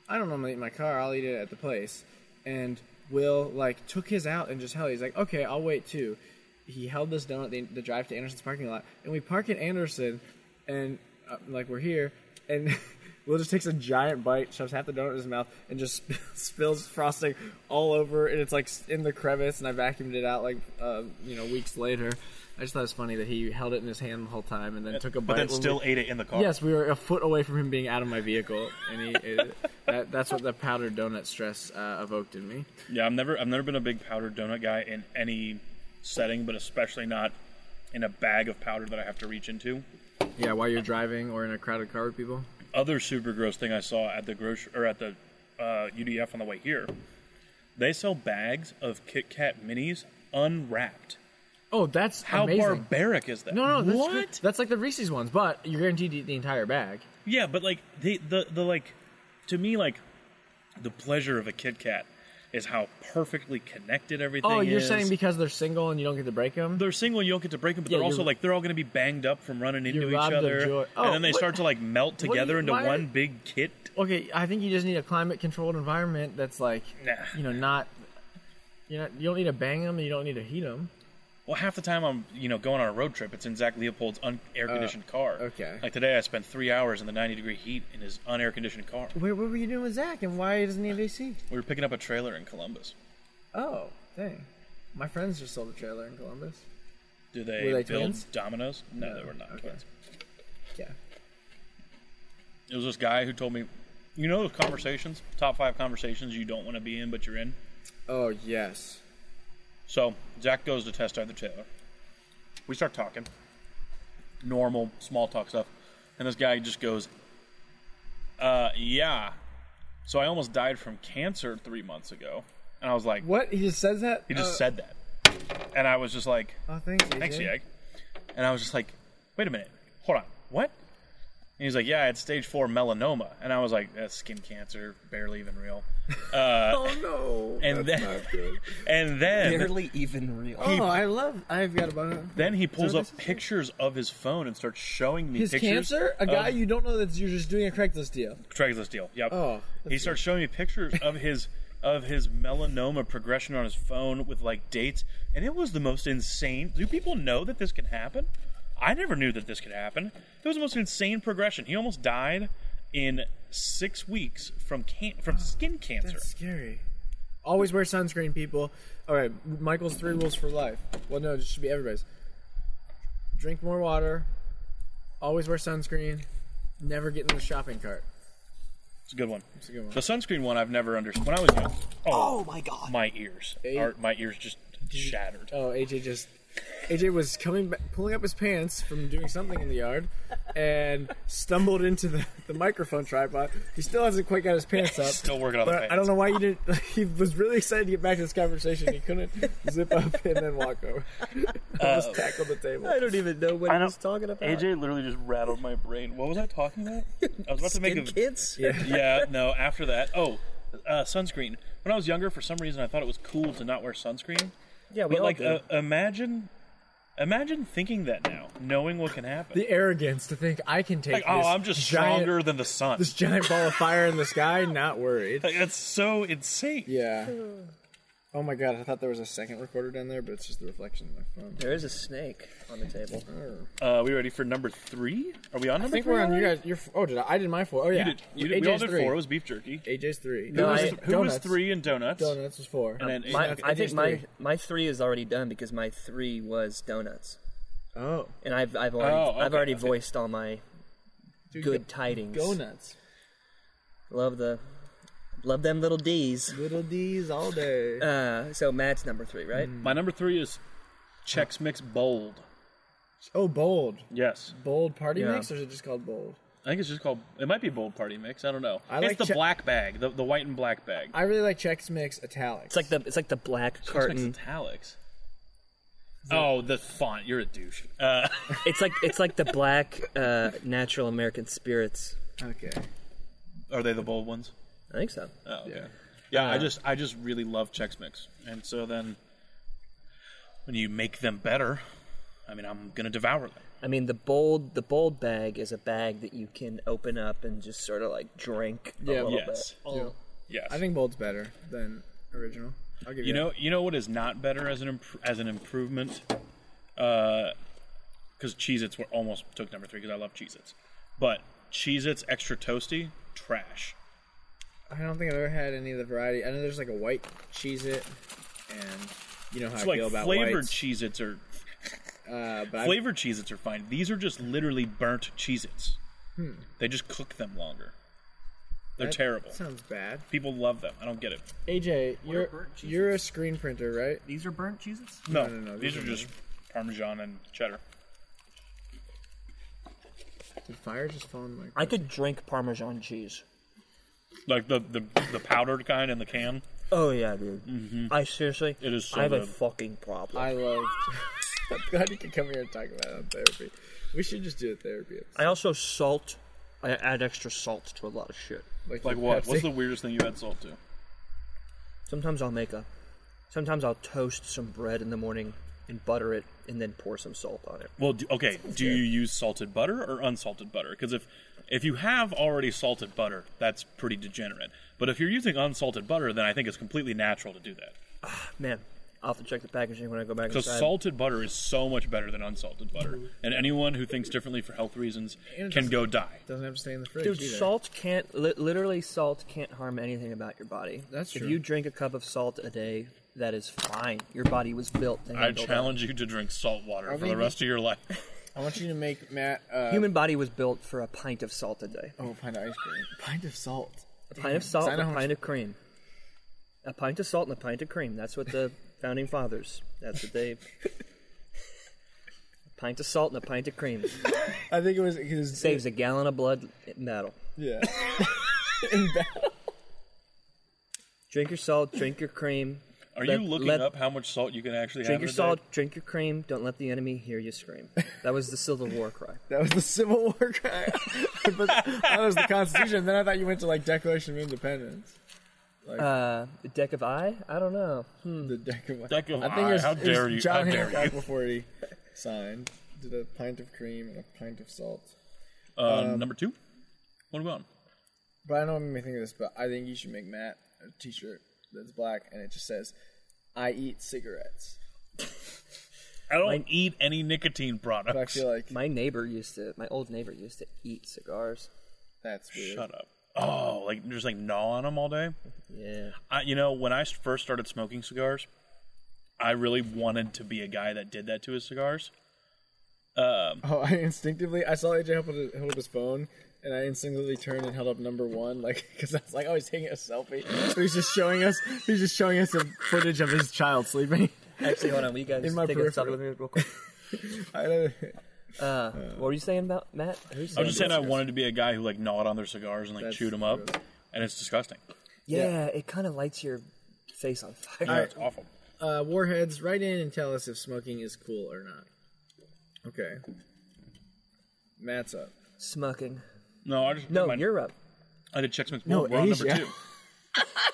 [SPEAKER 1] I don't normally eat in my car. I'll eat it at the place. And Will like took his out and just held. it. He's like, okay, I'll wait too. He held this donut the, the drive to Anderson's parking lot, and we park in Anderson, and uh, like we're here, and Will just takes a giant bite, shoves half the donut in his mouth, and just spills frosting all over, and it's like s- in the crevice. And I vacuumed it out like uh, you know weeks later. I just thought it was funny that he held it in his hand the whole time, and then took a bite.
[SPEAKER 3] But then
[SPEAKER 1] when we-
[SPEAKER 3] still ate it in the car.
[SPEAKER 1] Yes, we were a foot away from him being out of my vehicle, and he it, that, that's what the powdered donut stress uh, evoked in me.
[SPEAKER 3] Yeah, I've never I've never been a big powdered donut guy in any setting, but especially not in a bag of powder that I have to reach into.
[SPEAKER 1] Yeah, while you're driving or in a crowded car with people.
[SPEAKER 3] Other super gross thing I saw at the grocery or at the uh, UDF on the way here, they sell bags of Kit Kat minis unwrapped.
[SPEAKER 1] Oh, that's
[SPEAKER 3] How
[SPEAKER 1] amazing.
[SPEAKER 3] barbaric is that?
[SPEAKER 1] no, no, that's
[SPEAKER 3] what?
[SPEAKER 1] good. That's like the Reese's ones, but you're guaranteed to eat the entire bag.
[SPEAKER 3] Yeah, but like the, the the like to me like the pleasure of a Kit Kat is how perfectly connected everything.
[SPEAKER 1] Oh, you're
[SPEAKER 3] is.
[SPEAKER 1] saying because they're single and you don't get to break them?
[SPEAKER 3] they're single, you don't get to break them, but
[SPEAKER 1] Yeah,
[SPEAKER 3] they're also
[SPEAKER 1] you're-
[SPEAKER 3] like they're all going to be banged up from running into
[SPEAKER 1] You're
[SPEAKER 3] each
[SPEAKER 1] robbed of
[SPEAKER 3] other,
[SPEAKER 1] joy. Oh,
[SPEAKER 3] and then they
[SPEAKER 1] what-
[SPEAKER 3] start to like melt
[SPEAKER 1] do
[SPEAKER 3] together
[SPEAKER 1] you-
[SPEAKER 3] into
[SPEAKER 1] why-
[SPEAKER 3] one big kit.
[SPEAKER 1] Okay, I think you just need a climate controlled environment that's like,
[SPEAKER 3] Nah.
[SPEAKER 1] you know, not. You know, you don't need to bang them and you don't need to heat them.
[SPEAKER 3] Well, half the time I'm you know going on a road trip, it's in Zach Leopold's un- air conditioned car.
[SPEAKER 1] Oh, okay.
[SPEAKER 3] Like today, I spent three hours in the 90 degree heat in his un air conditioned car.
[SPEAKER 1] Where, what were you doing with Zach and why doesn't he have AC?
[SPEAKER 3] We were picking up a trailer in Columbus.
[SPEAKER 1] Oh, dang. My friends just sold a trailer in Columbus.
[SPEAKER 3] Do they,
[SPEAKER 1] Were they
[SPEAKER 3] build
[SPEAKER 1] twins?
[SPEAKER 3] dominoes? No,
[SPEAKER 1] No.
[SPEAKER 3] they were not
[SPEAKER 1] Okay.
[SPEAKER 3] twins.
[SPEAKER 1] Yeah.
[SPEAKER 3] It was this guy who told me, you know, those conversations, top five conversations you don't want to be in, but you're in.
[SPEAKER 1] Oh yes.
[SPEAKER 3] So Zach goes to test drive the trailer. We start talking, normal small talk stuff, and this guy just goes, "Uh, yeah." So I almost died from cancer three months ago, and I was like,
[SPEAKER 1] What Uh, he just says that?
[SPEAKER 3] He just said that, and I was just like,
[SPEAKER 1] Oh, thanks, AJ.
[SPEAKER 3] "Thanks, Jag," and I was just like, "Wait a minute, hold on, what?" And he's like, "Yeah, it's stage four melanoma," and I was like, "That's skin cancer, barely even real."
[SPEAKER 1] Oh no.
[SPEAKER 3] And
[SPEAKER 1] That's
[SPEAKER 3] then-
[SPEAKER 1] not good.
[SPEAKER 3] And then
[SPEAKER 2] Barely even real.
[SPEAKER 1] Oh, I love. I've got about it.
[SPEAKER 3] Then he pulls
[SPEAKER 1] So
[SPEAKER 3] up
[SPEAKER 1] this is-
[SPEAKER 3] pictures of his phone and starts showing me
[SPEAKER 1] His
[SPEAKER 3] pictures. Um,
[SPEAKER 1] cancer? A guy
[SPEAKER 3] of
[SPEAKER 1] you don't know that you're just doing a Craigslist deal.
[SPEAKER 3] Craigslist deal. Yep.
[SPEAKER 1] Oh,
[SPEAKER 3] he starts showing me pictures of his of his melanoma progression on his phone with like dates, and it was the most insane. Do people know that this can happen? I never knew that this could happen. It was the most insane progression. He almost died in six weeks from can- from skin cancer.
[SPEAKER 1] That's scary. Always wear sunscreen, people. All right, Michael's three rules for life. Well, no, it should be everybody's. Drink more water. Always wear sunscreen. Never get in the shopping cart.
[SPEAKER 3] It's a good one.
[SPEAKER 1] It's a good one.
[SPEAKER 3] The sunscreen one I've never understood. When I was young,
[SPEAKER 2] Oh
[SPEAKER 3] oh,
[SPEAKER 2] my god.
[SPEAKER 3] my ears,
[SPEAKER 1] Hey.
[SPEAKER 3] Are- my ears just shattered.
[SPEAKER 1] Oh, AJ just AJ was coming, ba- pulling up his pants from doing something in the yard, and stumbled into the, the microphone tripod. He still hasn't quite got his pants up.
[SPEAKER 3] Still working on the
[SPEAKER 1] but
[SPEAKER 3] pants.
[SPEAKER 1] I don't know why you didn't. He was really excited to get back to this conversation. He couldn't zip up and then walk over.
[SPEAKER 3] Uh,
[SPEAKER 1] Just tackle the table.
[SPEAKER 2] I don't even know what
[SPEAKER 3] I
[SPEAKER 2] he
[SPEAKER 3] don't-
[SPEAKER 2] was talking about.
[SPEAKER 3] AJ literally just rattled my brain. What was I talking about? I was about to make
[SPEAKER 2] Skin
[SPEAKER 3] a
[SPEAKER 2] kids.
[SPEAKER 3] yeah, no, after that. Oh, uh, sunscreen. When I was younger, for some reason, I thought it was cool to not wear sunscreen.
[SPEAKER 2] Yeah, we
[SPEAKER 3] But
[SPEAKER 2] all
[SPEAKER 3] like,
[SPEAKER 2] do.
[SPEAKER 3] uh, imagine, imagine thinking that now, knowing what can happen.
[SPEAKER 1] The arrogance to think I can take.
[SPEAKER 3] like, oh,
[SPEAKER 1] this
[SPEAKER 3] I'm just
[SPEAKER 1] giant,
[SPEAKER 3] stronger than the sun.
[SPEAKER 1] This giant ball of fire in the sky. Not worried.
[SPEAKER 3] Like, that's so insane.
[SPEAKER 1] Yeah. Oh my god, I thought there was a second recorder down there, but it's just the reflection of my phone.
[SPEAKER 2] there is a snake on the table.
[SPEAKER 3] Uh, we ready for number three? Are we on number
[SPEAKER 1] I think
[SPEAKER 3] three?
[SPEAKER 1] we're on you
[SPEAKER 3] already?
[SPEAKER 1] guys. Your f- oh, did I? I did my four. Oh yeah,
[SPEAKER 3] You did, you did, we all
[SPEAKER 1] AJ's
[SPEAKER 3] did
[SPEAKER 1] three.
[SPEAKER 3] four. It was beef jerky.
[SPEAKER 1] AJ's three.
[SPEAKER 2] No,
[SPEAKER 3] Who
[SPEAKER 2] I-
[SPEAKER 3] was, who was
[SPEAKER 1] Donuts.
[SPEAKER 3] three in donuts?
[SPEAKER 1] Donuts was four.
[SPEAKER 3] And then
[SPEAKER 2] My,
[SPEAKER 3] AJ
[SPEAKER 2] I think
[SPEAKER 1] AJ's
[SPEAKER 2] my
[SPEAKER 1] three.
[SPEAKER 2] my three is already done because my three was donuts,
[SPEAKER 1] Oh,
[SPEAKER 2] and I've I've already
[SPEAKER 3] Oh,
[SPEAKER 2] I've
[SPEAKER 3] okay,
[SPEAKER 2] already
[SPEAKER 3] okay.
[SPEAKER 2] voiced all my
[SPEAKER 1] Dude,
[SPEAKER 2] good tidings.
[SPEAKER 1] Go nuts,
[SPEAKER 2] Love the love them little D's.
[SPEAKER 1] little D's all day.
[SPEAKER 2] Uh, so Matt's number three, right?
[SPEAKER 3] my number three is Chex Mix Bold.
[SPEAKER 1] Oh, bold,
[SPEAKER 3] Yes,
[SPEAKER 1] bold party
[SPEAKER 2] Yeah.
[SPEAKER 1] mix, or is it just called bold?
[SPEAKER 3] I think it's just called. It might be Bold Party Mix. I don't know.
[SPEAKER 1] I
[SPEAKER 3] it's
[SPEAKER 1] like
[SPEAKER 3] the
[SPEAKER 1] Che-
[SPEAKER 3] black bag, the, the white and black bag.
[SPEAKER 1] I really like Chex Mix italics.
[SPEAKER 2] It's like the it's like the black
[SPEAKER 3] Chex Mix
[SPEAKER 2] carton.
[SPEAKER 3] italics. Oh, the font. You're a douche. Uh,
[SPEAKER 2] It's like it's like the black uh, natural American spirits.
[SPEAKER 1] okay,
[SPEAKER 3] are they the bold ones?
[SPEAKER 2] I think so.
[SPEAKER 3] Oh, okay.
[SPEAKER 1] Yeah.
[SPEAKER 3] yeah. Yeah, I just I just really love Chex Mix, and so then when you make them better, I mean, I'm gonna devour them.
[SPEAKER 2] I mean the bold the bold bag is a bag that you can open up and just sort of like drink. A
[SPEAKER 1] Yeah.
[SPEAKER 2] little
[SPEAKER 3] Yes.
[SPEAKER 2] bit.
[SPEAKER 1] Yeah.
[SPEAKER 3] Yes.
[SPEAKER 1] I think bold's better than original. I'll give you.
[SPEAKER 3] You know, you know what is not better as an imp- as an improvement, Uh, because Cheez-Its were almost took number three because I love Cheez-Its, but Cheez-Its extra toasty trash.
[SPEAKER 1] that. I don't think I've ever had any of the variety. I know there's like a white cheese it, and you know how I
[SPEAKER 3] So like
[SPEAKER 1] feel about
[SPEAKER 3] flavored
[SPEAKER 1] whites,
[SPEAKER 3] Cheez-Its are
[SPEAKER 1] uh, but I-
[SPEAKER 3] flavored Cheez-Its are fine. These are just literally burnt Cheez-Its. They just cook them longer. They're
[SPEAKER 1] Hmm. that
[SPEAKER 3] terrible.
[SPEAKER 1] Sounds bad.
[SPEAKER 3] People love them. I don't get it.
[SPEAKER 1] AJ,
[SPEAKER 4] are
[SPEAKER 1] you're
[SPEAKER 4] burnt cheeses?
[SPEAKER 1] you're a screen printer, right?
[SPEAKER 4] These are burnt cheeses.
[SPEAKER 3] No,
[SPEAKER 1] no, no,
[SPEAKER 3] these,
[SPEAKER 1] these
[SPEAKER 3] are
[SPEAKER 1] are
[SPEAKER 3] just Parmesan and cheddar.
[SPEAKER 1] Did fire just fall in my?
[SPEAKER 4] I could drink Parmesan cheese.
[SPEAKER 3] Like the, the the powdered kind in the can.
[SPEAKER 2] Oh yeah, dude. I seriously,
[SPEAKER 3] Mm-hmm. It is so
[SPEAKER 2] I have a
[SPEAKER 3] good.
[SPEAKER 2] fucking problem.
[SPEAKER 1] I love. I'm glad you can come here and talk about it on therapy. We should just do a therapy. episode.
[SPEAKER 4] I also salt. I add extra salt to a lot of shit.
[SPEAKER 3] Like
[SPEAKER 1] with
[SPEAKER 3] what?
[SPEAKER 1] Pepsi.
[SPEAKER 3] What's the weirdest thing you had salt to?
[SPEAKER 2] Sometimes I'll make a. Sometimes I'll toast some bread in the morning and butter it, and then pour some salt on it.
[SPEAKER 3] Well, do, okay. Do you use salted butter or unsalted butter? Because if if you have already salted butter, that's pretty degenerate. But if you're using unsalted butter, then I think it's completely natural to do that.
[SPEAKER 2] Man, I'll have to check the packaging when I go back
[SPEAKER 3] Because
[SPEAKER 2] inside.
[SPEAKER 3] salted butter is so much better than unsalted butter, and anyone who thinks differently for health reasons
[SPEAKER 1] And it
[SPEAKER 3] can
[SPEAKER 1] doesn't-
[SPEAKER 3] go die.
[SPEAKER 1] Doesn't have to stay in the fridge.
[SPEAKER 2] Dude,
[SPEAKER 1] either.
[SPEAKER 2] salt can't li- literally salt can't harm anything about your body.
[SPEAKER 1] That's
[SPEAKER 2] if
[SPEAKER 1] true.
[SPEAKER 2] you drink a cup of salt a day, that is fine. Your body was built to
[SPEAKER 3] I
[SPEAKER 2] handle
[SPEAKER 3] challenge you to drink salt water for
[SPEAKER 1] we-
[SPEAKER 3] the rest of your life.
[SPEAKER 1] I want you to make Matt. Uh,
[SPEAKER 2] that. Human body was built for a pint of salt a day.
[SPEAKER 1] oh, a pint of ice cream. A pint of salt.
[SPEAKER 2] A pint of salt,
[SPEAKER 1] I
[SPEAKER 2] and
[SPEAKER 1] know
[SPEAKER 2] a
[SPEAKER 1] how much-
[SPEAKER 2] pint of cream. A pint of salt and a pint of cream. That's what the founding fathers. That's what they. a pint of salt and a pint of cream
[SPEAKER 1] I think it was because
[SPEAKER 2] saves a gallon of blood in battle.
[SPEAKER 1] Yeah.
[SPEAKER 2] Drink your salt, drink your cream.
[SPEAKER 3] Are
[SPEAKER 2] Let-
[SPEAKER 3] you looking
[SPEAKER 2] let-
[SPEAKER 3] up how much salt you can actually
[SPEAKER 2] Drink
[SPEAKER 3] have?
[SPEAKER 2] your
[SPEAKER 3] in a
[SPEAKER 2] salt,
[SPEAKER 3] day?
[SPEAKER 2] drink your cream. Don't let the enemy hear you scream. That was the Civil War cry.
[SPEAKER 1] That was the Civil War cry. but that was the Constitution. Then I thought you went to like Declaration of Independence.
[SPEAKER 2] Uh, the deck of I? I don't know.
[SPEAKER 1] The Deck of,
[SPEAKER 3] Hmm. Deck of
[SPEAKER 1] I think
[SPEAKER 3] I.
[SPEAKER 1] it was,
[SPEAKER 3] How
[SPEAKER 1] it was
[SPEAKER 3] dare you.
[SPEAKER 1] John
[SPEAKER 3] How dare
[SPEAKER 1] Hancock
[SPEAKER 3] you.
[SPEAKER 1] before he signed did a pint of cream and a pint of salt.
[SPEAKER 3] Uh, number two. What are we on?
[SPEAKER 1] But I know what made me think of this, but I think you should make Matt a T-shirt that's black and it just says, "I eat cigarettes."
[SPEAKER 3] I don't eat any nicotine
[SPEAKER 1] But I
[SPEAKER 3] products.
[SPEAKER 1] feel like
[SPEAKER 2] My neighbor used to, my old neighbor used to eat cigars.
[SPEAKER 1] that's weird.
[SPEAKER 3] Shut up. Oh, like just like gnaw on them all day.
[SPEAKER 2] Yeah.
[SPEAKER 3] I, you know, when I first started smoking cigars, I really wanted to be a guy that did that to his cigars.
[SPEAKER 1] Oh, I instinctively I saw AJ hold up, hold up his phone, and I instinctively turned and held up number one, like because I was like, oh, he's taking a selfie. So he's just showing us, he's just showing us some footage of his child sleeping.
[SPEAKER 2] Actually, hold on. Will you guys
[SPEAKER 1] In my
[SPEAKER 2] take a
[SPEAKER 1] peripheral.
[SPEAKER 2] selfie with me real quick?
[SPEAKER 1] I don't,
[SPEAKER 2] Uh, what were you saying about Matt? What were you
[SPEAKER 3] I was just
[SPEAKER 2] saying?
[SPEAKER 3] saying I wanted to be a guy who like gnawed on their cigars and like
[SPEAKER 1] That's
[SPEAKER 3] chewed them up,
[SPEAKER 1] gross.
[SPEAKER 3] and it's disgusting.
[SPEAKER 2] yeah, it kind of lights your face on fire.
[SPEAKER 3] Yeah, it's awful.
[SPEAKER 1] uh, warheads, write in and tell us if smoking is cool or not. Okay. Matt's up.
[SPEAKER 2] Smoking.
[SPEAKER 3] No, I just
[SPEAKER 2] No,
[SPEAKER 3] my-
[SPEAKER 2] you're up.
[SPEAKER 3] I did check mix.
[SPEAKER 1] No,
[SPEAKER 3] No, we're on
[SPEAKER 1] Asia.
[SPEAKER 3] number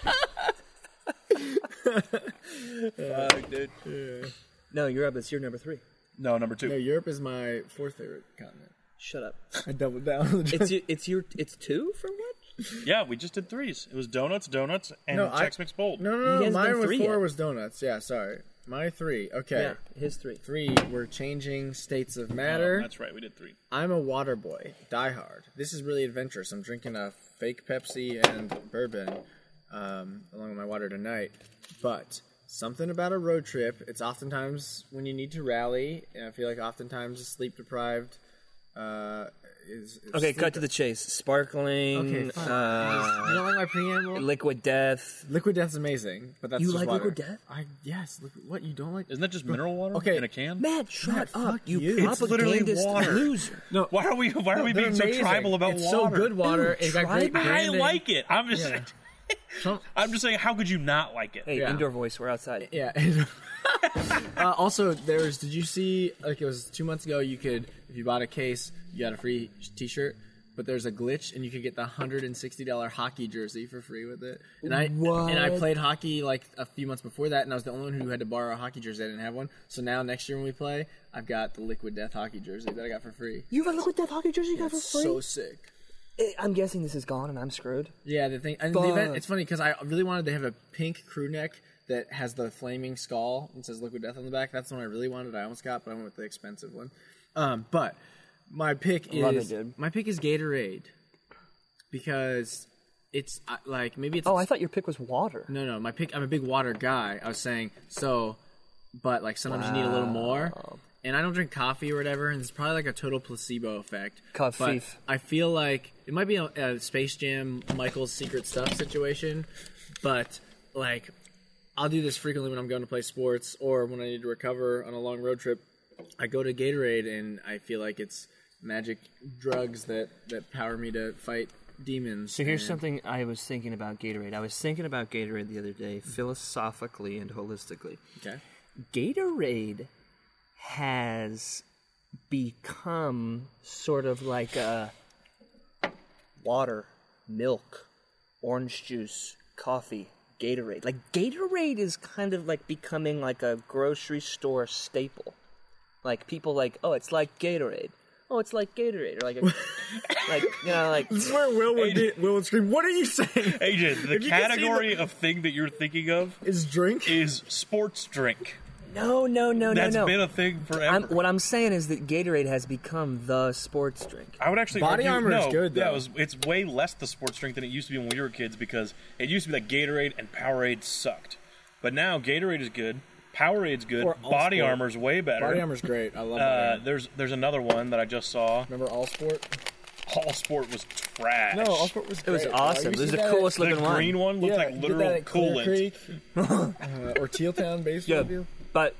[SPEAKER 3] two.
[SPEAKER 2] No, you're up. It's your number three.
[SPEAKER 3] No, number two.
[SPEAKER 1] No, Europe is my fourth favorite continent.
[SPEAKER 2] Shut up.
[SPEAKER 1] I doubled down.
[SPEAKER 2] It's your, it's your it's two for what?
[SPEAKER 3] Yeah, we just did threes. It was donuts, donuts, and
[SPEAKER 1] No, I-
[SPEAKER 3] Chex Mix Bold.
[SPEAKER 1] no, no,
[SPEAKER 2] He
[SPEAKER 1] no.
[SPEAKER 2] hasn't
[SPEAKER 1] Mine
[SPEAKER 2] done
[SPEAKER 1] was four
[SPEAKER 2] three yet.
[SPEAKER 1] was donuts. Yeah, sorry. My three. Okay.
[SPEAKER 2] Yeah, his three.
[SPEAKER 1] Three were changing states of
[SPEAKER 3] Oh,
[SPEAKER 1] matter.
[SPEAKER 3] that's right. We did three.
[SPEAKER 1] I'm a water boy, die hard. This is really adventurous. I'm drinking a fake Pepsi and bourbon um, along with my water tonight. But something about a road trip, it's oftentimes when you need to rally, and I feel like oftentimes sleep deprived uh, is. is
[SPEAKER 2] Okay,
[SPEAKER 1] sleep-
[SPEAKER 2] cut to the chase. Sparkling,
[SPEAKER 1] Okay, fine.
[SPEAKER 2] uh,
[SPEAKER 1] you don't like my preamble?
[SPEAKER 2] liquid death.
[SPEAKER 1] Liquid Death's amazing, but that's
[SPEAKER 2] You
[SPEAKER 1] just
[SPEAKER 2] like
[SPEAKER 1] water.
[SPEAKER 2] Liquid Death?
[SPEAKER 1] I yes. Liquid, what you don't like?
[SPEAKER 3] Isn't that just mineral water
[SPEAKER 1] Okay.
[SPEAKER 3] in a can?
[SPEAKER 2] Matt, shut up!
[SPEAKER 1] fuck
[SPEAKER 2] You,
[SPEAKER 1] you.
[SPEAKER 3] It's literally
[SPEAKER 2] propagandist
[SPEAKER 3] water.
[SPEAKER 2] loser.
[SPEAKER 1] No,
[SPEAKER 3] Why are we? Why are we
[SPEAKER 1] they're
[SPEAKER 3] being so
[SPEAKER 1] amazing.
[SPEAKER 3] tribal about
[SPEAKER 1] it's
[SPEAKER 3] water?
[SPEAKER 1] so good water.
[SPEAKER 2] Ooh,
[SPEAKER 1] It got
[SPEAKER 2] try
[SPEAKER 1] great
[SPEAKER 2] that.
[SPEAKER 3] I
[SPEAKER 1] branding.
[SPEAKER 3] like it. I'm just.
[SPEAKER 1] Yeah. Some-
[SPEAKER 3] I'm just saying. How could you not like it?
[SPEAKER 2] Hey,
[SPEAKER 1] Yeah.
[SPEAKER 2] indoor voice. We're outside.
[SPEAKER 1] Yeah. uh, also, there's. Did you see? Like it was two months ago. You could, if you bought a case, you got a free T-shirt. But there's a glitch, and you could get the hundred and sixty dollar hockey jersey for free with it. And I
[SPEAKER 2] What?
[SPEAKER 1] and I played hockey like a few months before that, and I was the only one who had to borrow a hockey jersey. I didn't have one, so now next year when we play, I've got the Liquid Death hockey jersey that I got for free.
[SPEAKER 2] You have a liquid death hockey jersey you got for
[SPEAKER 1] It's
[SPEAKER 2] free.
[SPEAKER 1] so sick.
[SPEAKER 2] Eh, I'm guessing this is gone and I'm screwed.
[SPEAKER 1] Yeah, the thing. And the event,
[SPEAKER 2] Fuck.
[SPEAKER 1] it's funny because I really wanted to have a pink crew neck that has the flaming skull and says "Liquid Death" on the back. That's the one I really wanted. I almost got, but I went with the expensive one. Um, but my pick
[SPEAKER 2] Love it,
[SPEAKER 1] is
[SPEAKER 2] dude.
[SPEAKER 1] my pick is Gatorade because it's uh, like maybe it's
[SPEAKER 2] Oh, I thought your pick was water.
[SPEAKER 1] no no my pick. I'm a big water guy. I was saying so, but like sometimes you need a little more. And I don't drink coffee or whatever, and it's probably like a total placebo effect. But
[SPEAKER 2] Coffee.
[SPEAKER 1] I feel like it might be a, a Space Jam Michael's secret stuff situation, but like I'll do this frequently when I'm going to play sports or when I need to recover on a long road trip. I go to Gatorade and I feel like it's magic drugs that that power me to fight demons.
[SPEAKER 2] So here's
[SPEAKER 1] and-
[SPEAKER 2] something I was thinking about Gatorade. I was thinking about Gatorade the other day, philosophically and holistically.
[SPEAKER 1] Okay.
[SPEAKER 2] Gatorade has become sort of like a water, milk, orange juice, coffee, Gatorade. Like Gatorade is kind of like becoming like a grocery store staple. Like people like, oh, it's like Gatorade. Oh, it's like Gatorade, or like, a, like you know, like
[SPEAKER 1] This is where Will would be, Will would scream. What are you saying?
[SPEAKER 3] Agent, the
[SPEAKER 1] If you can see
[SPEAKER 3] category of thing that you're thinking of
[SPEAKER 1] Is drink?
[SPEAKER 3] is sports drink.
[SPEAKER 2] no, no, no,
[SPEAKER 3] That's
[SPEAKER 2] no,
[SPEAKER 3] been
[SPEAKER 2] no.
[SPEAKER 3] a thing
[SPEAKER 2] I'm,
[SPEAKER 3] forever.
[SPEAKER 2] what I'm saying is that Gatorade has become the sports drink.
[SPEAKER 3] I would actually
[SPEAKER 1] Body
[SPEAKER 3] argue,
[SPEAKER 1] armor is
[SPEAKER 3] no,
[SPEAKER 1] good,
[SPEAKER 3] Yeah,
[SPEAKER 1] though.
[SPEAKER 3] it was, it's way less the sports drink than it used to be when we were kids because it used to be that Gatorade and Powerade sucked, but now Gatorade is good, Powerade's good,
[SPEAKER 1] Or all
[SPEAKER 3] Body
[SPEAKER 1] sport.
[SPEAKER 3] armor's way better.
[SPEAKER 1] Body armor's great. I love
[SPEAKER 3] uh,
[SPEAKER 1] that.
[SPEAKER 3] there's there's another one that I just saw.
[SPEAKER 1] Remember All Sport?
[SPEAKER 3] All sport was trash.
[SPEAKER 1] No, All Sport was.
[SPEAKER 2] It was
[SPEAKER 1] great.
[SPEAKER 2] awesome.
[SPEAKER 1] Have
[SPEAKER 2] It
[SPEAKER 1] you
[SPEAKER 2] was
[SPEAKER 1] seen
[SPEAKER 2] the
[SPEAKER 1] that at-
[SPEAKER 2] coolest
[SPEAKER 3] the
[SPEAKER 2] looking
[SPEAKER 3] green
[SPEAKER 2] one.
[SPEAKER 3] one looked like
[SPEAKER 1] did that
[SPEAKER 3] literal
[SPEAKER 1] at Clear
[SPEAKER 3] coolant.
[SPEAKER 1] Creek, uh, or Teal Town baseball
[SPEAKER 2] Yeah,
[SPEAKER 1] field.
[SPEAKER 2] but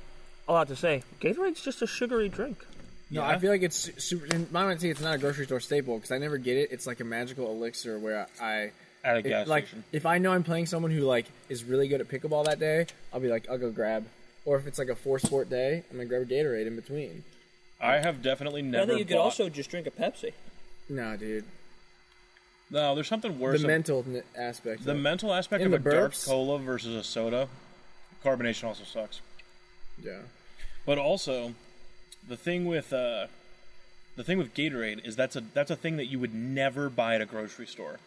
[SPEAKER 2] I'll have to say, Gatorade's just a sugary drink.
[SPEAKER 1] No, I feel like it's su- super. In my mind, it's not a grocery store staple because I never get it. It's like a magical elixir where I,
[SPEAKER 3] At a
[SPEAKER 1] it-
[SPEAKER 3] gas
[SPEAKER 1] like
[SPEAKER 3] station.
[SPEAKER 1] if I know I'm playing someone who like is really good at pickleball that day, I'll be like, I'll go grab. Or if it's like a four sport day, I'm gonna grab a Gatorade in between.
[SPEAKER 3] I have definitely never.
[SPEAKER 4] I think you could
[SPEAKER 3] bought-
[SPEAKER 4] also just drink a Pepsi.
[SPEAKER 1] No, dude,
[SPEAKER 3] no. There's something
[SPEAKER 1] the
[SPEAKER 3] worse. of-
[SPEAKER 1] mental n- aspect.
[SPEAKER 3] the
[SPEAKER 1] of it.
[SPEAKER 3] mental aspect
[SPEAKER 1] In
[SPEAKER 3] of a
[SPEAKER 1] the
[SPEAKER 3] dark
[SPEAKER 1] burps.
[SPEAKER 3] cola versus a soda. Carbonation also sucks.
[SPEAKER 1] yeah.
[SPEAKER 3] But also, the thing with uh, the thing with Gatorade is that's a that's a thing that you would never buy at a grocery store.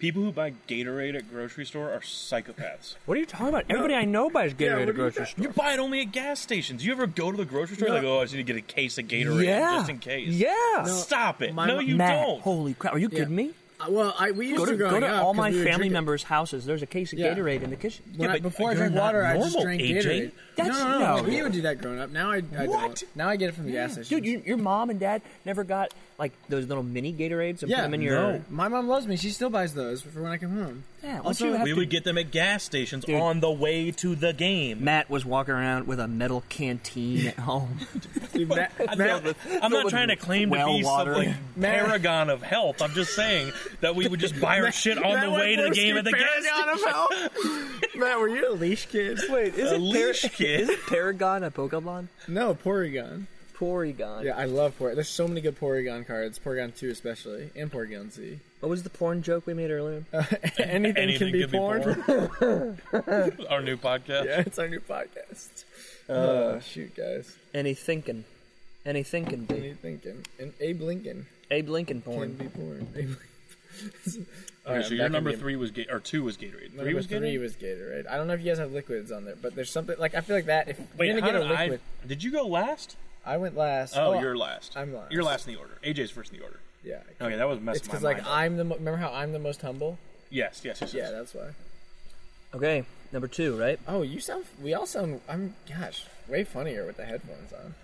[SPEAKER 3] People who buy Gatorade at grocery store are psychopaths.
[SPEAKER 4] What are you talking about? Everybody I know buys Gatorade
[SPEAKER 1] what do
[SPEAKER 4] at
[SPEAKER 1] you
[SPEAKER 4] a grocery
[SPEAKER 1] got?
[SPEAKER 4] store.
[SPEAKER 3] you buy it only at gas stations. You ever go to the grocery store like, oh, I just need to get a case of Gatorade
[SPEAKER 4] Yeah.
[SPEAKER 3] just in case.
[SPEAKER 4] Yeah.
[SPEAKER 3] Stop it.
[SPEAKER 1] my-
[SPEAKER 3] no, you
[SPEAKER 4] Matt,
[SPEAKER 3] don't.
[SPEAKER 4] holy crap. Are you kidding me?
[SPEAKER 1] Uh, well, I we used
[SPEAKER 2] Go to,
[SPEAKER 1] to
[SPEAKER 2] go
[SPEAKER 1] growing
[SPEAKER 2] to
[SPEAKER 1] up,
[SPEAKER 2] all
[SPEAKER 1] 'cause
[SPEAKER 2] my
[SPEAKER 1] we would
[SPEAKER 2] family
[SPEAKER 1] drink it-
[SPEAKER 2] members' houses. There's a case of
[SPEAKER 1] Yeah.
[SPEAKER 2] Gatorade in the kitchen.
[SPEAKER 1] When
[SPEAKER 3] Yeah,
[SPEAKER 1] I-
[SPEAKER 3] but
[SPEAKER 1] before I
[SPEAKER 3] you're
[SPEAKER 1] drank
[SPEAKER 3] not
[SPEAKER 1] water, I just
[SPEAKER 3] normal,
[SPEAKER 1] drank
[SPEAKER 3] AJ.
[SPEAKER 1] Gatorade.
[SPEAKER 2] That's-
[SPEAKER 1] no, no, no,
[SPEAKER 2] no.
[SPEAKER 1] We would do that growing up. Now I, I
[SPEAKER 3] What?
[SPEAKER 1] don't. Now I get it from the gas station.
[SPEAKER 2] Dude, your, your mom and dad never got like those little mini Gatorades and put
[SPEAKER 1] Yeah,
[SPEAKER 2] them in your.
[SPEAKER 3] no.
[SPEAKER 1] My mom loves me. She still buys those for when I come home.
[SPEAKER 2] Yeah, once
[SPEAKER 1] also,
[SPEAKER 2] you have
[SPEAKER 3] We
[SPEAKER 2] to-
[SPEAKER 3] would get them at gas stations
[SPEAKER 2] Dude.
[SPEAKER 3] on the way to the game.
[SPEAKER 2] Matt was walking around with a metal canteen at home.
[SPEAKER 1] dude, Matt,
[SPEAKER 3] I'm
[SPEAKER 1] Matt-
[SPEAKER 3] not- I'm not trying to claim to
[SPEAKER 2] well
[SPEAKER 3] be
[SPEAKER 2] water.
[SPEAKER 3] some like paragon of health. I'm just saying that we would just buy our shit on
[SPEAKER 1] Matt
[SPEAKER 3] the way to the
[SPEAKER 1] Wentworth
[SPEAKER 3] game at the gas
[SPEAKER 1] compared
[SPEAKER 3] station.
[SPEAKER 1] Adam Hell. Matt, were you a leash kid?
[SPEAKER 2] Wait, is
[SPEAKER 3] A leash kid.
[SPEAKER 2] Paragon a Pokemon?
[SPEAKER 1] No, Porygon.
[SPEAKER 2] Porygon.
[SPEAKER 1] Yeah, I love Porygon. There's so many good Porygon cards. Porygon 2 especially, and Porygon Z.
[SPEAKER 2] What was the porn joke we made earlier?
[SPEAKER 1] Anything, can be porn.
[SPEAKER 3] porn. our new podcast.
[SPEAKER 1] yeah, it's our new podcast. Oh, shoot, guys.
[SPEAKER 2] Any thinking. Any thinking.
[SPEAKER 1] What are
[SPEAKER 2] Be.
[SPEAKER 1] you thinking? And Abe Lincoln
[SPEAKER 2] Abe Lincoln
[SPEAKER 1] can
[SPEAKER 2] porn.
[SPEAKER 1] be porn. Abe Lincoln. All
[SPEAKER 3] Okay,
[SPEAKER 1] right,
[SPEAKER 3] so
[SPEAKER 1] I'm
[SPEAKER 3] your
[SPEAKER 1] back
[SPEAKER 3] number
[SPEAKER 1] in the-
[SPEAKER 3] three was Ga- or two was Gatorade.
[SPEAKER 1] Number
[SPEAKER 3] Three was Gatorade.
[SPEAKER 1] three was Gatorade. I don't know if you guys have liquids on there, but there's something like I feel like that. If
[SPEAKER 3] Wait,
[SPEAKER 1] you're
[SPEAKER 3] how
[SPEAKER 1] gonna get a
[SPEAKER 3] did I-
[SPEAKER 1] liquid,
[SPEAKER 3] Did you go last?
[SPEAKER 1] I, went last.
[SPEAKER 3] Oh, you're last.
[SPEAKER 1] I'm last.
[SPEAKER 3] You're last in the order. AJ's first in the order.
[SPEAKER 1] Yeah,
[SPEAKER 3] Okay, that was
[SPEAKER 1] it's
[SPEAKER 3] messing my
[SPEAKER 1] because like
[SPEAKER 3] mind. up.
[SPEAKER 1] I'm the mo- remember how I'm the most humble.
[SPEAKER 3] yes, yes, yes. yes.
[SPEAKER 1] Yeah, that's why.
[SPEAKER 2] Okay, number two, right?
[SPEAKER 1] Oh, you sound. We all sound. I'm. Gosh, way funnier with the headphones on.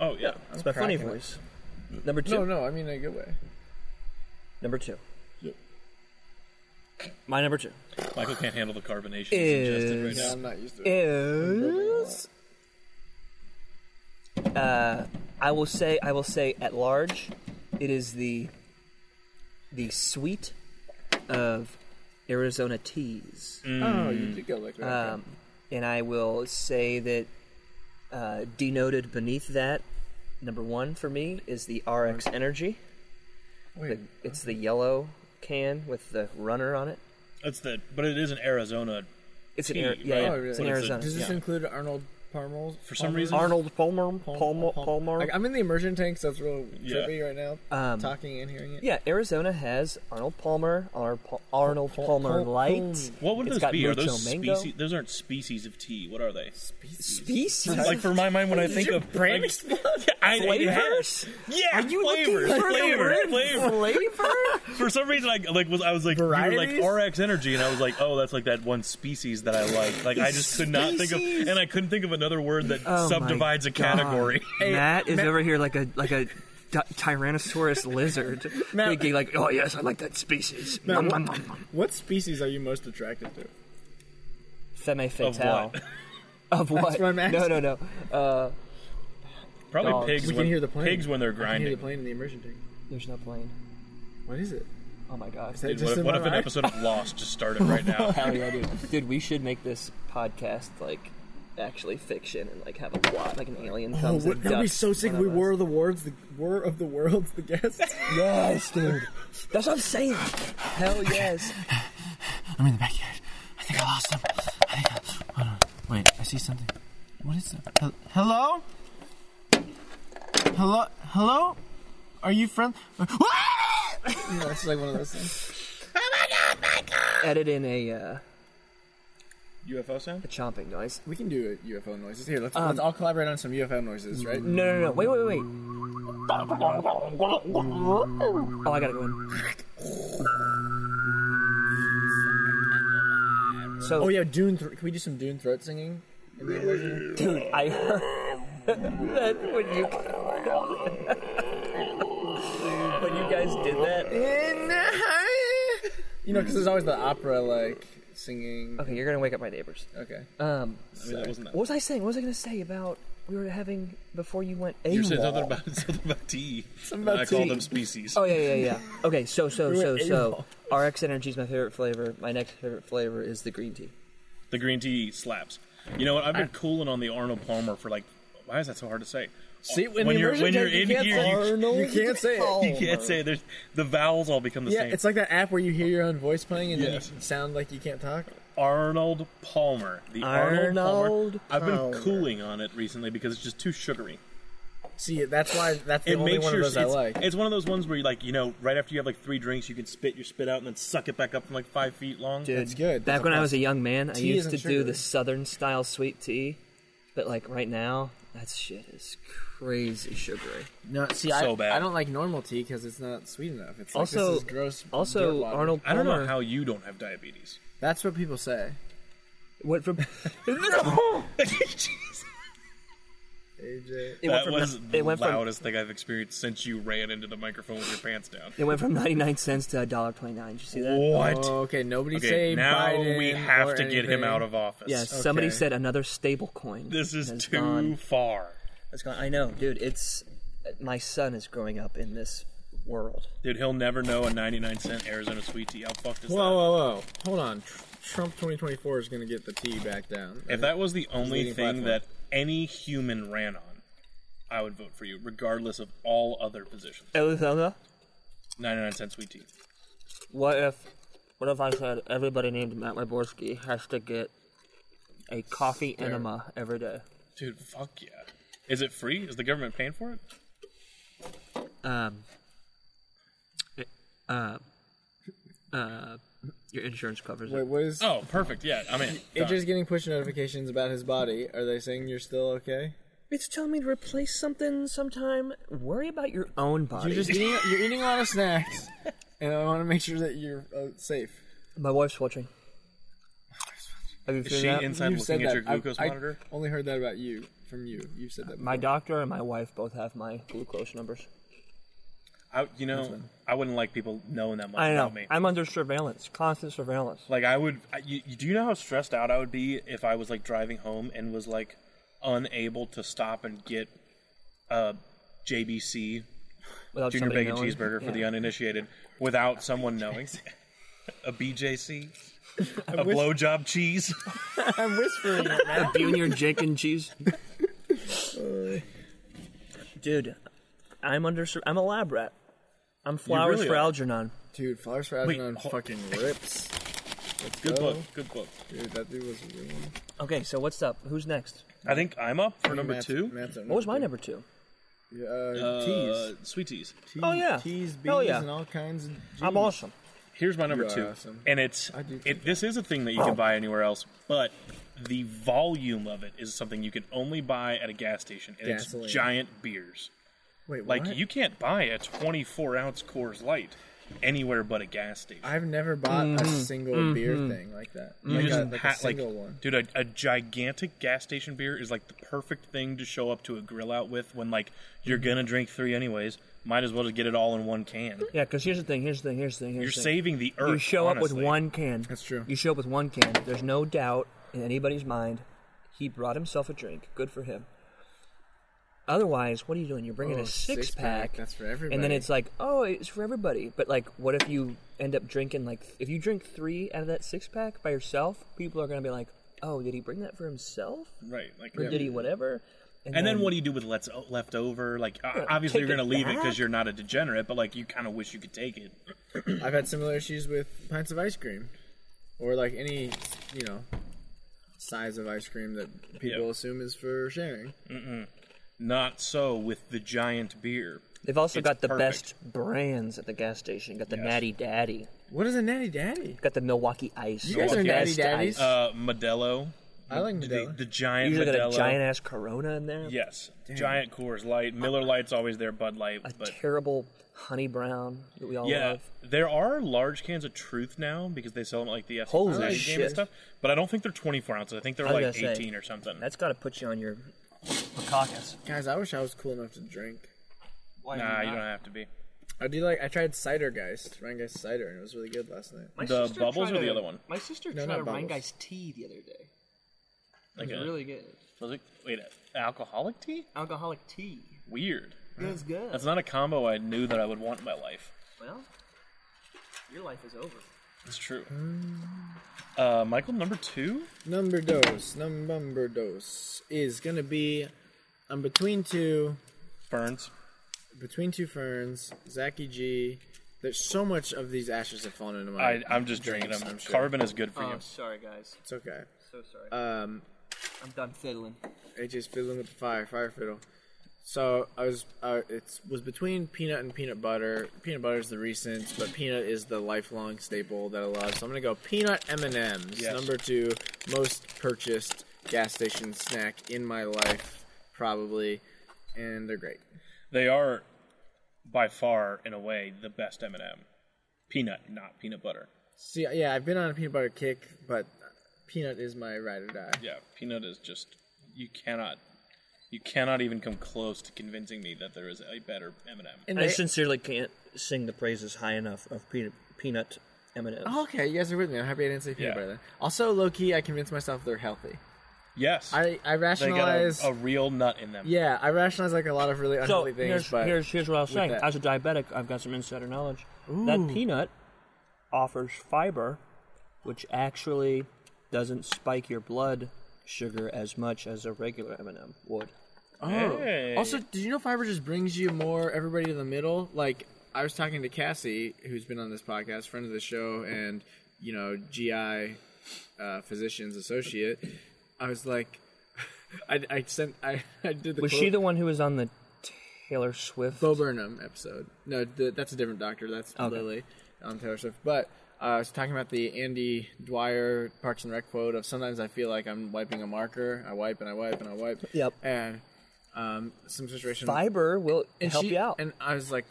[SPEAKER 3] oh yeah.
[SPEAKER 1] I'm
[SPEAKER 2] It's my funny
[SPEAKER 1] cracking up.
[SPEAKER 2] voice. Number two.
[SPEAKER 1] No, no, I mean in a good way.
[SPEAKER 2] Number two. My number two
[SPEAKER 3] Michael can't handle the carbonation
[SPEAKER 2] Is-
[SPEAKER 3] suggested right
[SPEAKER 1] Yeah,
[SPEAKER 3] now.
[SPEAKER 1] I'm not used to it.
[SPEAKER 2] is. Uh, I will say, I will say, at large, it is the the suite of Arizona teas.
[SPEAKER 1] Oh, you did go liquid. okay.
[SPEAKER 2] Um, and I will say that uh, denoted beneath that, number one for me is the RX Energy.
[SPEAKER 1] Wait,
[SPEAKER 2] It's the yellow can with the runner on it.
[SPEAKER 3] That's the but it is in Arizona.
[SPEAKER 2] It's an
[SPEAKER 3] Tea,
[SPEAKER 2] Ari- yeah,
[SPEAKER 3] right?
[SPEAKER 2] yeah,
[SPEAKER 1] Oh, really?
[SPEAKER 2] it's in
[SPEAKER 3] But it's a-
[SPEAKER 2] Arizona.
[SPEAKER 1] does this
[SPEAKER 3] yeah.
[SPEAKER 1] include Arnold Palmer?
[SPEAKER 3] For some reason-
[SPEAKER 2] Arnold Palmer, Palmer, Palmer.
[SPEAKER 1] Like, I'm in the immersion tank, so it's real
[SPEAKER 3] Yeah.
[SPEAKER 1] trippy right now.
[SPEAKER 2] Um,
[SPEAKER 1] talking and hearing it.
[SPEAKER 2] yeah, Arizona has Arnold Palmer, Ar- Pa- Arnold
[SPEAKER 1] Pal-
[SPEAKER 2] Palmer
[SPEAKER 1] Pal-
[SPEAKER 2] Light.
[SPEAKER 3] What would
[SPEAKER 2] It's
[SPEAKER 3] those
[SPEAKER 2] got
[SPEAKER 3] be? Are
[SPEAKER 2] mucho
[SPEAKER 3] those
[SPEAKER 2] mango.
[SPEAKER 3] species? Those aren't species of tea. What are they?
[SPEAKER 2] Species.
[SPEAKER 3] like for my mind when I think of
[SPEAKER 1] brain
[SPEAKER 3] like, yeah, I,
[SPEAKER 2] Flavors?
[SPEAKER 3] Yeah,
[SPEAKER 2] Are you
[SPEAKER 3] flavors,
[SPEAKER 2] looking for
[SPEAKER 3] flavor,
[SPEAKER 2] the word
[SPEAKER 3] flavor.
[SPEAKER 2] flavor?
[SPEAKER 3] For some reason, I like was I was like you were like
[SPEAKER 1] Varieties?
[SPEAKER 3] RX Energy, and I was like, oh, that's like that one species that I like. Like I just could not think of,
[SPEAKER 2] Species.
[SPEAKER 3] and I couldn't think of another word that
[SPEAKER 2] Oh my
[SPEAKER 3] subdivides a category.
[SPEAKER 2] God. Matt is over here like a like a ty- Tyrannosaurus lizard,
[SPEAKER 1] Matt-
[SPEAKER 2] thinking like, "Oh yes, I like that species."
[SPEAKER 1] Matt,
[SPEAKER 2] Nom,
[SPEAKER 1] what-
[SPEAKER 2] nom, nom, nom.
[SPEAKER 1] What species are you most attracted to?
[SPEAKER 2] Femme
[SPEAKER 3] Of
[SPEAKER 2] fatale.
[SPEAKER 3] what?
[SPEAKER 2] Of what?
[SPEAKER 1] what I'm
[SPEAKER 2] no,
[SPEAKER 1] asking.
[SPEAKER 2] no, no. Uh,
[SPEAKER 3] Probably
[SPEAKER 2] Dogs.
[SPEAKER 3] pigs.
[SPEAKER 1] We can
[SPEAKER 3] when,
[SPEAKER 1] hear the plane.
[SPEAKER 3] Pigs when they're
[SPEAKER 1] I can hear the
[SPEAKER 3] grinding.
[SPEAKER 1] plane in the immersion tank.
[SPEAKER 2] there's no plane.
[SPEAKER 1] What is it?
[SPEAKER 2] Oh my gosh.
[SPEAKER 1] that-
[SPEAKER 3] Dude,
[SPEAKER 1] Just
[SPEAKER 3] what if,
[SPEAKER 1] in
[SPEAKER 3] what
[SPEAKER 1] my
[SPEAKER 3] if an
[SPEAKER 1] mind.
[SPEAKER 3] episode of Lost just started right now?
[SPEAKER 2] Hell yeah, dude. Dude, we should make this podcast like actually fiction and like have a plot, like an alien
[SPEAKER 1] Oh,
[SPEAKER 2] comes.
[SPEAKER 1] what,
[SPEAKER 2] and
[SPEAKER 1] that'd be
[SPEAKER 2] ducks
[SPEAKER 1] so sick.
[SPEAKER 2] one
[SPEAKER 1] if We
[SPEAKER 2] of
[SPEAKER 1] War
[SPEAKER 2] us.
[SPEAKER 1] of the Worlds, the War of the Worlds, the guests.
[SPEAKER 2] Yes, dude. That's what I'm saying. Hell yes.
[SPEAKER 6] I'm in the backyard. I think I lost him. I think I... Hold on. Wait, I see something. What is that? Hel- Hello? Hello? Hello? Are you friend?
[SPEAKER 1] you know, it's like one of those things.
[SPEAKER 2] Edit in a uh,
[SPEAKER 3] UFO sound?
[SPEAKER 2] a chomping noise.
[SPEAKER 1] We can do it, UFO noises. Here, let's,
[SPEAKER 6] Um,
[SPEAKER 1] let's all collaborate on some UFO noises, right?
[SPEAKER 2] No, no, no. Wait, wait, wait, wait.
[SPEAKER 6] Mm.
[SPEAKER 2] Oh, I gotta go in. So,
[SPEAKER 1] Oh yeah, Dune. Th- can we do some Dune throat singing? in the immersion?
[SPEAKER 2] dude, I heard that when you when you guys did that.
[SPEAKER 1] you know, because there's always the opera like singing.
[SPEAKER 2] Okay, you're gonna wake up my neighbors.
[SPEAKER 1] Okay.
[SPEAKER 6] Uh,
[SPEAKER 2] Um,
[SPEAKER 3] I mean, that wasn't that.
[SPEAKER 2] what was I saying? What was I gonna say about we were having before you went AWOL?
[SPEAKER 3] You said something about something about tea.
[SPEAKER 1] Something about
[SPEAKER 3] and I called
[SPEAKER 1] tea.
[SPEAKER 3] them species.
[SPEAKER 2] Oh yeah, yeah, yeah. Okay, so so
[SPEAKER 1] We
[SPEAKER 2] so
[SPEAKER 1] went
[SPEAKER 2] so. RX Energy is my favorite flavor. My next favorite flavor is the green tea.
[SPEAKER 3] The green tea slaps. You know what? I've been cooling on the Arnold Palmer for like. Why is that so hard to say?
[SPEAKER 1] See, when,
[SPEAKER 3] When
[SPEAKER 1] the
[SPEAKER 3] you're-
[SPEAKER 1] immersion
[SPEAKER 3] when you're
[SPEAKER 1] tank, you
[SPEAKER 3] in
[SPEAKER 1] can't
[SPEAKER 3] here, you-
[SPEAKER 1] say- you can't say it.
[SPEAKER 3] You can't say there's the vowels all become the
[SPEAKER 1] Yeah,
[SPEAKER 3] same.
[SPEAKER 1] it's like that app where you hear your own voice playing and
[SPEAKER 3] Yes.
[SPEAKER 1] then you sound like you can't talk.
[SPEAKER 3] Arnold Palmer. The Arnold,
[SPEAKER 2] Arnold
[SPEAKER 3] Palmer. I've
[SPEAKER 1] Palmer.
[SPEAKER 3] been cooling on it recently because it's just too sugary.
[SPEAKER 1] See, that's why that's the
[SPEAKER 3] it
[SPEAKER 1] only
[SPEAKER 3] makes
[SPEAKER 1] one
[SPEAKER 3] your
[SPEAKER 1] of those I
[SPEAKER 3] it's,
[SPEAKER 1] like.
[SPEAKER 3] it's one of those ones where you like you know right after you have like three drinks you can spit your spit out and then suck it back up from like five feet long.
[SPEAKER 2] Dude,
[SPEAKER 1] That's good.
[SPEAKER 2] Back
[SPEAKER 1] That's
[SPEAKER 2] when I
[SPEAKER 1] awesome.
[SPEAKER 2] was a young man, I
[SPEAKER 1] Tea
[SPEAKER 2] used
[SPEAKER 1] isn't
[SPEAKER 2] to do the
[SPEAKER 1] sugary.
[SPEAKER 2] Southern style sweet tea, but like right now, that shit is
[SPEAKER 7] crazy sugary.
[SPEAKER 1] No, see,
[SPEAKER 3] So
[SPEAKER 1] I,
[SPEAKER 3] bad.
[SPEAKER 1] I don't like normal tea because it's not sweet enough. It's like,
[SPEAKER 2] Also-
[SPEAKER 1] this is gross. dirt
[SPEAKER 2] Also,
[SPEAKER 1] water.
[SPEAKER 2] Arnold
[SPEAKER 3] I
[SPEAKER 2] Palmer.
[SPEAKER 3] don't know how you don't have diabetes.
[SPEAKER 1] That's what people say.
[SPEAKER 2] went from
[SPEAKER 1] AJ.
[SPEAKER 2] it went
[SPEAKER 3] That
[SPEAKER 2] from,
[SPEAKER 3] was
[SPEAKER 2] ni-
[SPEAKER 3] the
[SPEAKER 2] it went from
[SPEAKER 3] loudest thing I've experienced since you ran into the microphone with your pants down.
[SPEAKER 2] it went from ninety nine cents to a dollar twenty nine. Did you see that?
[SPEAKER 3] What?
[SPEAKER 1] Oh, okay, nobody
[SPEAKER 3] Okay,
[SPEAKER 1] say
[SPEAKER 3] now
[SPEAKER 1] Biden
[SPEAKER 3] we have
[SPEAKER 1] or
[SPEAKER 3] to get him
[SPEAKER 1] anything.
[SPEAKER 3] out of office.
[SPEAKER 2] Yes, somebody
[SPEAKER 1] Okay.
[SPEAKER 2] said another stable coin.
[SPEAKER 3] This is
[SPEAKER 2] has
[SPEAKER 3] too
[SPEAKER 2] gone.
[SPEAKER 3] far.
[SPEAKER 7] It's gone. I know, dude. It's my son is growing up in this world.
[SPEAKER 3] Dude, he'll never know a 99 cent Arizona sweet tea. How fucked is
[SPEAKER 1] Whoa, whoa, whoa! Hold on. Tr- Trump 2024 is going to get the tea back down.
[SPEAKER 3] that? If that was the only
[SPEAKER 1] leading
[SPEAKER 3] thing
[SPEAKER 1] platform.
[SPEAKER 3] that any human ran on, I would vote for you, regardless of all other positions.
[SPEAKER 2] Arizona.
[SPEAKER 3] 99 cent sweet tea.
[SPEAKER 2] What if? What if I said everybody named Matt Wyborski has to get a coffee enema every day?
[SPEAKER 3] Dude, fuck yeah. Is it free? Is the government paying for it?
[SPEAKER 2] Um. Uh. Uh. Your insurance covers
[SPEAKER 1] Wait,
[SPEAKER 2] it.
[SPEAKER 1] what is?
[SPEAKER 3] Oh, perfect. Yeah, I'm in.
[SPEAKER 1] AJ's getting push notifications about his body. Are they saying you're still okay?
[SPEAKER 2] It's telling me to replace something sometime. Worry about your own body.
[SPEAKER 1] You're just eating. You're eating a lot of snacks, and I want to make sure that you're uh, safe.
[SPEAKER 2] My wife's watching. Have you
[SPEAKER 3] Is
[SPEAKER 2] seen
[SPEAKER 3] she
[SPEAKER 2] that?
[SPEAKER 3] inside
[SPEAKER 1] You've said
[SPEAKER 3] looking at your
[SPEAKER 1] that. I-
[SPEAKER 3] glucose
[SPEAKER 1] I,
[SPEAKER 3] monitor?
[SPEAKER 1] only heard that about you from you. You've said that.
[SPEAKER 2] my doctor and my wife both have my glucose numbers.
[SPEAKER 3] I, you know, I wouldn't like people knowing that much
[SPEAKER 2] I know.
[SPEAKER 3] about me.
[SPEAKER 2] I'm under surveillance, constant surveillance.
[SPEAKER 3] Like I would. I, you, you- do you know how stressed out I would be if I was like driving home and was like unable to stop and get uh, JBC
[SPEAKER 2] Without
[SPEAKER 3] Junior
[SPEAKER 2] somebody
[SPEAKER 3] Bacon
[SPEAKER 2] knowing.
[SPEAKER 3] Cheeseburger for
[SPEAKER 2] Yeah.
[SPEAKER 3] the uninitiated without someone knowing? a BJC, a
[SPEAKER 1] wish-
[SPEAKER 3] blowjob cheese.
[SPEAKER 1] I'm whispering.
[SPEAKER 2] Junior Jenkins cheese. Dude, I'm under. sur- I'm a lab rat. I'm flowers
[SPEAKER 3] really
[SPEAKER 2] for
[SPEAKER 3] are.
[SPEAKER 2] Algernon.
[SPEAKER 1] Dude, Flowers for
[SPEAKER 3] Wait,
[SPEAKER 1] Algernon
[SPEAKER 3] hold-
[SPEAKER 1] fucking rips.
[SPEAKER 3] Good
[SPEAKER 1] go.
[SPEAKER 3] book. Good book.
[SPEAKER 1] Dude, that dude was a good one.
[SPEAKER 2] Okay, so what's up? Who's next?
[SPEAKER 3] I think I'm up for number
[SPEAKER 1] Matt's-
[SPEAKER 3] two.
[SPEAKER 1] Matt's at
[SPEAKER 2] What was my
[SPEAKER 1] two.
[SPEAKER 2] number two?
[SPEAKER 1] Yeah,
[SPEAKER 3] Uh,
[SPEAKER 1] Uh, teas.
[SPEAKER 3] sweet teas.
[SPEAKER 1] Tea-
[SPEAKER 2] oh, yeah.
[SPEAKER 1] Teas, bees,
[SPEAKER 2] Hell yeah.
[SPEAKER 1] and all kinds of.
[SPEAKER 2] I'm
[SPEAKER 1] G's.
[SPEAKER 2] awesome.
[SPEAKER 3] Here's my number
[SPEAKER 1] You are
[SPEAKER 3] two,
[SPEAKER 1] awesome.
[SPEAKER 3] and it's
[SPEAKER 1] I do think
[SPEAKER 3] it, this is a thing that you can buy anywhere else, but the volume of it is something you can only buy at a gas station, and
[SPEAKER 1] Gasoline.
[SPEAKER 3] it's giant beers.
[SPEAKER 1] Wait,
[SPEAKER 3] Like
[SPEAKER 1] what?
[SPEAKER 3] you can't buy a 24 ounce Coors Light anywhere but a gas station.
[SPEAKER 1] I've never bought a
[SPEAKER 2] Mm-hmm.
[SPEAKER 1] single beer thing like that.
[SPEAKER 3] You
[SPEAKER 1] Like,
[SPEAKER 3] just
[SPEAKER 1] a, like
[SPEAKER 3] ha-
[SPEAKER 1] a single one.
[SPEAKER 3] dude, a, a gigantic gas station beer is like the perfect thing to show up to a grill out with when like you're
[SPEAKER 1] Mm-hmm.
[SPEAKER 3] gonna drink three anyways. Might as well just get it all in one can.
[SPEAKER 2] Yeah, because here's the thing. Here's the thing. Here's the thing.
[SPEAKER 3] You're
[SPEAKER 2] Here's the thing.
[SPEAKER 3] saving the earth.
[SPEAKER 2] You show up with
[SPEAKER 3] honestly.
[SPEAKER 2] one can.
[SPEAKER 1] That's true.
[SPEAKER 2] You show up with one can. There's no doubt in anybody's mind. He brought himself a drink. Good for him. Otherwise, what are you doing? You're bringing
[SPEAKER 1] Oh,
[SPEAKER 2] a six,
[SPEAKER 1] six-pack, that's for
[SPEAKER 2] And then
[SPEAKER 1] everybody.
[SPEAKER 2] it's like, oh, it's for everybody. But like, what if you end up drinking like, if you drink three out of that six pack by yourself, people are gonna be like, oh, did he bring that for himself?
[SPEAKER 3] right. Like
[SPEAKER 2] Or did he whatever?
[SPEAKER 3] And then what do you do with let's left over? Like o- obviously
[SPEAKER 2] Um, take
[SPEAKER 3] you're gonna
[SPEAKER 2] it
[SPEAKER 3] leave it
[SPEAKER 2] back.
[SPEAKER 3] because you're not a degenerate, but like you kind of wish you could take it.
[SPEAKER 1] I've had similar issues with pints of ice cream, or like any, you know, size of ice cream that people
[SPEAKER 3] Yeah.
[SPEAKER 1] assume is for sharing.
[SPEAKER 3] Not so with the giant beer.
[SPEAKER 2] They've also
[SPEAKER 3] It's
[SPEAKER 2] got the
[SPEAKER 3] perfect.
[SPEAKER 2] best brands at the gas station. Got the Natty Daddy.
[SPEAKER 1] What is a natty daddy?
[SPEAKER 2] Got the Milwaukee Ice.
[SPEAKER 1] You guys
[SPEAKER 3] are
[SPEAKER 2] The
[SPEAKER 1] Natty
[SPEAKER 2] best
[SPEAKER 1] Daddies?
[SPEAKER 2] ice.
[SPEAKER 3] Uh, Modelo,
[SPEAKER 1] I like
[SPEAKER 3] the,
[SPEAKER 1] Modelo.
[SPEAKER 3] the giant
[SPEAKER 2] usually got
[SPEAKER 3] Modelo.
[SPEAKER 2] a giant ass Corona in there.
[SPEAKER 3] yes, giant Coors Light. Miller Light's always there. Bud Light,
[SPEAKER 2] A
[SPEAKER 3] but
[SPEAKER 2] terrible honey brown that we all
[SPEAKER 3] yeah,
[SPEAKER 2] love.
[SPEAKER 3] there are large cans of Truth now because they sell them at, like the
[SPEAKER 2] Holy
[SPEAKER 3] Holy game
[SPEAKER 2] shit.
[SPEAKER 3] and stuff. But I don't think they're 24 ounces. I think they're
[SPEAKER 2] I was
[SPEAKER 3] like
[SPEAKER 2] gonna say,
[SPEAKER 3] 18 or something.
[SPEAKER 2] That's got to put you on your caucus.
[SPEAKER 1] Guys, I wish I was cool enough to drink.
[SPEAKER 3] nah, you don't have to be.
[SPEAKER 1] I do like. I tried cider, guys. Rheingeist cider, and it was really good last night.
[SPEAKER 3] The bubbles or the other one?
[SPEAKER 2] My sister
[SPEAKER 1] No, tried not a bubbles. Rheingeist
[SPEAKER 2] tea the other day.
[SPEAKER 3] Like a,
[SPEAKER 2] good.
[SPEAKER 3] was it, wait, alcoholic tea?
[SPEAKER 2] Alcoholic tea.
[SPEAKER 3] Weird.
[SPEAKER 2] It was good.
[SPEAKER 3] That's not a combo I knew that I would want in my life.
[SPEAKER 2] well, your life is over.
[SPEAKER 3] It's true. Uh, Michael, number two.
[SPEAKER 1] Number dose, num- number dose is gonna be. I'm between two,
[SPEAKER 3] Burns.
[SPEAKER 1] between two ferns. Zachy G. There's so much of these ashes that fallen into my.
[SPEAKER 3] I, I'm Uh-huh. just drinking them.
[SPEAKER 1] Drinks, I'm sure.
[SPEAKER 3] Carbon is good for you.
[SPEAKER 2] Oh, sorry, guys.
[SPEAKER 1] It's okay.
[SPEAKER 2] So sorry.
[SPEAKER 1] Um,
[SPEAKER 2] I'm done fiddling.
[SPEAKER 1] AJ's fiddling with the fire, fire fiddle. So I was, uh, it was between peanut and peanut butter. Peanut butter is the recent, but peanut is the lifelong staple that I love. So I'm gonna go peanut M and M's,
[SPEAKER 3] Yes.
[SPEAKER 1] number two most purchased gas station snack in my life, probably. and they're great.
[SPEAKER 3] They are by far, in a way, the best M and m Peanut, not peanut butter.
[SPEAKER 1] See, yeah, I've been on a peanut butter kick, but peanut is my ride or die.
[SPEAKER 3] Yeah, peanut is just you cannot, you cannot even come close to convincing me that there is a better M and m
[SPEAKER 1] And
[SPEAKER 2] I
[SPEAKER 1] they-
[SPEAKER 2] sincerely can't sing the praises high enough of peanut peanut M&Ms.
[SPEAKER 1] okay, you guys are with me. I'm happy I didn't say peanut
[SPEAKER 3] Yeah.
[SPEAKER 1] butter then. Also, low key, I convinced myself they're healthy.
[SPEAKER 3] Yes,
[SPEAKER 1] I I
[SPEAKER 3] they got
[SPEAKER 1] rationalize.
[SPEAKER 3] a, a real nut in them.
[SPEAKER 1] yeah, I rationalize like a lot of really
[SPEAKER 4] So
[SPEAKER 1] unhealthy things,
[SPEAKER 4] here's,
[SPEAKER 1] but
[SPEAKER 4] here's here's what I was saying.
[SPEAKER 1] that-
[SPEAKER 4] As a diabetic, I've got some insider knowledge. That peanut offers fiber, which actually doesn't spike your blood sugar as much as a regular M&M would.
[SPEAKER 1] Oh.
[SPEAKER 3] Hey.
[SPEAKER 1] Also, did you know fiber just brings you more everybody to the middle? Like I was talking to Cassie, who's been on this podcast, friend of the show, and you know GI uh, physician's associate. I was like, I, I sent, I, I did the
[SPEAKER 4] Was
[SPEAKER 1] quote-
[SPEAKER 4] she the one who was on the Taylor Swift?
[SPEAKER 1] Bo Burnham episode. No, th that's a different doctor. That's Lily on Taylor Swift. But uh, I was talking about the Andy Dwyer Parks and Rec quote of sometimes I feel like I'm wiping a marker. I wipe and I wipe and I wipe.
[SPEAKER 4] Yep.
[SPEAKER 1] And um, some situation
[SPEAKER 4] Fiber will
[SPEAKER 1] and
[SPEAKER 4] help
[SPEAKER 1] she-
[SPEAKER 4] you out.
[SPEAKER 1] And I was like,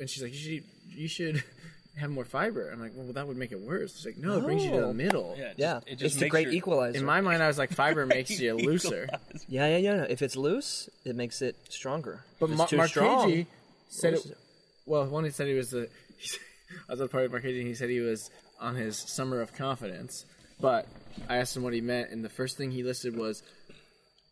[SPEAKER 1] and she's like, you should, you should have more fiber. I'm like, well, that would make it worse. She's like, no, it brings you to
[SPEAKER 4] Oh.
[SPEAKER 1] the middle.
[SPEAKER 3] Yeah, it just-
[SPEAKER 4] yeah,
[SPEAKER 3] it just
[SPEAKER 4] it's the
[SPEAKER 3] makes
[SPEAKER 4] great
[SPEAKER 3] your-
[SPEAKER 4] equalizer.
[SPEAKER 1] In my mind, I was like, fiber makes you looser.
[SPEAKER 2] Yeah, yeah, yeah. no. If it's loose, it makes it stronger.
[SPEAKER 1] But
[SPEAKER 2] if it's
[SPEAKER 1] Ma-
[SPEAKER 2] too
[SPEAKER 1] Mark
[SPEAKER 2] strong,
[SPEAKER 1] Cagey said
[SPEAKER 2] loses
[SPEAKER 1] it. Well, one he said he was the. He said, I was at a party with Mark Cagey, and he said he was on his summer of confidence. But I asked him what he meant, and the first thing he listed was,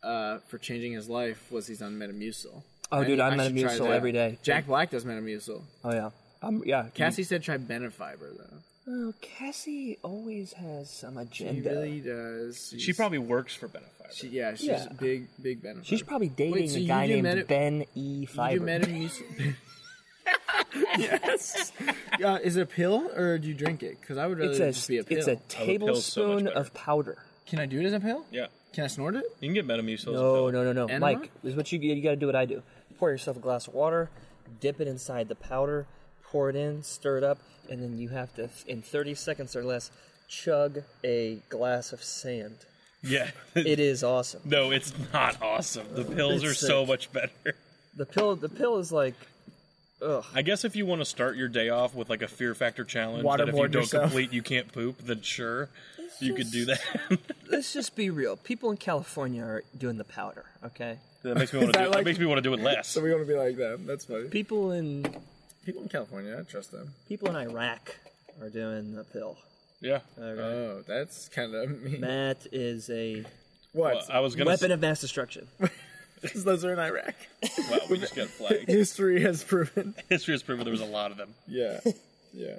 [SPEAKER 1] uh, for changing his life, was he's on Metamucil.
[SPEAKER 4] Oh,
[SPEAKER 1] I
[SPEAKER 4] dude,
[SPEAKER 1] need-
[SPEAKER 4] I'm
[SPEAKER 1] I should try
[SPEAKER 4] Metamucil
[SPEAKER 1] that.
[SPEAKER 4] every day.
[SPEAKER 1] Jack Black does Metamucil.
[SPEAKER 4] oh yeah, um, yeah.
[SPEAKER 1] Cassie said try Benefiber though.
[SPEAKER 4] Oh, Cassie always has some
[SPEAKER 1] He
[SPEAKER 4] agenda.
[SPEAKER 1] really does.
[SPEAKER 3] She
[SPEAKER 1] She's-
[SPEAKER 3] probably works for Benefiber.
[SPEAKER 1] She, yeah, she's
[SPEAKER 4] Yeah.
[SPEAKER 1] big, big Benefiber.
[SPEAKER 4] She's probably dating
[SPEAKER 1] Wait, so
[SPEAKER 4] a
[SPEAKER 1] you
[SPEAKER 4] guy
[SPEAKER 1] do
[SPEAKER 4] named
[SPEAKER 1] meta-
[SPEAKER 4] Ben E. Fiber.
[SPEAKER 1] You do Metamucil. yes. Uh, is it a pill or do you drink it? Because I would rather
[SPEAKER 4] it's
[SPEAKER 1] it just
[SPEAKER 4] a
[SPEAKER 1] be a pill. Oh,
[SPEAKER 4] it's a
[SPEAKER 3] pill's so much
[SPEAKER 4] tablespoon
[SPEAKER 3] better.
[SPEAKER 4] of powder.
[SPEAKER 1] Can I do it as a pill?
[SPEAKER 3] yeah,
[SPEAKER 1] Can I snort it?
[SPEAKER 3] you can get Metamucil.
[SPEAKER 2] No, no, no, no.
[SPEAKER 1] Enema?
[SPEAKER 2] Mike, this is what you you got to do. What I do: pour yourself a glass of water, dip it inside the powder, pour it in, stir it up, and then you have to, in 30 seconds or less, chug a glass of sand.
[SPEAKER 3] Yeah.
[SPEAKER 2] It is awesome.
[SPEAKER 3] no, it's not awesome. The pills are
[SPEAKER 2] It's
[SPEAKER 3] so
[SPEAKER 2] sick.
[SPEAKER 3] much better.
[SPEAKER 2] The pill, the pill is like, ugh.
[SPEAKER 3] I guess if you want to start your day off with like a fear factor challenge that if you
[SPEAKER 1] Waterboard
[SPEAKER 3] don't
[SPEAKER 1] yourself.
[SPEAKER 3] complete you can't poop, then sure, you could do that.
[SPEAKER 2] Let's just be real. People in California are doing the powder. Okay.
[SPEAKER 3] that makes me want to
[SPEAKER 1] that
[SPEAKER 3] do.
[SPEAKER 1] like-
[SPEAKER 3] that makes me want to do it less.
[SPEAKER 1] we want to be like that. That's funny.
[SPEAKER 2] People in
[SPEAKER 1] People in California, I trust them.
[SPEAKER 2] people in Iraq are doing the pill.
[SPEAKER 3] yeah.
[SPEAKER 1] Oh, that's kind of mean.
[SPEAKER 2] That is a
[SPEAKER 3] Well,
[SPEAKER 1] What?
[SPEAKER 3] I was gonna.
[SPEAKER 2] weapon of mass destruction.
[SPEAKER 1] Because those are in Iraq.
[SPEAKER 3] s- wow, we just got flagged.
[SPEAKER 1] History has proven.
[SPEAKER 3] History has proven there was a lot of them.
[SPEAKER 1] Yeah. Yeah.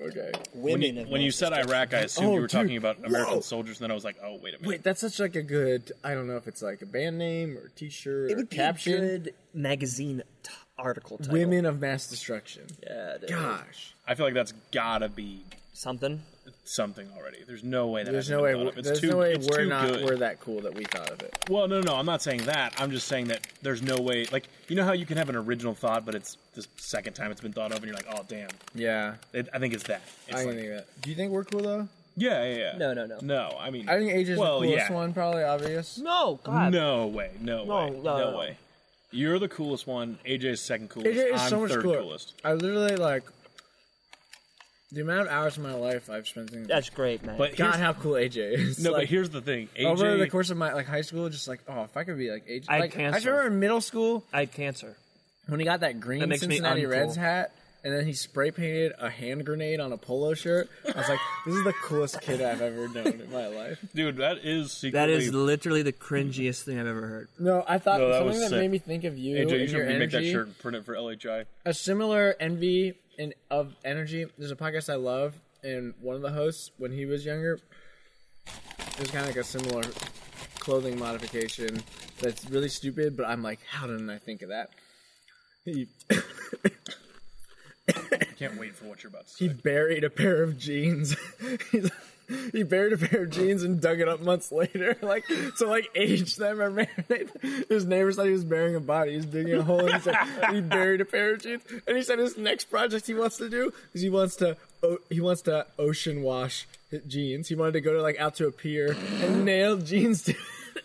[SPEAKER 1] Okay.
[SPEAKER 2] Women
[SPEAKER 3] When you,
[SPEAKER 2] of
[SPEAKER 3] when you
[SPEAKER 2] mass
[SPEAKER 3] said Iraq, I assumed
[SPEAKER 1] Oh,
[SPEAKER 3] you were talking
[SPEAKER 1] dude.
[SPEAKER 3] about American
[SPEAKER 1] Whoa.
[SPEAKER 3] soldiers, and then I was like, oh wait a minute.
[SPEAKER 1] Wait, that's such like a good. I don't know if it's like a band name or T-shirt
[SPEAKER 2] It
[SPEAKER 1] or
[SPEAKER 2] would be
[SPEAKER 1] caption.
[SPEAKER 2] a good magazine t- article title.
[SPEAKER 1] Women of mass destruction.
[SPEAKER 2] Yeah, dude.
[SPEAKER 1] Gosh,
[SPEAKER 3] I feel like that's gotta be
[SPEAKER 2] Something.
[SPEAKER 3] something already. There's no way that
[SPEAKER 1] there's
[SPEAKER 3] hasn't
[SPEAKER 1] no way.
[SPEAKER 3] been thought of. It's
[SPEAKER 1] There's
[SPEAKER 3] too,
[SPEAKER 1] no way
[SPEAKER 3] it's
[SPEAKER 1] we're
[SPEAKER 3] too
[SPEAKER 1] not
[SPEAKER 3] good.
[SPEAKER 1] we're that cool that we thought of it.
[SPEAKER 3] Well, no, no, I'm not saying that. I'm just saying that there's no way. Like, you know how you can have an original thought, but it's the second time it's been thought of, and you're like, oh, damn.
[SPEAKER 1] Yeah,
[SPEAKER 3] It, I think it's that. It's
[SPEAKER 1] I
[SPEAKER 3] like-
[SPEAKER 1] think that. Do you think we're cool though?
[SPEAKER 3] yeah, yeah, yeah.
[SPEAKER 2] No, no, no.
[SPEAKER 3] No, I mean,
[SPEAKER 1] I think Asia's
[SPEAKER 3] well,
[SPEAKER 1] the coolest
[SPEAKER 3] yeah.
[SPEAKER 1] one, probably obvious.
[SPEAKER 2] No, God.
[SPEAKER 3] No way, no,
[SPEAKER 2] No,
[SPEAKER 3] way,
[SPEAKER 2] no,
[SPEAKER 3] no,
[SPEAKER 2] no.
[SPEAKER 3] way. You're the coolest one. AJ's second coolest.
[SPEAKER 1] AJ is
[SPEAKER 3] I'm
[SPEAKER 1] so much
[SPEAKER 3] third
[SPEAKER 1] cooler.
[SPEAKER 3] coolest.
[SPEAKER 1] I literally like the amount of hours of my life I've spent. Thinking,
[SPEAKER 2] That's great, man.
[SPEAKER 3] But
[SPEAKER 1] God,
[SPEAKER 3] here's-
[SPEAKER 1] how cool AJ is.
[SPEAKER 3] no, but
[SPEAKER 1] Like,
[SPEAKER 3] here's the thing. AJ,
[SPEAKER 1] over the course of my like high school, just like oh, if I could be like AJ.
[SPEAKER 4] I had
[SPEAKER 1] like, I
[SPEAKER 4] cancer.
[SPEAKER 1] remember in middle school
[SPEAKER 4] I had cancer.
[SPEAKER 1] when he got that green
[SPEAKER 4] That makes me
[SPEAKER 1] Cincinnati
[SPEAKER 4] uncool.
[SPEAKER 1] Reds hat. And then he spray painted a hand grenade on a polo shirt. I was like, "This is the coolest kid I've ever known in my life."
[SPEAKER 3] dude, that is
[SPEAKER 4] That
[SPEAKER 3] secretly.
[SPEAKER 4] is literally the cringiest thing I've ever heard.
[SPEAKER 1] No, I thought
[SPEAKER 3] No, that was
[SPEAKER 1] something that
[SPEAKER 3] sick.
[SPEAKER 1] made me think of you
[SPEAKER 3] AJ, you
[SPEAKER 1] and
[SPEAKER 3] should
[SPEAKER 1] your
[SPEAKER 3] remake that
[SPEAKER 1] energy.
[SPEAKER 3] shirt and print it for LHI.
[SPEAKER 1] A similar envy and of energy. There's a podcast I love, and one of the hosts, when he was younger, it was kind of like a similar clothing modification that's really stupid. But I'm like, how didn't I think of that? He
[SPEAKER 3] I can't wait for what you're about to
[SPEAKER 1] he
[SPEAKER 3] say.
[SPEAKER 1] buried a pair of jeans. He's- he buried a pair of jeans and dug it up months later, like to like age them or marinate. them. His neighbors thought he was burying a body. He's digging a hole. And he said he buried a pair of jeans, and he said his next project he wants to do is he wants to o he wants to ocean wash his jeans. He wanted to go to like out to a pier and nail jeans to.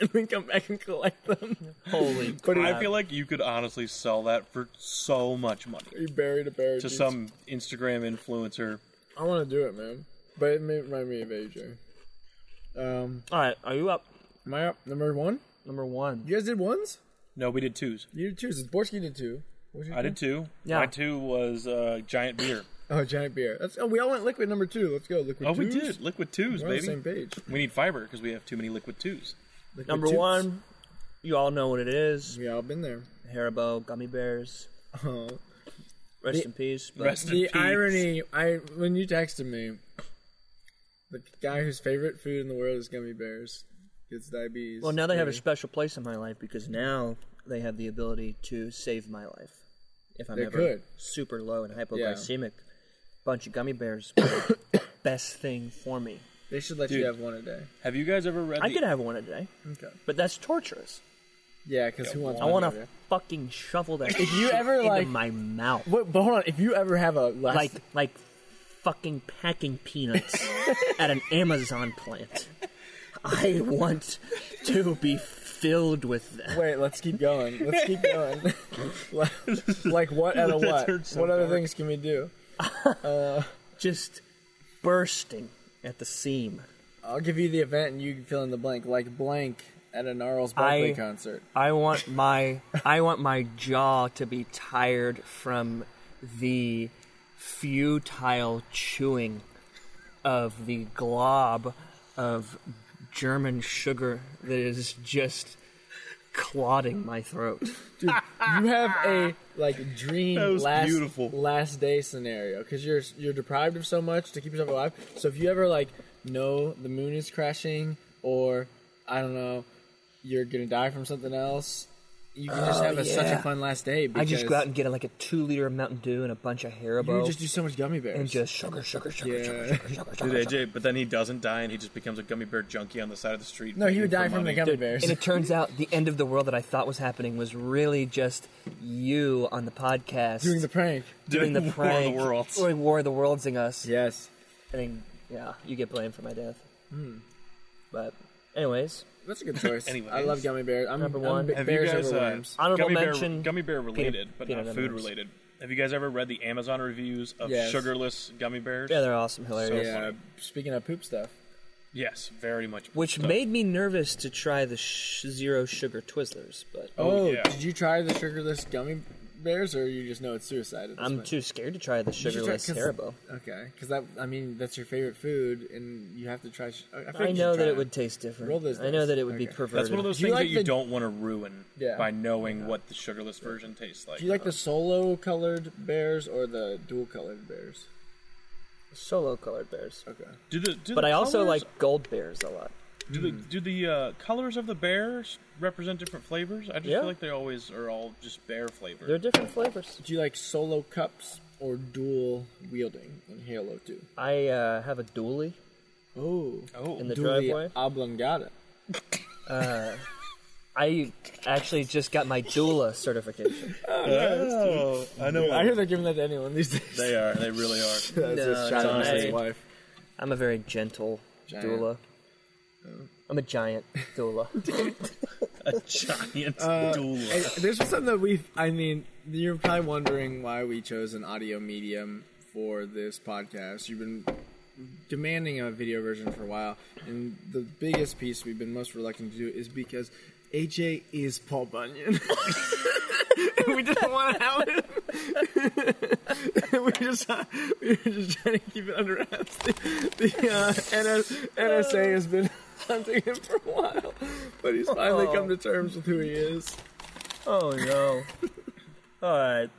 [SPEAKER 1] and then come back and collect them.
[SPEAKER 2] Holy
[SPEAKER 1] But
[SPEAKER 3] I
[SPEAKER 1] he,
[SPEAKER 3] feel like you could honestly sell that for so much money
[SPEAKER 1] he buried a bear.
[SPEAKER 3] to
[SPEAKER 1] dude.
[SPEAKER 3] some Instagram influencer.
[SPEAKER 1] I want to do it, man. But it may remind me of AJ. Um,
[SPEAKER 2] All right, are you up?
[SPEAKER 1] am I up? Number one?
[SPEAKER 2] Number one.
[SPEAKER 1] You guys did ones?
[SPEAKER 3] No, we did twos.
[SPEAKER 1] You did two. Borski did two. What'd you
[SPEAKER 3] I did two.
[SPEAKER 2] Yeah.
[SPEAKER 3] My two was uh, giant beer.
[SPEAKER 1] Oh, giant beer. That's oh, we all went liquid number two. Let's go liquid.
[SPEAKER 3] Oh, we
[SPEAKER 1] twos.
[SPEAKER 3] did liquid twos,
[SPEAKER 1] We're on the same
[SPEAKER 3] baby.
[SPEAKER 1] page.
[SPEAKER 3] We need fiber because we have too many liquid twos.
[SPEAKER 1] Liquid
[SPEAKER 2] Number
[SPEAKER 1] twos.
[SPEAKER 2] one. You all know what it is.
[SPEAKER 1] We all been there.
[SPEAKER 2] Haribo gummy bears.
[SPEAKER 1] Uh,
[SPEAKER 2] Rest in peace. but-
[SPEAKER 3] Rest in
[SPEAKER 1] the
[SPEAKER 3] peace.
[SPEAKER 1] irony, I when you texted me, the guy whose favorite food in the world is gummy bears gets diabetes.
[SPEAKER 2] Well, now they have a special place in my life because now they have the ability to save my life. If I'm
[SPEAKER 1] They
[SPEAKER 8] ever
[SPEAKER 1] could.
[SPEAKER 8] super low and hypoglycemic.
[SPEAKER 2] hypoglycemic, bunch of gummy bears, best thing for me.
[SPEAKER 1] They should let
[SPEAKER 3] Dude.
[SPEAKER 1] you have one a day.
[SPEAKER 3] Have you guys ever read?
[SPEAKER 2] I
[SPEAKER 3] the-
[SPEAKER 2] could have one a day,
[SPEAKER 1] Okay.
[SPEAKER 2] but that's torturous.
[SPEAKER 1] Yeah, because who wants?
[SPEAKER 2] I
[SPEAKER 1] one
[SPEAKER 2] want
[SPEAKER 1] a day?
[SPEAKER 2] to fucking shovel that
[SPEAKER 1] If you
[SPEAKER 2] shit
[SPEAKER 1] ever,
[SPEAKER 2] into
[SPEAKER 1] like-
[SPEAKER 2] my mouth,
[SPEAKER 1] Wait, but hold on. If you ever have a last,
[SPEAKER 2] like like fucking packing peanuts at an Amazon plant. I want to be filled with them.
[SPEAKER 1] wait, let's keep going. Let's keep going. like what out of
[SPEAKER 3] That
[SPEAKER 1] what?
[SPEAKER 3] turned so
[SPEAKER 1] what other
[SPEAKER 3] dark.
[SPEAKER 1] things can we do?
[SPEAKER 2] Just bursting at the seam.
[SPEAKER 1] I'll give you the event, and you can fill in the blank. Like blank at a Gnarls Barkley
[SPEAKER 2] I-
[SPEAKER 1] concert.
[SPEAKER 2] I want my I want my jaw to be tired from the futile chewing of the glob of German sugar that is just clotting my throat.
[SPEAKER 1] Dude, you have a like dream
[SPEAKER 3] That was
[SPEAKER 1] last
[SPEAKER 3] beautiful.
[SPEAKER 1] last day scenario because you're you're deprived of so much to keep yourself alive. So if you ever like know the moon is crashing or I don't know you're gonna die from something else, you can just have a, such a
[SPEAKER 2] Oh, yeah.
[SPEAKER 1] fun last day.
[SPEAKER 2] I
[SPEAKER 1] Because
[SPEAKER 2] just go out and get like a two liter of Mountain Dew and a bunch of Haribo
[SPEAKER 1] you just do so much gummy bears.
[SPEAKER 2] and just sugar, sugar, sugar, sugar,
[SPEAKER 1] Yeah.
[SPEAKER 2] sugar, sugar,
[SPEAKER 3] Dude,
[SPEAKER 2] sugar, sugar.
[SPEAKER 3] AJ, but then he doesn't die, and he just becomes a gummy bear junkie on the side of the street.
[SPEAKER 1] no, you
[SPEAKER 3] begging
[SPEAKER 1] would die
[SPEAKER 3] for
[SPEAKER 1] from the
[SPEAKER 3] money.
[SPEAKER 1] gummy bears.
[SPEAKER 2] And it turns out the end of the world that I thought was happening was really just you on the podcast
[SPEAKER 1] Doing the prank,
[SPEAKER 2] doing the
[SPEAKER 3] War of the
[SPEAKER 2] prank,
[SPEAKER 3] Worlds.
[SPEAKER 2] doing War of the Worlds in us.
[SPEAKER 1] yes,
[SPEAKER 2] I think, yeah, you get blamed for my death.
[SPEAKER 1] Hmm.
[SPEAKER 2] But, anyways,
[SPEAKER 1] that's a good choice.
[SPEAKER 3] Anyways.
[SPEAKER 1] I love gummy bears. I'm
[SPEAKER 2] Number
[SPEAKER 1] I'm
[SPEAKER 2] one.
[SPEAKER 1] big
[SPEAKER 3] Have you
[SPEAKER 1] bears
[SPEAKER 3] guys
[SPEAKER 1] over
[SPEAKER 3] uh,
[SPEAKER 1] worms.
[SPEAKER 2] Honorable
[SPEAKER 3] gummy bear,
[SPEAKER 2] mention,
[SPEAKER 3] gummy bear related, but
[SPEAKER 2] peanut
[SPEAKER 3] not
[SPEAKER 2] M&Ms.
[SPEAKER 3] food related? Have you guys ever read the Amazon reviews of
[SPEAKER 1] Yes.
[SPEAKER 3] sugarless gummy bears?
[SPEAKER 2] yeah, they're awesome, hilarious.
[SPEAKER 1] Yeah, speaking of poop stuff,
[SPEAKER 3] Yes, very much.
[SPEAKER 2] Which
[SPEAKER 3] so.
[SPEAKER 2] made me nervous to try the sh- zero sugar Twizzlers, but
[SPEAKER 1] Oh,
[SPEAKER 3] yeah.
[SPEAKER 1] did you try the sugarless gummy bears, or you just know it's suicide? At this
[SPEAKER 2] I'm
[SPEAKER 1] point?
[SPEAKER 2] too scared to try the
[SPEAKER 1] You should try-
[SPEAKER 2] sugarless
[SPEAKER 1] 'cause-
[SPEAKER 2] Haribo.
[SPEAKER 1] Okay, because that I mean that's your favorite food, and you have to try. sh- I, feel like
[SPEAKER 2] I
[SPEAKER 1] you should
[SPEAKER 2] know that
[SPEAKER 1] try
[SPEAKER 2] it would taste different.
[SPEAKER 1] Roll those
[SPEAKER 2] I know
[SPEAKER 1] dice.
[SPEAKER 2] that it would be
[SPEAKER 1] Okay.
[SPEAKER 2] perverted.
[SPEAKER 3] That's one of those
[SPEAKER 1] Do you
[SPEAKER 3] things
[SPEAKER 1] like
[SPEAKER 3] that you
[SPEAKER 1] the-
[SPEAKER 3] don't want to ruin
[SPEAKER 1] Yeah.
[SPEAKER 3] by knowing what the sugarless version tastes like.
[SPEAKER 1] Do you like the solo colored bears or the dual colored bears?
[SPEAKER 2] solo colored bears.
[SPEAKER 1] Okay,
[SPEAKER 3] do the, do
[SPEAKER 2] But
[SPEAKER 3] the
[SPEAKER 2] I also
[SPEAKER 3] colors-
[SPEAKER 2] like gold bears a lot.
[SPEAKER 3] Do the
[SPEAKER 1] Hmm.
[SPEAKER 3] do the uh, colors of the bears represent different flavors? I just
[SPEAKER 2] Yeah.
[SPEAKER 3] feel like they always are all just bear flavored.
[SPEAKER 2] They're different flavors.
[SPEAKER 1] do you like solo cups or dual wielding in Halo Two?
[SPEAKER 2] I uh, have a dually
[SPEAKER 1] Oh,
[SPEAKER 3] oh,
[SPEAKER 2] in the
[SPEAKER 1] dually
[SPEAKER 2] driveway.
[SPEAKER 1] oblongata.
[SPEAKER 2] I actually just got my doula certification.
[SPEAKER 3] oh, I know.
[SPEAKER 1] I hear they're giving that to anyone these days.
[SPEAKER 3] They are. They really are.
[SPEAKER 1] That's just
[SPEAKER 2] it's
[SPEAKER 1] shot on his
[SPEAKER 2] honestly-
[SPEAKER 1] wife.
[SPEAKER 2] I'm a very gentle
[SPEAKER 1] Giant.
[SPEAKER 2] doula. I'm a giant doula.
[SPEAKER 3] a giant doula.
[SPEAKER 1] And There's just something that we. I mean, you're probably wondering why we chose an audio medium for this podcast. You've been demanding a video version for a while, and the biggest piece we've been most reluctant to do is because AJ is Paul Bunyan. And we didn't want to out him. we just we were just trying to keep it under wraps. The, the uh, NS, NSA has been hunting him for a while, but he's finally
[SPEAKER 2] Oh.
[SPEAKER 1] come to terms with who he is.
[SPEAKER 2] oh no. All right.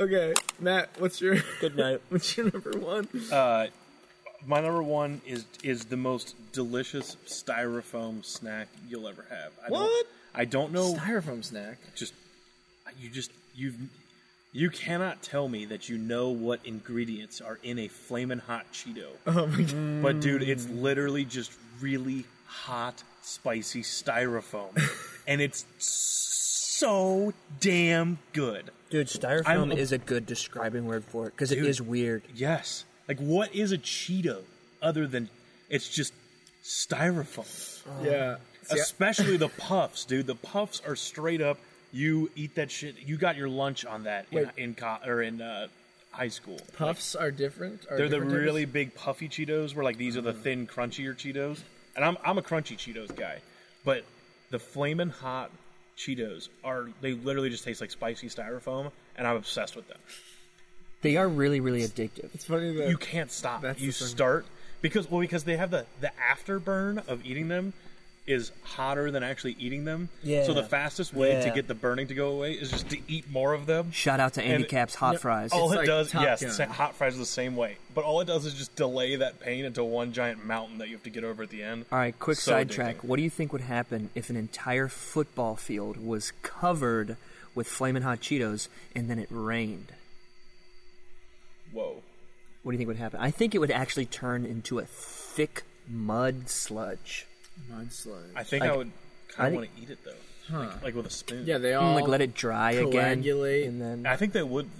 [SPEAKER 1] Okay, Matt, what's your
[SPEAKER 2] Good night.
[SPEAKER 1] what's your number one?
[SPEAKER 3] Uh, my number one is is the most delicious styrofoam snack you'll ever have. I
[SPEAKER 1] What?
[SPEAKER 3] Don't, I don't know.
[SPEAKER 1] Styrofoam snack.
[SPEAKER 3] just you just you've you cannot tell me that you know what ingredients are in a flamin' hot Cheeto.
[SPEAKER 1] Oh my god.
[SPEAKER 3] But dude, it's literally just really hot, spicy styrofoam, and it's so damn good.
[SPEAKER 2] Dude, styrofoam
[SPEAKER 3] I'm a-
[SPEAKER 2] is a good describing word for it because it
[SPEAKER 3] Dude.
[SPEAKER 2] is weird.
[SPEAKER 3] Yes. Like,
[SPEAKER 1] Oh,
[SPEAKER 3] what is a Cheeto other than it's just styrofoam?
[SPEAKER 1] Yeah.
[SPEAKER 3] Especially the puffs, dude. The puffs are straight up. You eat that shit. You got your lunch on that in,
[SPEAKER 1] Wait.
[SPEAKER 3] in co- or in uh, high school.
[SPEAKER 1] Puffs are different. Are
[SPEAKER 3] They're the
[SPEAKER 1] different types?
[SPEAKER 3] really big puffy Cheetos. Where like these are the
[SPEAKER 1] Mm-hmm.
[SPEAKER 3] thin, crunchier Cheetos. And I'm I'm a crunchy Cheetos guy, but the flamin' hot Cheetos are they literally just taste like spicy styrofoam, and I'm obsessed with them.
[SPEAKER 4] They are really, really addictive.
[SPEAKER 1] It's funny that
[SPEAKER 3] you can't stop.
[SPEAKER 1] that's
[SPEAKER 3] You
[SPEAKER 1] the thing.
[SPEAKER 3] start because well because they have the the afterburn of eating them is hotter than actually eating them.
[SPEAKER 2] Yeah.
[SPEAKER 3] So the fastest way to
[SPEAKER 2] Yeah.
[SPEAKER 3] get the burning to go away is just to eat more of them.
[SPEAKER 4] Shout out to Andy
[SPEAKER 3] And-
[SPEAKER 4] Cap's hot fries.
[SPEAKER 2] oh,
[SPEAKER 3] all
[SPEAKER 1] It's
[SPEAKER 3] it
[SPEAKER 1] like
[SPEAKER 3] does,
[SPEAKER 1] Top
[SPEAKER 3] yes,
[SPEAKER 1] Gun.
[SPEAKER 3] sa- hot fries are the same way. But all it does is just delay that pain into one giant mountain that you have to get over at the end.
[SPEAKER 4] All right, quick
[SPEAKER 3] So
[SPEAKER 4] sidetrack.
[SPEAKER 3] addicting.
[SPEAKER 4] What do you think would happen if an entire football field was covered with flaming hot Cheetos and then it rained?
[SPEAKER 3] Whoa.
[SPEAKER 4] What do you think would happen? I think it would actually turn into a thick mud sludge.
[SPEAKER 1] mudslide.
[SPEAKER 3] I think
[SPEAKER 4] Like,
[SPEAKER 3] I would kind
[SPEAKER 4] I
[SPEAKER 3] of
[SPEAKER 4] think-
[SPEAKER 3] want to eat it though, like, like with a spoon.
[SPEAKER 1] yeah, they
[SPEAKER 2] Oh,
[SPEAKER 1] all
[SPEAKER 4] Mm, like let it dry
[SPEAKER 1] coagulate.
[SPEAKER 4] again, and then
[SPEAKER 3] I think they would.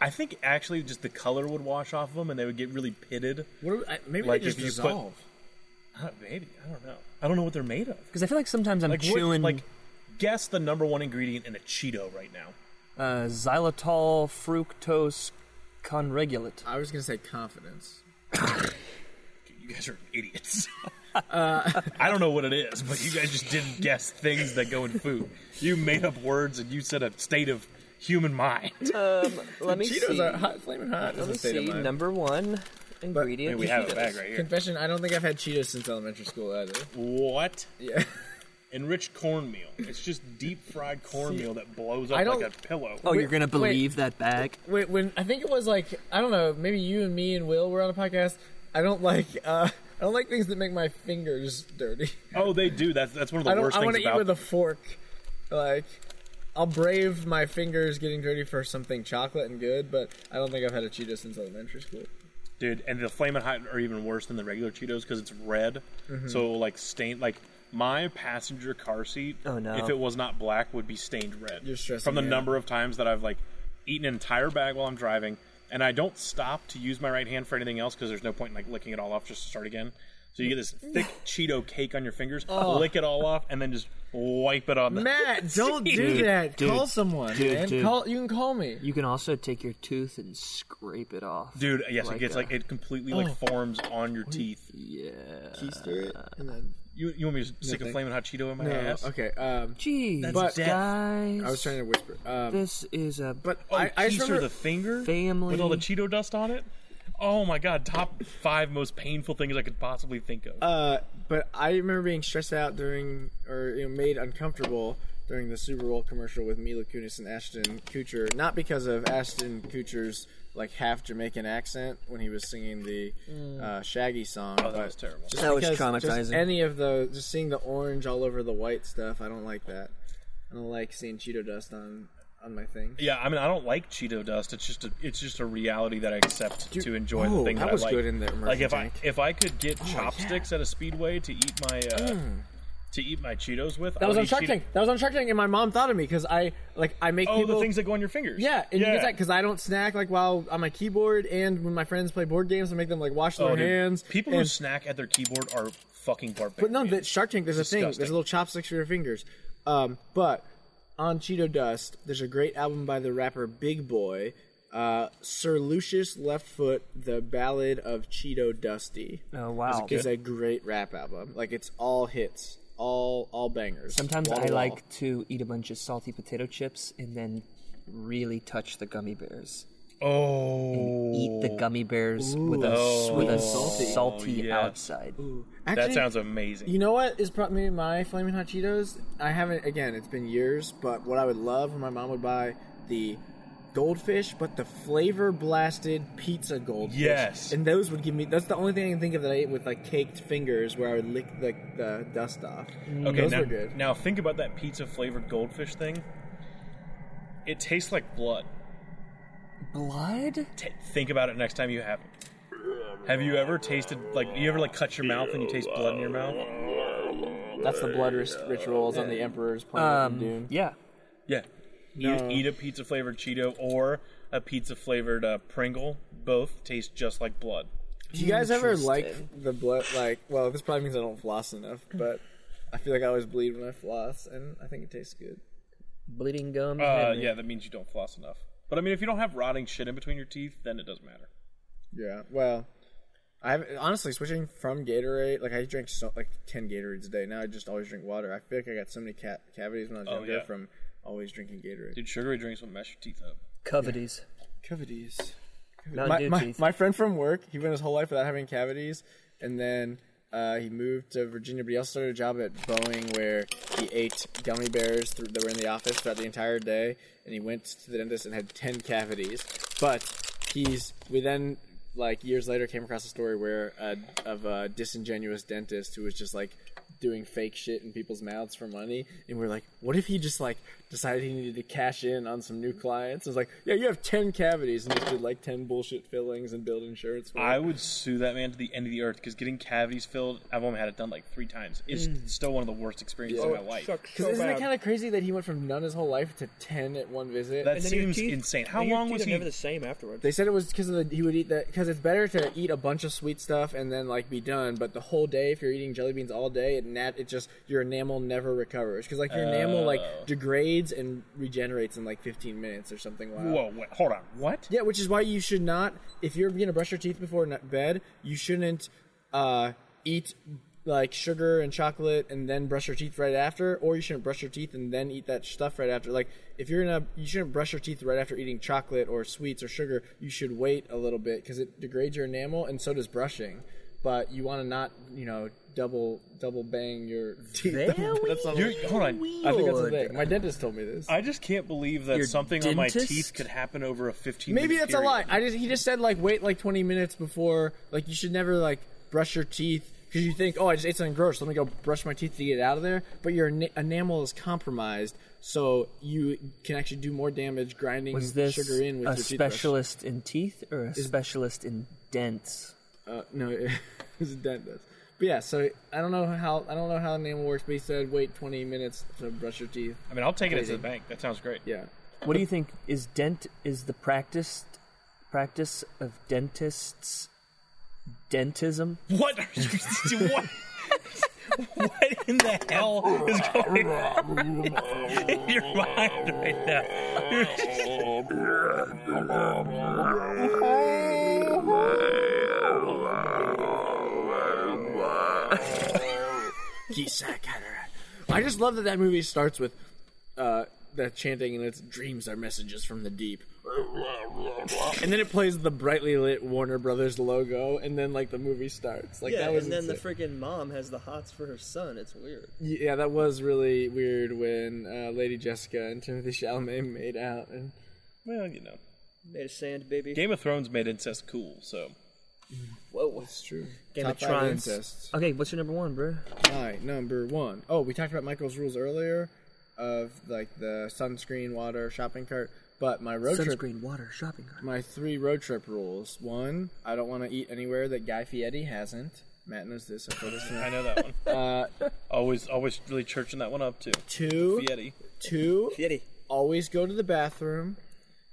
[SPEAKER 3] I think actually just the color would wash off of them, and they would get really pitted.
[SPEAKER 1] What do we- I- maybe
[SPEAKER 3] Like
[SPEAKER 1] they just
[SPEAKER 3] if you put-
[SPEAKER 1] dissolve.
[SPEAKER 3] Uh, maybe I don't know. I don't know what they're made of.
[SPEAKER 4] because I feel like sometimes I'm
[SPEAKER 3] Like
[SPEAKER 4] chewing
[SPEAKER 3] what, like guess the number one ingredient in a Cheeto right now.
[SPEAKER 4] uh, xylitol fructose conregulate.
[SPEAKER 1] I was gonna say confidence.
[SPEAKER 3] You guys are idiots. Uh, I don't know what it is, but you guys just didn't guess things that go in food. You made up words and you said a state of human mind.
[SPEAKER 2] Let me
[SPEAKER 1] Cheetos
[SPEAKER 2] see.
[SPEAKER 1] are hot, flaming hot.
[SPEAKER 2] Let me see. Number one ingredient.
[SPEAKER 3] we have it back right here.
[SPEAKER 1] Confession: I don't think I've had Cheetos since elementary school either.
[SPEAKER 3] What?
[SPEAKER 1] Yeah,
[SPEAKER 3] Enriched cornmeal. It's just deep fried cornmeal that blows
[SPEAKER 1] I
[SPEAKER 3] up
[SPEAKER 1] don't-
[SPEAKER 3] like a pillow.
[SPEAKER 4] Oh,
[SPEAKER 1] Wait,
[SPEAKER 4] you're gonna
[SPEAKER 1] wait.
[SPEAKER 4] believe that bag?
[SPEAKER 1] Wait, when I think it was like I don't know, maybe you and me and Will were on a podcast. I don't like uh, I don't like things that make my fingers dirty.
[SPEAKER 3] Oh, they do. That's that's one of the
[SPEAKER 1] I don't.
[SPEAKER 3] worst
[SPEAKER 1] I want
[SPEAKER 3] things
[SPEAKER 1] to eat
[SPEAKER 3] about
[SPEAKER 1] with a fork. Like I'll brave my fingers getting dirty for something chocolate and good, but I don't think I've had a Cheeto since elementary school.
[SPEAKER 3] dude. And the flamin' hot are even worse than the regular Cheetos because it's red,
[SPEAKER 1] Mm-hmm.
[SPEAKER 3] so it will, like stain. Like my passenger car seat,
[SPEAKER 4] Oh, no.
[SPEAKER 3] if it was not black, would be stained red.
[SPEAKER 1] You're stressing
[SPEAKER 3] from the
[SPEAKER 1] me out.
[SPEAKER 3] number of times that I've like eaten an entire bag while I'm driving, and I don't stop to use my right hand for anything else because there's no point in like licking it all off just to start again. So you get this thick Cheeto cake on your fingers, lick it all off, and then just wipe it on the.
[SPEAKER 1] Oh. Matt, don't do
[SPEAKER 4] Dude,
[SPEAKER 1] that.
[SPEAKER 4] dude,
[SPEAKER 1] call someone,
[SPEAKER 4] dude,
[SPEAKER 1] man.
[SPEAKER 4] dude.
[SPEAKER 1] Call you can call me.
[SPEAKER 4] You can also take your tooth and scrape it off.
[SPEAKER 3] Dude, yes, it
[SPEAKER 4] Like,
[SPEAKER 3] gets
[SPEAKER 4] uh,
[SPEAKER 3] like it completely like
[SPEAKER 1] Oh.
[SPEAKER 3] forms on your teeth.
[SPEAKER 4] Yeah.
[SPEAKER 1] Keister it and then
[SPEAKER 3] You, you want me to stick a
[SPEAKER 1] thank-
[SPEAKER 3] flaming hot Cheeto in my
[SPEAKER 1] no,
[SPEAKER 3] ass?
[SPEAKER 1] okay. Um,
[SPEAKER 4] Jeez,
[SPEAKER 1] But- death.
[SPEAKER 4] guys.
[SPEAKER 1] I was trying to whisper. Um,
[SPEAKER 4] This is a
[SPEAKER 1] but
[SPEAKER 3] Oh,
[SPEAKER 1] I, I just
[SPEAKER 3] Keith or
[SPEAKER 1] remember
[SPEAKER 3] the finger
[SPEAKER 4] family.
[SPEAKER 3] with all the Cheeto dust on it. Oh my god! Top five most painful things I could possibly think of.
[SPEAKER 1] Uh, but I remember being stressed out during, or you know, made uncomfortable during the Super Bowl commercial with Mila Kunis and Ashton Kutcher. Not because of Ashton Kutcher's like half Jamaican accent when he was singing the uh, Shaggy song.
[SPEAKER 3] Mm. oh, that
[SPEAKER 1] but
[SPEAKER 3] was terrible.
[SPEAKER 1] just
[SPEAKER 4] That was
[SPEAKER 1] because- just
[SPEAKER 4] traumatizing.
[SPEAKER 1] any of the just seeing the orange all over the white stuff, I don't like that. I don't like seeing Cheeto dust on on my thing.
[SPEAKER 3] Yeah, I mean, I don't like Cheeto dust. It's just a, it's just a reality that I accept to enjoy
[SPEAKER 1] oh,
[SPEAKER 3] the thing
[SPEAKER 1] that
[SPEAKER 3] that,
[SPEAKER 1] was
[SPEAKER 3] I like.
[SPEAKER 1] good in the
[SPEAKER 3] like
[SPEAKER 1] immersion
[SPEAKER 3] if
[SPEAKER 1] tank. Oh,
[SPEAKER 3] I if I could get chopsticks at a speedway to eat my uh, to eat my Cheetos with,
[SPEAKER 1] Mm. That was on Shark Tank. That was on Shark Tank, and my mom thought of me because I like I make
[SPEAKER 3] Oh,
[SPEAKER 1] people
[SPEAKER 3] the things that go on your fingers.
[SPEAKER 1] Yeah, and
[SPEAKER 3] yeah.
[SPEAKER 1] you get that because I don't snack like while on my keyboard, and when my friends play board games, I make them like wash their
[SPEAKER 3] Oh, dude.
[SPEAKER 1] hands.
[SPEAKER 3] People
[SPEAKER 1] and,
[SPEAKER 3] who snack at their keyboard are fucking barbarians.
[SPEAKER 1] but no, that Shark Tank. There's a thing. There's
[SPEAKER 3] Disgusting.
[SPEAKER 1] a little chopsticks for your fingers. Um, but on Cheeto Dust, there's a great album by the rapper Big Boy, uh, Sir Lucius Leftfoot, the Ballad of Cheeto Dusty.
[SPEAKER 4] Oh wow.
[SPEAKER 1] Is a great rap album. Like it's all hits, all all bangers.
[SPEAKER 4] Sometimes
[SPEAKER 1] Wall
[SPEAKER 4] I
[SPEAKER 1] to wall.
[SPEAKER 4] like to eat a bunch of salty potato chips and then really touch the gummy bears.
[SPEAKER 3] oh,
[SPEAKER 4] Eat the gummy bears with a with a salty,
[SPEAKER 3] yeah.
[SPEAKER 4] outside.
[SPEAKER 3] that
[SPEAKER 1] Actually,
[SPEAKER 3] sounds amazing.
[SPEAKER 1] You know what is probably my flaming hot Cheetos? I haven't. Again, it's been years, but what I would love when my mom would buy the goldfish, but the flavor blasted pizza goldfish.
[SPEAKER 3] Yes.
[SPEAKER 1] and those would give me. That's the only thing I can think of that I ate with like caked fingers, where I would lick the, the dust off.
[SPEAKER 3] Okay,
[SPEAKER 1] Mm, those
[SPEAKER 3] now,
[SPEAKER 1] were good.
[SPEAKER 3] now think about that pizza flavored goldfish thing. It tastes like blood.
[SPEAKER 4] Blood?
[SPEAKER 3] T- think about it next time you have it. Have you ever tasted like you ever like cut your mouth and you taste blood in your mouth?
[SPEAKER 1] That's the blood rituals on the Emperor's planet
[SPEAKER 4] Um, yeah.
[SPEAKER 3] Yeah.
[SPEAKER 1] No.
[SPEAKER 3] Eat, eat a pizza flavored Cheeto or a pizza flavored uh, Pringle. Both taste just like blood.
[SPEAKER 1] Do you guys ever like
[SPEAKER 4] Interesting.
[SPEAKER 1] the blood? Like, well, this probably means I don't floss enough, but I feel like I always bleed when I floss, and I think it tastes good.
[SPEAKER 2] Bleeding gums.
[SPEAKER 3] Uh,
[SPEAKER 2] man.
[SPEAKER 3] yeah, that means you don't floss enough. But I mean, if you don't have rotting shit in between your teeth, then it doesn't matter.
[SPEAKER 1] Yeah. Well, I honestly switching from Gatorade. Like I drank so, like ten Gatorades a day. Now I just always drink water. I feel like I got so many ca- cavities when I was
[SPEAKER 3] Oh,
[SPEAKER 1] younger
[SPEAKER 3] yeah.
[SPEAKER 1] from always drinking Gatorade.
[SPEAKER 3] Dude, sugary drinks will mess your teeth up.
[SPEAKER 2] Covities.
[SPEAKER 1] cavities.
[SPEAKER 2] Mountain
[SPEAKER 1] My,
[SPEAKER 2] Dew
[SPEAKER 1] my,
[SPEAKER 2] teeth.
[SPEAKER 1] my friend from work, he went his whole life without having cavities, and then uh, he moved to Virginia. But he also started a job at Boeing where he ate gummy bears through, that were in the office throughout the entire day, and he went to the dentist and had ten cavities. But he's we then like years later came across a story where uh, of a disingenuous dentist who was just like doing fake shit in people's mouths for money and we're like what if he just like decided he needed to cash in on some new clients it's like yeah you have 10 cavities and just did like 10 bullshit fillings and build insurance for
[SPEAKER 3] I
[SPEAKER 1] it.
[SPEAKER 3] would sue that man to the end of the earth because getting cavities filled, I've only had it done like three times. It's
[SPEAKER 1] Mm.
[SPEAKER 3] still one of the worst experiences of my life.
[SPEAKER 1] because isn't it kind of crazy that he went from none his whole life to 10 at one visit
[SPEAKER 3] That
[SPEAKER 4] And then your
[SPEAKER 3] seems
[SPEAKER 4] teeth-
[SPEAKER 3] insane.
[SPEAKER 4] and
[SPEAKER 3] How
[SPEAKER 4] your
[SPEAKER 3] long
[SPEAKER 4] teeth
[SPEAKER 3] was
[SPEAKER 4] are
[SPEAKER 3] he?
[SPEAKER 4] Never the same afterwards.
[SPEAKER 1] They said it was because of the he would eat that because it's better to eat a bunch of sweet stuff and then like be done. But the whole day, if you're eating jelly beans all day, it nat it just your enamel never recovers because like your enamel like
[SPEAKER 3] Oh.
[SPEAKER 1] degrades and regenerates in like 15 minutes or something. Wow.
[SPEAKER 3] Whoa, wait, hold on. What?
[SPEAKER 1] Yeah, which is why you should not if you're gonna brush your teeth before n- bed, you shouldn't uh, eat like sugar and chocolate and then brush your teeth right after, or you shouldn't brush your teeth and then eat that stuff right after. Like if you're gonna, you shouldn't brush your teeth right after eating chocolate or sweets or sugar. You should wait a little bit because it degrades your enamel, and so does brushing. But you want to not, you know, double double bang your teeth. that's not
[SPEAKER 3] You're, hold on.
[SPEAKER 1] I think that's the thing. My dentist told me this.
[SPEAKER 3] I just can't believe that
[SPEAKER 2] Your
[SPEAKER 3] something on my
[SPEAKER 2] dentist?
[SPEAKER 3] teeth could happen over a 15
[SPEAKER 1] Maybe
[SPEAKER 3] minute
[SPEAKER 1] that's a
[SPEAKER 3] period.
[SPEAKER 1] lie. I just he just said like wait like twenty minutes before like you should never like brush your teeth because you think oh I just ate something gross let me go brush my teeth to get it out of there but your ena- enamel is compromised so you can actually do more damage grinding
[SPEAKER 4] Was this
[SPEAKER 1] sugar in with
[SPEAKER 4] a
[SPEAKER 1] your
[SPEAKER 4] specialist in teeth or a specialist in dents?
[SPEAKER 1] toothbrush. Uh, no, it was a dentist. But yeah, so I don't know how I don't know how enamel works, but he said wait twenty minutes to brush your teeth.
[SPEAKER 3] I mean, I'll take it to the bank. That sounds great.
[SPEAKER 1] Yeah,
[SPEAKER 4] What do you think is dent is the practiced practice of dentists dentism?
[SPEAKER 3] What are you what? what in the hell is going on in your mind right now? You're
[SPEAKER 1] Gisak cataract. I just love that that movie starts with uh, that chanting and it's dreams are messages from the deep. and then it plays the brightly lit Warner Brothers logo, and then like the movie starts. Like
[SPEAKER 2] Yeah,
[SPEAKER 1] that was
[SPEAKER 2] and then the
[SPEAKER 1] insane.
[SPEAKER 2] freaking mom has the hots for her son. It's weird.
[SPEAKER 1] yeah, that was really weird when uh, Lady Jessica and Timothy Chalamet made out. And
[SPEAKER 3] well, you know,
[SPEAKER 2] Made of sand, baby.
[SPEAKER 3] Game of Thrones made incest cool, so
[SPEAKER 2] Whoa.
[SPEAKER 1] it's true.
[SPEAKER 2] Game
[SPEAKER 1] Top
[SPEAKER 2] of
[SPEAKER 1] five
[SPEAKER 2] Thrones.
[SPEAKER 1] incests.
[SPEAKER 4] Okay, what's your number one, bro?
[SPEAKER 1] My number one. Oh, we talked about Michael's rules earlier of like the sunscreen, water, shopping cart. But my road trip
[SPEAKER 4] Sunscreen, water, shopping cart.
[SPEAKER 1] my three road trip rules. One, I don't want to eat anywhere that Guy Fieri hasn't. Matt knows this. I told this to
[SPEAKER 3] I
[SPEAKER 1] him.
[SPEAKER 3] know that one.
[SPEAKER 1] Uh,
[SPEAKER 3] always, always really churching that one up too.
[SPEAKER 1] Two,
[SPEAKER 3] Yeti.
[SPEAKER 1] two,
[SPEAKER 2] Yeti.
[SPEAKER 1] always go to the bathroom.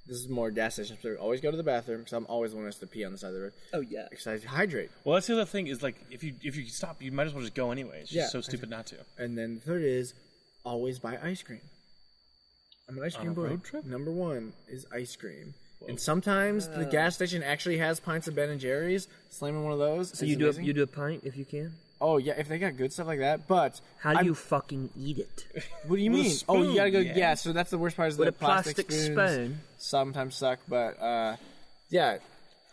[SPEAKER 1] This is more gas station specific. Always go to the bathroom because I'm always wanting us to pee on the side of the road.
[SPEAKER 2] Oh yeah.
[SPEAKER 1] Because I hydrate.
[SPEAKER 3] Well, that's the other thing is like if you if you stop, you might as well just go anyway. It's just
[SPEAKER 1] Yeah.
[SPEAKER 3] so stupid not to.
[SPEAKER 1] And then the third is always buy ice cream. I'm an ice cream
[SPEAKER 3] a
[SPEAKER 1] boy.
[SPEAKER 3] road trip?
[SPEAKER 1] Number one is ice cream. And sometimes the gas station actually has pints of Ben and Jerry's. Slamming one of those.
[SPEAKER 4] So you do a, you do a pint if you can.
[SPEAKER 1] Oh yeah, if they got good stuff like that. But
[SPEAKER 4] How do
[SPEAKER 1] I'm-
[SPEAKER 4] you fucking eat it?
[SPEAKER 1] What do you
[SPEAKER 3] With a
[SPEAKER 1] mean? oh,
[SPEAKER 3] spoon,
[SPEAKER 1] you gotta go.
[SPEAKER 3] yeah.
[SPEAKER 1] Yeah. so that's the worst part is
[SPEAKER 4] With
[SPEAKER 1] the
[SPEAKER 4] a plastic
[SPEAKER 1] spoons
[SPEAKER 4] spoon.
[SPEAKER 1] Sometimes suck, but uh, yeah.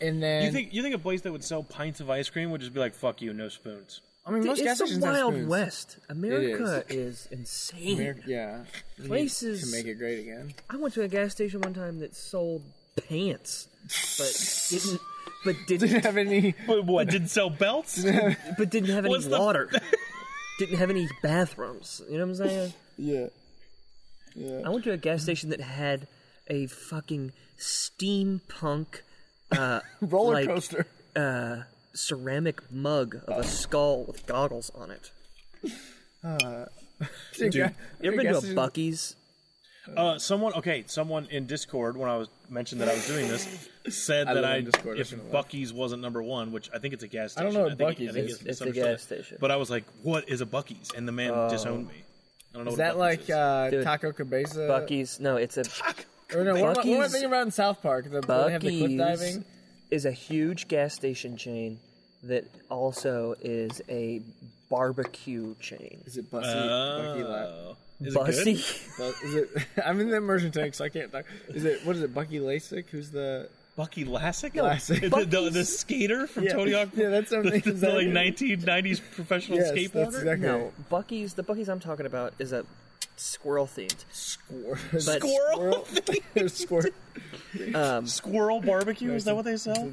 [SPEAKER 1] And then
[SPEAKER 3] You think you think a place that would sell pints of ice cream would just be like, "Fuck you, no spoons."
[SPEAKER 1] I mean most gas
[SPEAKER 4] it's the
[SPEAKER 1] stations have
[SPEAKER 4] Wild
[SPEAKER 1] spoons.
[SPEAKER 4] West. America is. insane.
[SPEAKER 1] America- yeah, We need
[SPEAKER 4] Places.
[SPEAKER 1] to make it great again.
[SPEAKER 4] I went to a gas station one time that sold pants, but didn't, but didn't,
[SPEAKER 1] Didn't have any.
[SPEAKER 3] Wait, what? Didn't sell belts? Uh,
[SPEAKER 4] but didn't have any
[SPEAKER 3] What's the-
[SPEAKER 4] water. didn't have any bathrooms. You know what I'm saying?
[SPEAKER 1] Yeah.
[SPEAKER 4] I went to a gas station that had a fucking steampunk uh,
[SPEAKER 1] Roller
[SPEAKER 4] like, uh,
[SPEAKER 1] coaster.
[SPEAKER 4] ceramic mug of a skull with goggles on it.
[SPEAKER 1] Dude,
[SPEAKER 4] You ever been to a Bucky's?
[SPEAKER 3] Uh, someone, okay, someone in Discord when I was mentioned that I was doing this said
[SPEAKER 1] I
[SPEAKER 3] that
[SPEAKER 1] live
[SPEAKER 3] I
[SPEAKER 1] in Discord, I
[SPEAKER 3] if
[SPEAKER 1] shouldn't laugh.
[SPEAKER 3] Bucky's wasn't number one, which I think it's a gas
[SPEAKER 1] I don't
[SPEAKER 3] station.
[SPEAKER 1] know what
[SPEAKER 3] think-
[SPEAKER 1] Buc-ee's
[SPEAKER 3] think
[SPEAKER 1] is.
[SPEAKER 3] it's
[SPEAKER 2] It's a
[SPEAKER 3] misunderstood.
[SPEAKER 2] gas station.
[SPEAKER 3] But I was like, "What is a Bucky's?" And the man disowned me. I don't know
[SPEAKER 1] Oh. Is
[SPEAKER 3] what
[SPEAKER 1] that
[SPEAKER 3] a Buc-ee's
[SPEAKER 1] like
[SPEAKER 3] is.
[SPEAKER 1] uh,
[SPEAKER 2] Dude.
[SPEAKER 1] Taco Cabeza?
[SPEAKER 2] Bucky's. No, it's a
[SPEAKER 1] Or no, what am, I, what am I
[SPEAKER 2] Buc-ee's-
[SPEAKER 1] thinking about in South Park? The, where they have the cliff
[SPEAKER 2] Bucky's
[SPEAKER 1] diving?
[SPEAKER 2] is a huge gas station chain that also is a barbecue chain.
[SPEAKER 1] Is it Bussy? Bucky La-
[SPEAKER 3] Oh. Is it good?
[SPEAKER 2] Bussy,
[SPEAKER 1] Bu- Uh, is it, I'm in the immersion tank, so I can't talk. Is it, what is it, Bucky Lasik? Who's the.
[SPEAKER 3] Bucky Lassick?
[SPEAKER 1] Lassick.
[SPEAKER 3] The, the, the skater from
[SPEAKER 1] Yeah.
[SPEAKER 3] Tony Hawk.
[SPEAKER 1] Yeah, that's what I'm
[SPEAKER 3] the,
[SPEAKER 1] thinking.
[SPEAKER 3] the, like 1990s professional
[SPEAKER 1] Yes,
[SPEAKER 3] skateboarder.
[SPEAKER 1] that's exactly
[SPEAKER 2] no, Bucky's. The Bucky's I'm talking about is a squirrel themed.
[SPEAKER 1] Squirrel.
[SPEAKER 2] But-
[SPEAKER 1] Squirrel. Squirrel.
[SPEAKER 3] Squirrel barbecue? Is that what they sell?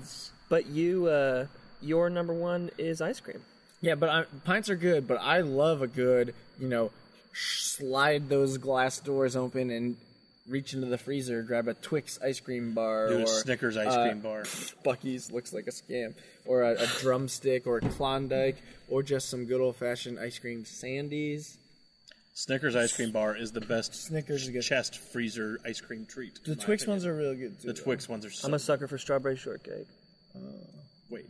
[SPEAKER 2] But you, uh, your number one is ice cream.
[SPEAKER 1] Yeah, but I, pints are good. But I love a good, you know, sh- slide those glass doors open and reach into the freezer, grab a Twix ice cream bar
[SPEAKER 3] Dude,
[SPEAKER 1] or
[SPEAKER 3] a Snickers ice
[SPEAKER 1] uh,
[SPEAKER 3] cream bar.
[SPEAKER 1] Bucky's looks like a scam, or a, a drumstick, or a Klondike, or just some good old fashioned ice cream sandies.
[SPEAKER 3] Snickers ice cream bar is the best
[SPEAKER 1] Snickers is good.
[SPEAKER 3] chest freezer ice cream treat.
[SPEAKER 1] The Twix ones are real good too.
[SPEAKER 3] The Twix ones are so.
[SPEAKER 2] I'm a sucker for strawberry shortcake.
[SPEAKER 3] Wait,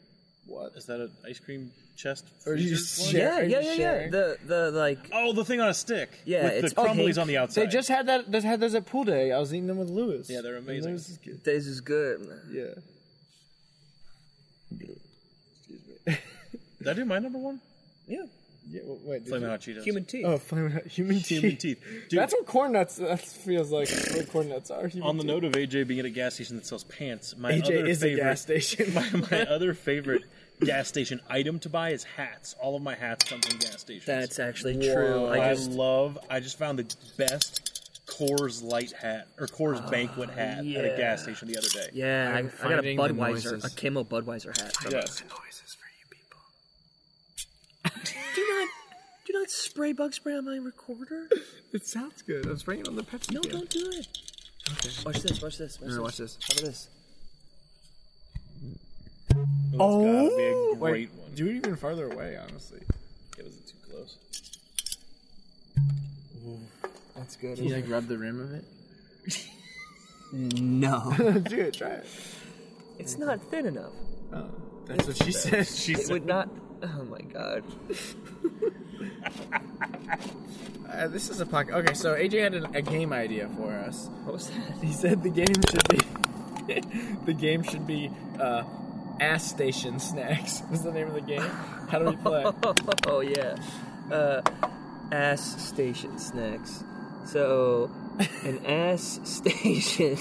[SPEAKER 1] what?
[SPEAKER 3] is that an ice cream chest?
[SPEAKER 1] Or you
[SPEAKER 3] freezer
[SPEAKER 1] just
[SPEAKER 3] one?
[SPEAKER 1] share-
[SPEAKER 2] Yeah,
[SPEAKER 1] Are you
[SPEAKER 2] yeah, yeah, yeah.
[SPEAKER 1] sharing?
[SPEAKER 2] The the like
[SPEAKER 3] Oh, the thing on a stick.
[SPEAKER 2] Yeah,
[SPEAKER 3] with
[SPEAKER 2] it's
[SPEAKER 3] the crumblies
[SPEAKER 2] pink.
[SPEAKER 3] on the outside.
[SPEAKER 1] They just had that. They had those at pool day. I was eating them with Lewis.
[SPEAKER 3] Yeah, they're
[SPEAKER 1] And
[SPEAKER 3] amazing.
[SPEAKER 1] Lewis is good.
[SPEAKER 2] this is good.
[SPEAKER 1] Yeah.
[SPEAKER 3] Did I do my number one?
[SPEAKER 2] Yeah,
[SPEAKER 1] Yeah. w- Wait. did
[SPEAKER 3] Flaming
[SPEAKER 1] you-
[SPEAKER 3] hot Cheetos.
[SPEAKER 2] human teeth.
[SPEAKER 1] Oh, flaming hot human teeth.
[SPEAKER 3] Human teeth. Dude,
[SPEAKER 1] That's what corn nuts. That feels like what corn nuts are. Human
[SPEAKER 3] on the
[SPEAKER 1] teeth.
[SPEAKER 3] note of AJ being at a gas station that sells pants, my
[SPEAKER 1] AJ
[SPEAKER 3] other
[SPEAKER 1] is a
[SPEAKER 3] favorite
[SPEAKER 1] gas station.
[SPEAKER 3] my other favorite gas station item to buy is hats. All of my hats come from gas stations.
[SPEAKER 2] That's actually true.
[SPEAKER 3] I,
[SPEAKER 2] I just
[SPEAKER 3] love. I just found the best Coors Light hat or Coors Banquet hat at
[SPEAKER 2] yeah.
[SPEAKER 3] a gas station the other day.
[SPEAKER 2] yeah, I, I
[SPEAKER 9] I'm
[SPEAKER 2] got a
[SPEAKER 9] finding the
[SPEAKER 2] Budweiser, a
[SPEAKER 9] noises.
[SPEAKER 2] Kimmel Budweiser hat. from-
[SPEAKER 3] Yes.
[SPEAKER 2] Do not do not spray bug spray on my recorder.
[SPEAKER 1] It sounds good. I'm spraying it on the Pepsi.
[SPEAKER 2] No, don't do it. Watch this. Watch this. Watch this.
[SPEAKER 1] watch this.
[SPEAKER 2] How about this?
[SPEAKER 3] Oh, it's gotta be a great one.
[SPEAKER 1] Do it even farther away, honestly.
[SPEAKER 3] It was too close.
[SPEAKER 1] That's good. you like rub the rim of it?
[SPEAKER 2] No,
[SPEAKER 1] do it. Try it.
[SPEAKER 2] it's not thin enough.
[SPEAKER 1] Oh, that's what she said. She
[SPEAKER 2] It would not. Oh my god.
[SPEAKER 1] Uh, this is a pocket. Okay, so AJ had a, a game idea for us.
[SPEAKER 2] What was that?
[SPEAKER 1] He said the game should be the game should be uh, ass station snacks. Was the name of the game? How do we play?
[SPEAKER 2] Oh yeah. Uh, ass station snacks. So, an ass station.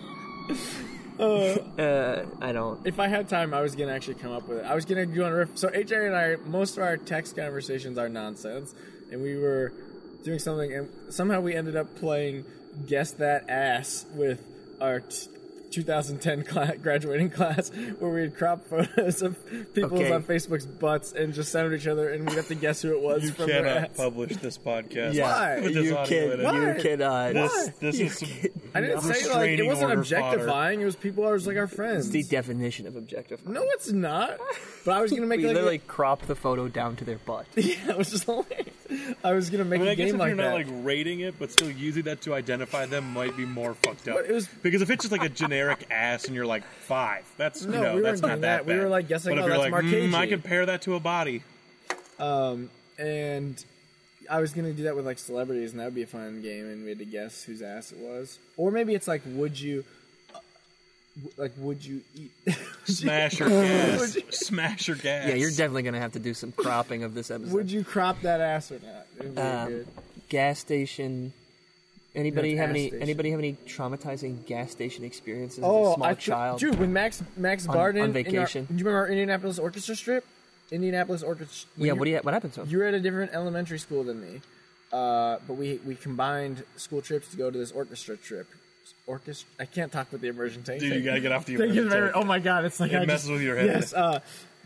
[SPEAKER 2] uh, I don't.
[SPEAKER 1] if I had time, I was gonna actually come up with it. I was gonna go on a riff. So AJ and I, most of our text conversations are nonsense, and we were doing something, and somehow we ended up playing guess that ass with our. T- 2010 cla graduating class where we had crop photos of people's
[SPEAKER 2] Okay.
[SPEAKER 1] on Facebook's butts and just sent them to each other and we'd have to guess who it was
[SPEAKER 3] You
[SPEAKER 1] from their
[SPEAKER 3] cannot
[SPEAKER 1] ass.
[SPEAKER 3] publish this podcast.
[SPEAKER 1] Why?
[SPEAKER 3] With this
[SPEAKER 2] You
[SPEAKER 3] audio
[SPEAKER 2] can.
[SPEAKER 3] in it.
[SPEAKER 1] Why?
[SPEAKER 2] You cannot.
[SPEAKER 3] This, this is some
[SPEAKER 1] I didn't say like it
[SPEAKER 3] restraining
[SPEAKER 1] wasn't
[SPEAKER 3] order
[SPEAKER 1] objectifying. It was people that was like our friends.
[SPEAKER 2] the definition of objectifying.
[SPEAKER 1] no, it's not. But I was gonna make
[SPEAKER 2] we
[SPEAKER 1] like,
[SPEAKER 2] literally crop the photo down to their butt.
[SPEAKER 1] yeah, it was just hilarious. I was gonna make
[SPEAKER 3] I mean, I
[SPEAKER 1] a
[SPEAKER 3] guess if
[SPEAKER 1] game
[SPEAKER 3] you're
[SPEAKER 1] like
[SPEAKER 3] not
[SPEAKER 1] that.
[SPEAKER 3] like rating it, but still using that to identify them might be more fucked up.
[SPEAKER 1] But it was-
[SPEAKER 3] because if it's just like a generic ass, and you're like five, that's
[SPEAKER 1] No,
[SPEAKER 3] no,
[SPEAKER 1] we
[SPEAKER 3] that's
[SPEAKER 1] weren't
[SPEAKER 3] not
[SPEAKER 1] doing
[SPEAKER 3] that.
[SPEAKER 1] that. We
[SPEAKER 3] bad.
[SPEAKER 1] were like, yes, I
[SPEAKER 3] but if
[SPEAKER 1] know,
[SPEAKER 3] you're
[SPEAKER 1] that's
[SPEAKER 3] like, mm, I
[SPEAKER 1] Marchese.
[SPEAKER 3] compare that to a body.
[SPEAKER 1] and I was gonna do that with like celebrities, and that would be a fun game. And we had to guess whose ass it was, or maybe it's like, would you, uh, w- like, would you eat?
[SPEAKER 3] Smash your gas. Smash your gas.
[SPEAKER 2] Yeah, you're definitely gonna have to do some cropping of this episode.
[SPEAKER 1] would you crop that ass or not? It would be
[SPEAKER 2] Um,
[SPEAKER 1] good.
[SPEAKER 2] gas station. Anybody
[SPEAKER 1] No, it's gas
[SPEAKER 2] have any?
[SPEAKER 1] station.
[SPEAKER 2] Anybody have any traumatizing gas station experiences as
[SPEAKER 1] Oh,
[SPEAKER 2] a small
[SPEAKER 1] I th-
[SPEAKER 2] child?
[SPEAKER 1] dude, when Max Max
[SPEAKER 2] On-
[SPEAKER 1] Barden
[SPEAKER 2] on
[SPEAKER 1] in our-
[SPEAKER 2] vacation.
[SPEAKER 1] do you remember our Indianapolis orchestra strip? Indianapolis orchestra.
[SPEAKER 2] yeah, what do you? What happened to him?
[SPEAKER 1] You were at a different elementary school than me, uh, but we we combined school trips to go to this orchestra trip. Orchestra. I can't talk with the immersion tank.
[SPEAKER 3] Dude, you
[SPEAKER 1] thing.
[SPEAKER 3] gotta get off the.
[SPEAKER 1] Thank you
[SPEAKER 3] immersion
[SPEAKER 1] very-
[SPEAKER 3] tank.
[SPEAKER 1] Oh my god, it's like
[SPEAKER 3] It
[SPEAKER 1] I
[SPEAKER 3] messes
[SPEAKER 1] just-
[SPEAKER 3] with your head.
[SPEAKER 1] Yes, uh,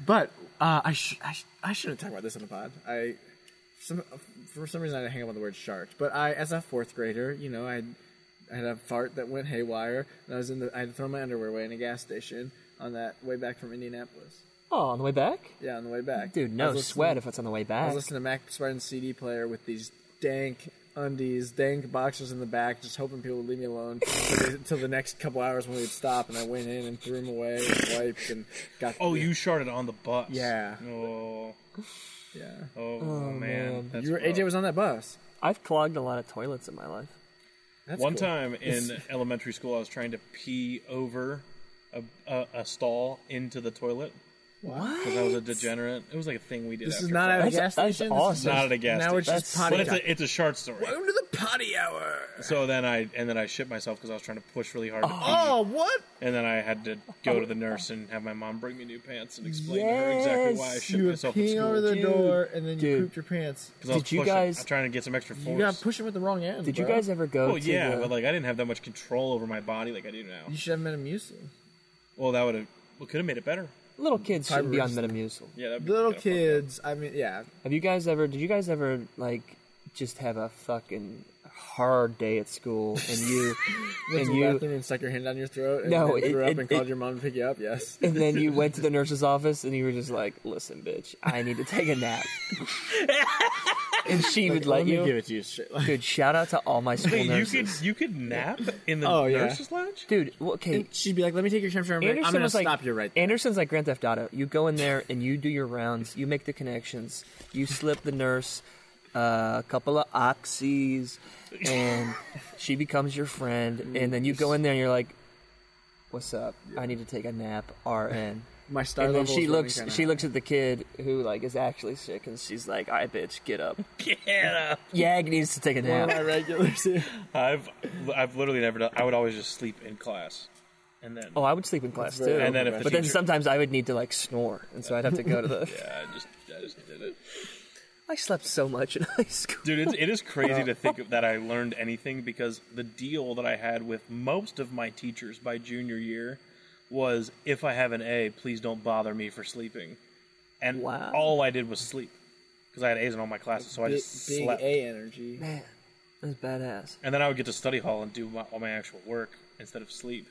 [SPEAKER 1] but uh, I, sh- I sh- I shouldn't talk about this on the pod. I some for some reason I didn't hang up on the word shark, but I as a fourth grader, you know, I I had a fart that went haywire, and I was in the I had thrown my underwear away in a gas station on that way back from Indianapolis.
[SPEAKER 2] Oh, on the way back,
[SPEAKER 1] Yeah, on the way back,
[SPEAKER 2] dude.
[SPEAKER 1] I
[SPEAKER 2] No
[SPEAKER 1] was listening-
[SPEAKER 2] sweat if it's on the way
[SPEAKER 1] I
[SPEAKER 2] back.
[SPEAKER 1] was listening to Max Martin's CD player with these dank undies, dank boxers in the back, just hoping people would leave me alone until the next couple hours when we'd stop. And I went in and threw them away, and wiped, and got.
[SPEAKER 3] Oh, you sharded on the bus.
[SPEAKER 1] Yeah.
[SPEAKER 3] Oh,
[SPEAKER 1] Yeah.
[SPEAKER 3] oh, man. That's
[SPEAKER 1] You were, AJ
[SPEAKER 3] rough.
[SPEAKER 1] was on that bus.
[SPEAKER 2] I've clogged a lot of toilets in my life.
[SPEAKER 1] That's
[SPEAKER 3] One
[SPEAKER 1] cool.
[SPEAKER 3] time in elementary school, I was trying to pee over a, a, a stall into the toilet because I was a degenerate. It was like a thing we did.
[SPEAKER 1] This
[SPEAKER 3] after
[SPEAKER 1] is not at a
[SPEAKER 2] That's-
[SPEAKER 1] gas
[SPEAKER 2] that's
[SPEAKER 1] station. This is
[SPEAKER 2] awesome.
[SPEAKER 3] Not at a gas
[SPEAKER 1] Now it's
[SPEAKER 3] station.
[SPEAKER 1] just potty
[SPEAKER 3] but it's
[SPEAKER 1] time.
[SPEAKER 3] a, it's a short story.
[SPEAKER 1] Welcome to the potty hour.
[SPEAKER 3] So then I and then I shit myself because I was trying to push really hard, to pee,
[SPEAKER 1] Oh, what?
[SPEAKER 3] and then I had to go to the nurse and have my mom bring me new pants and explain to her exactly why I
[SPEAKER 1] Yes,
[SPEAKER 3] shit
[SPEAKER 1] you were
[SPEAKER 3] myself in
[SPEAKER 1] peeing
[SPEAKER 3] school.
[SPEAKER 1] over the
[SPEAKER 2] Dude.
[SPEAKER 1] door and then you
[SPEAKER 2] Dude.
[SPEAKER 1] pooped your pants.
[SPEAKER 3] 'Cause I was
[SPEAKER 2] Did you
[SPEAKER 3] pushing-
[SPEAKER 2] guys-
[SPEAKER 3] trying to get some extra force?
[SPEAKER 1] You got pushing with the wrong end.
[SPEAKER 2] Did you
[SPEAKER 1] bro.
[SPEAKER 2] guys ever go
[SPEAKER 3] Well,
[SPEAKER 2] to
[SPEAKER 3] yeah,
[SPEAKER 2] the...
[SPEAKER 3] but like I didn't have that much control over my body like I do now.
[SPEAKER 1] You should have met him useful.
[SPEAKER 3] Well, that would have well, could have made it better.
[SPEAKER 2] little kids shouldn't be on
[SPEAKER 1] Fibrous.
[SPEAKER 2] Metamucil.
[SPEAKER 3] Yeah, that'd be
[SPEAKER 1] Little
[SPEAKER 3] kinda fucked up.
[SPEAKER 1] kids. I mean, yeah.
[SPEAKER 2] Have you guys ever? Did you guys ever like just have a fucking hard day at school and you
[SPEAKER 1] Went to
[SPEAKER 2] and
[SPEAKER 1] the
[SPEAKER 2] you
[SPEAKER 1] bathroom and stuck your hand down your throat and
[SPEAKER 2] No,
[SPEAKER 1] then
[SPEAKER 2] it-
[SPEAKER 1] threw up
[SPEAKER 2] it-
[SPEAKER 1] and called
[SPEAKER 2] it-
[SPEAKER 1] your mom to pick you up. Yes.
[SPEAKER 2] and then you went to the nurse's office and you were just like, "Listen, bitch, I need to take a nap," and she would let you.
[SPEAKER 1] it to you straight. Like,
[SPEAKER 2] Dude, shout out to all my school
[SPEAKER 3] Wait, you
[SPEAKER 2] nurses.
[SPEAKER 3] could you could nap in the
[SPEAKER 1] Oh, yeah.
[SPEAKER 3] nurses' lounge?
[SPEAKER 2] Dude, well, okay.
[SPEAKER 1] she'd be like, "Let me take your temperature. I'm,
[SPEAKER 2] Anderson
[SPEAKER 1] I'm gonna
[SPEAKER 2] was like
[SPEAKER 1] stop you right there."
[SPEAKER 2] Anderson's like Grand Theft Auto. You go in there and you do your rounds. You make the connections. You slip the nurse uh, a couple of oxys, and she becomes your friend. And then you go in there and you're like, "What's up? I need to take a nap." RN.
[SPEAKER 1] My star
[SPEAKER 2] And then
[SPEAKER 1] level
[SPEAKER 2] she
[SPEAKER 1] is running
[SPEAKER 2] looks.
[SPEAKER 1] kinda
[SPEAKER 2] She
[SPEAKER 1] high.
[SPEAKER 2] looks at the kid who like is actually sick, and she's like, "All right, bitch, get up.
[SPEAKER 3] Get up.
[SPEAKER 2] Yag needs to take a
[SPEAKER 1] One of
[SPEAKER 2] nap."
[SPEAKER 1] my regulars. here.
[SPEAKER 3] I've I've literally never done. I would always just sleep in class, and then
[SPEAKER 2] Oh, I would sleep in class too.
[SPEAKER 1] very
[SPEAKER 3] and then if the
[SPEAKER 2] but then
[SPEAKER 3] teacher-
[SPEAKER 2] sometimes I would need to like snore, and so I'd have to go to the.
[SPEAKER 3] yeah, I just I just did it.
[SPEAKER 2] I slept so much in high school.
[SPEAKER 3] Dude, it's, it is crazy to think of that I learned anything because the deal that I had with most of my teachers by junior year was if I have an A, please don't bother me for sleeping. And
[SPEAKER 2] Wow.
[SPEAKER 3] all I did was sleep because I had A's in all my classes, so I
[SPEAKER 1] Big,
[SPEAKER 3] just
[SPEAKER 1] big
[SPEAKER 3] slept.
[SPEAKER 1] A energy.
[SPEAKER 2] Man, that's badass.
[SPEAKER 3] And then I would get to study hall and do my, all my actual work instead of sleep.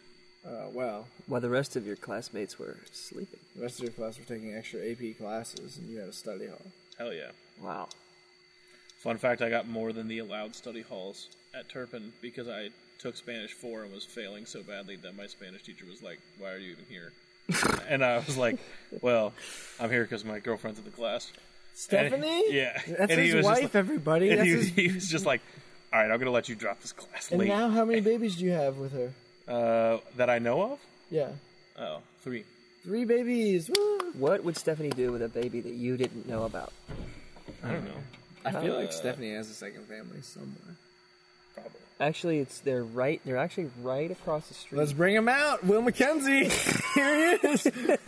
[SPEAKER 1] Uh, well,
[SPEAKER 2] While the rest of your classmates were sleeping.
[SPEAKER 1] the rest of your class were taking extra AP classes, and you had a study hall.
[SPEAKER 3] Hell yeah.
[SPEAKER 2] Wow.
[SPEAKER 3] Fun fact I got more than the allowed study halls at Turpin because I took Spanish 4 and was failing so badly that my Spanish teacher was like, Why are you even here? and I was like, Well, I'm here because my girlfriend's in the class. And-
[SPEAKER 1] Stephanie.
[SPEAKER 3] yeah.
[SPEAKER 1] That's
[SPEAKER 3] And he
[SPEAKER 1] his
[SPEAKER 3] was just
[SPEAKER 1] wife.
[SPEAKER 3] like-
[SPEAKER 1] everybody.
[SPEAKER 3] And
[SPEAKER 1] That's
[SPEAKER 3] he,
[SPEAKER 1] his.
[SPEAKER 3] he was just like, All right, I'm going to let you drop this class
[SPEAKER 1] And
[SPEAKER 3] late.
[SPEAKER 1] now, how many babies do you have with her?
[SPEAKER 3] uh, that I know of?
[SPEAKER 1] Yeah,
[SPEAKER 3] Oh, three.
[SPEAKER 1] three babies. Woo!
[SPEAKER 2] What would Stephanie do with a baby that you didn't know about?
[SPEAKER 3] I don't know.
[SPEAKER 1] I feel like Stephanie has a second family somewhere.
[SPEAKER 3] Probably.
[SPEAKER 2] Actually, it's they're right. They're actually right across the street.
[SPEAKER 1] Let's bring him out, Will McKenzie. Here he is.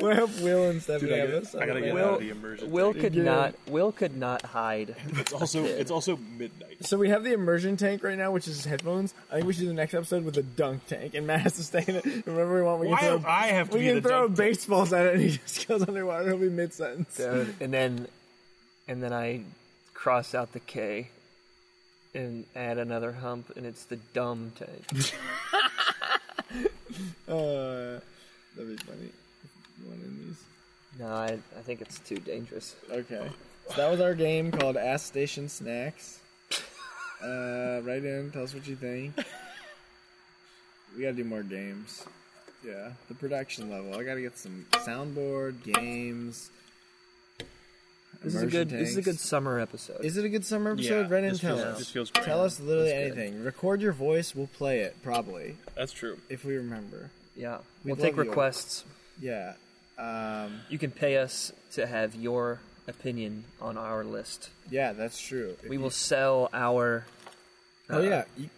[SPEAKER 1] we hope Will and Stephanie
[SPEAKER 3] Dude, I
[SPEAKER 1] have
[SPEAKER 3] gotta-
[SPEAKER 1] this.
[SPEAKER 3] I gotta get
[SPEAKER 1] Will-
[SPEAKER 3] out of the immersion.
[SPEAKER 2] Will
[SPEAKER 3] tank.
[SPEAKER 2] could
[SPEAKER 1] Yeah.
[SPEAKER 2] not. Will could not hide.
[SPEAKER 3] It's also it's also midnight.
[SPEAKER 1] So we have the immersion tank right now, which is his headphones. I think we should do the next episode with a dunk tank, and Matt has to stay in it. And Whenever we want, we can
[SPEAKER 3] Why
[SPEAKER 1] throw,
[SPEAKER 3] do I have to
[SPEAKER 1] we
[SPEAKER 3] be
[SPEAKER 1] can
[SPEAKER 3] the
[SPEAKER 1] throw
[SPEAKER 3] dunk tank?
[SPEAKER 1] baseballs at it, and he just goes underwater. He'll be mid sentence.
[SPEAKER 2] Dude, and then, and then I cross out the K, and add another hump, and it's the dumb tank.
[SPEAKER 1] Uh, that'd be funny. One in these.
[SPEAKER 2] no, I, I think it's too dangerous.
[SPEAKER 1] Okay. So that was our game called Ask Station Snacks. Uh, write in, tell us what you think. We gotta do more games. Yeah, the production level. I gotta get some soundboard games.
[SPEAKER 2] This is a good.
[SPEAKER 1] immersion
[SPEAKER 2] This is a good
[SPEAKER 1] tanks.
[SPEAKER 2] summer episode.
[SPEAKER 1] Is it a good summer episode? Write in,
[SPEAKER 3] this
[SPEAKER 1] tell
[SPEAKER 3] feels-
[SPEAKER 1] us.
[SPEAKER 3] this feels great.
[SPEAKER 1] Tell us literally
[SPEAKER 2] That's good.
[SPEAKER 1] anything. Record your voice. We'll play it probably
[SPEAKER 3] That's true.
[SPEAKER 1] if we remember.
[SPEAKER 2] yeah,
[SPEAKER 1] We'd
[SPEAKER 2] we'll take
[SPEAKER 1] love you.
[SPEAKER 2] requests.
[SPEAKER 1] Yeah. Um,
[SPEAKER 2] You can pay us to have your opinion on our list.
[SPEAKER 1] yeah, that's true.
[SPEAKER 2] We will sell our.
[SPEAKER 1] Oh yeah, you,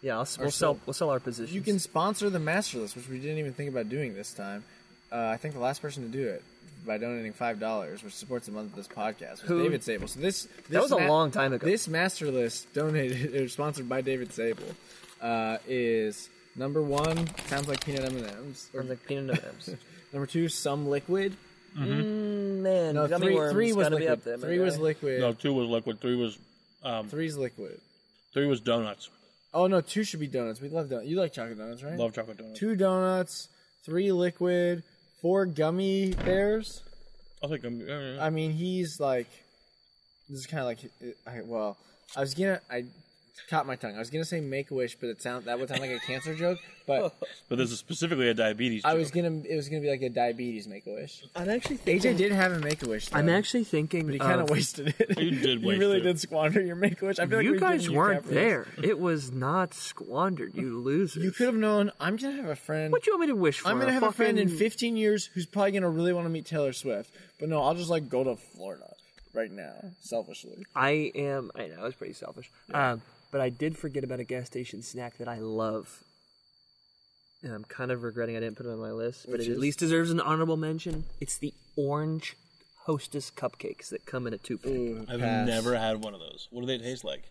[SPEAKER 2] Yeah, I'll, we'll
[SPEAKER 1] sold.
[SPEAKER 2] sell. We'll sell our positions.
[SPEAKER 1] You can sponsor the master list, which we didn't even think about doing this time. Uh, I think the last person to do it by donating five dollars, which supports the month of this podcast, was
[SPEAKER 2] Who-
[SPEAKER 1] David Sable. So this, this
[SPEAKER 2] was a long time ago.
[SPEAKER 1] This master list donated or sponsored by David Sable uh, is number one. Sounds like peanut M and M's.
[SPEAKER 2] Sounds like peanut M&Ms.
[SPEAKER 1] Number two, some liquid.
[SPEAKER 2] Mm, Man,
[SPEAKER 1] No,
[SPEAKER 2] gummy
[SPEAKER 1] three,
[SPEAKER 2] worms
[SPEAKER 1] three was
[SPEAKER 2] gotta
[SPEAKER 1] liquid.
[SPEAKER 2] be up there. my
[SPEAKER 1] three was
[SPEAKER 2] guy.
[SPEAKER 1] liquid.
[SPEAKER 10] No, two was liquid. Three was
[SPEAKER 1] Three's liquid.
[SPEAKER 10] three was donuts.
[SPEAKER 1] Oh no, two should be donuts. We love donuts. You like chocolate donuts, right?
[SPEAKER 10] Love chocolate donuts.
[SPEAKER 1] Two donuts, three liquid, four gummy bears.
[SPEAKER 10] I'll take them.
[SPEAKER 1] I mean, he's like, this is kind of like, I, well, I was gonna. I caught my tongue. I was gonna say make a wish, but it sound that would sound like a cancer joke. But
[SPEAKER 3] But this is specifically a diabetes.
[SPEAKER 1] I
[SPEAKER 3] joke.
[SPEAKER 1] was gonna. It was gonna be like a diabetes make a wish.
[SPEAKER 11] I'm actually
[SPEAKER 1] AJ did have a make a wish.
[SPEAKER 2] I'm actually uh, thinking.
[SPEAKER 1] But he kind of
[SPEAKER 2] of-
[SPEAKER 1] wasted it.
[SPEAKER 3] You did
[SPEAKER 1] You
[SPEAKER 3] waste
[SPEAKER 1] really
[SPEAKER 3] it.
[SPEAKER 1] did squander your make a wish. I feel like
[SPEAKER 2] you
[SPEAKER 1] we've
[SPEAKER 2] guys
[SPEAKER 1] given crap
[SPEAKER 2] weren't
[SPEAKER 1] for this.
[SPEAKER 2] there. It was not squandered. You losers.
[SPEAKER 1] You could have known. I'm gonna have a friend.
[SPEAKER 2] What do you want me to wish for?
[SPEAKER 1] I'm gonna have a friend in
[SPEAKER 2] fucking-
[SPEAKER 1] 15 years who's probably gonna really want to meet Taylor Swift. But no, I'll just like go to Florida right now, selfishly.
[SPEAKER 2] I am. I know it's pretty selfish. Um, but I did forget about a gas station snack that I love, and I'm kind of regretting I didn't put it on my list. But it at least deserves an honorable mention. It's the orange Hostess cupcakes that come in a two pack.
[SPEAKER 3] I've never had one of those. What do they taste like?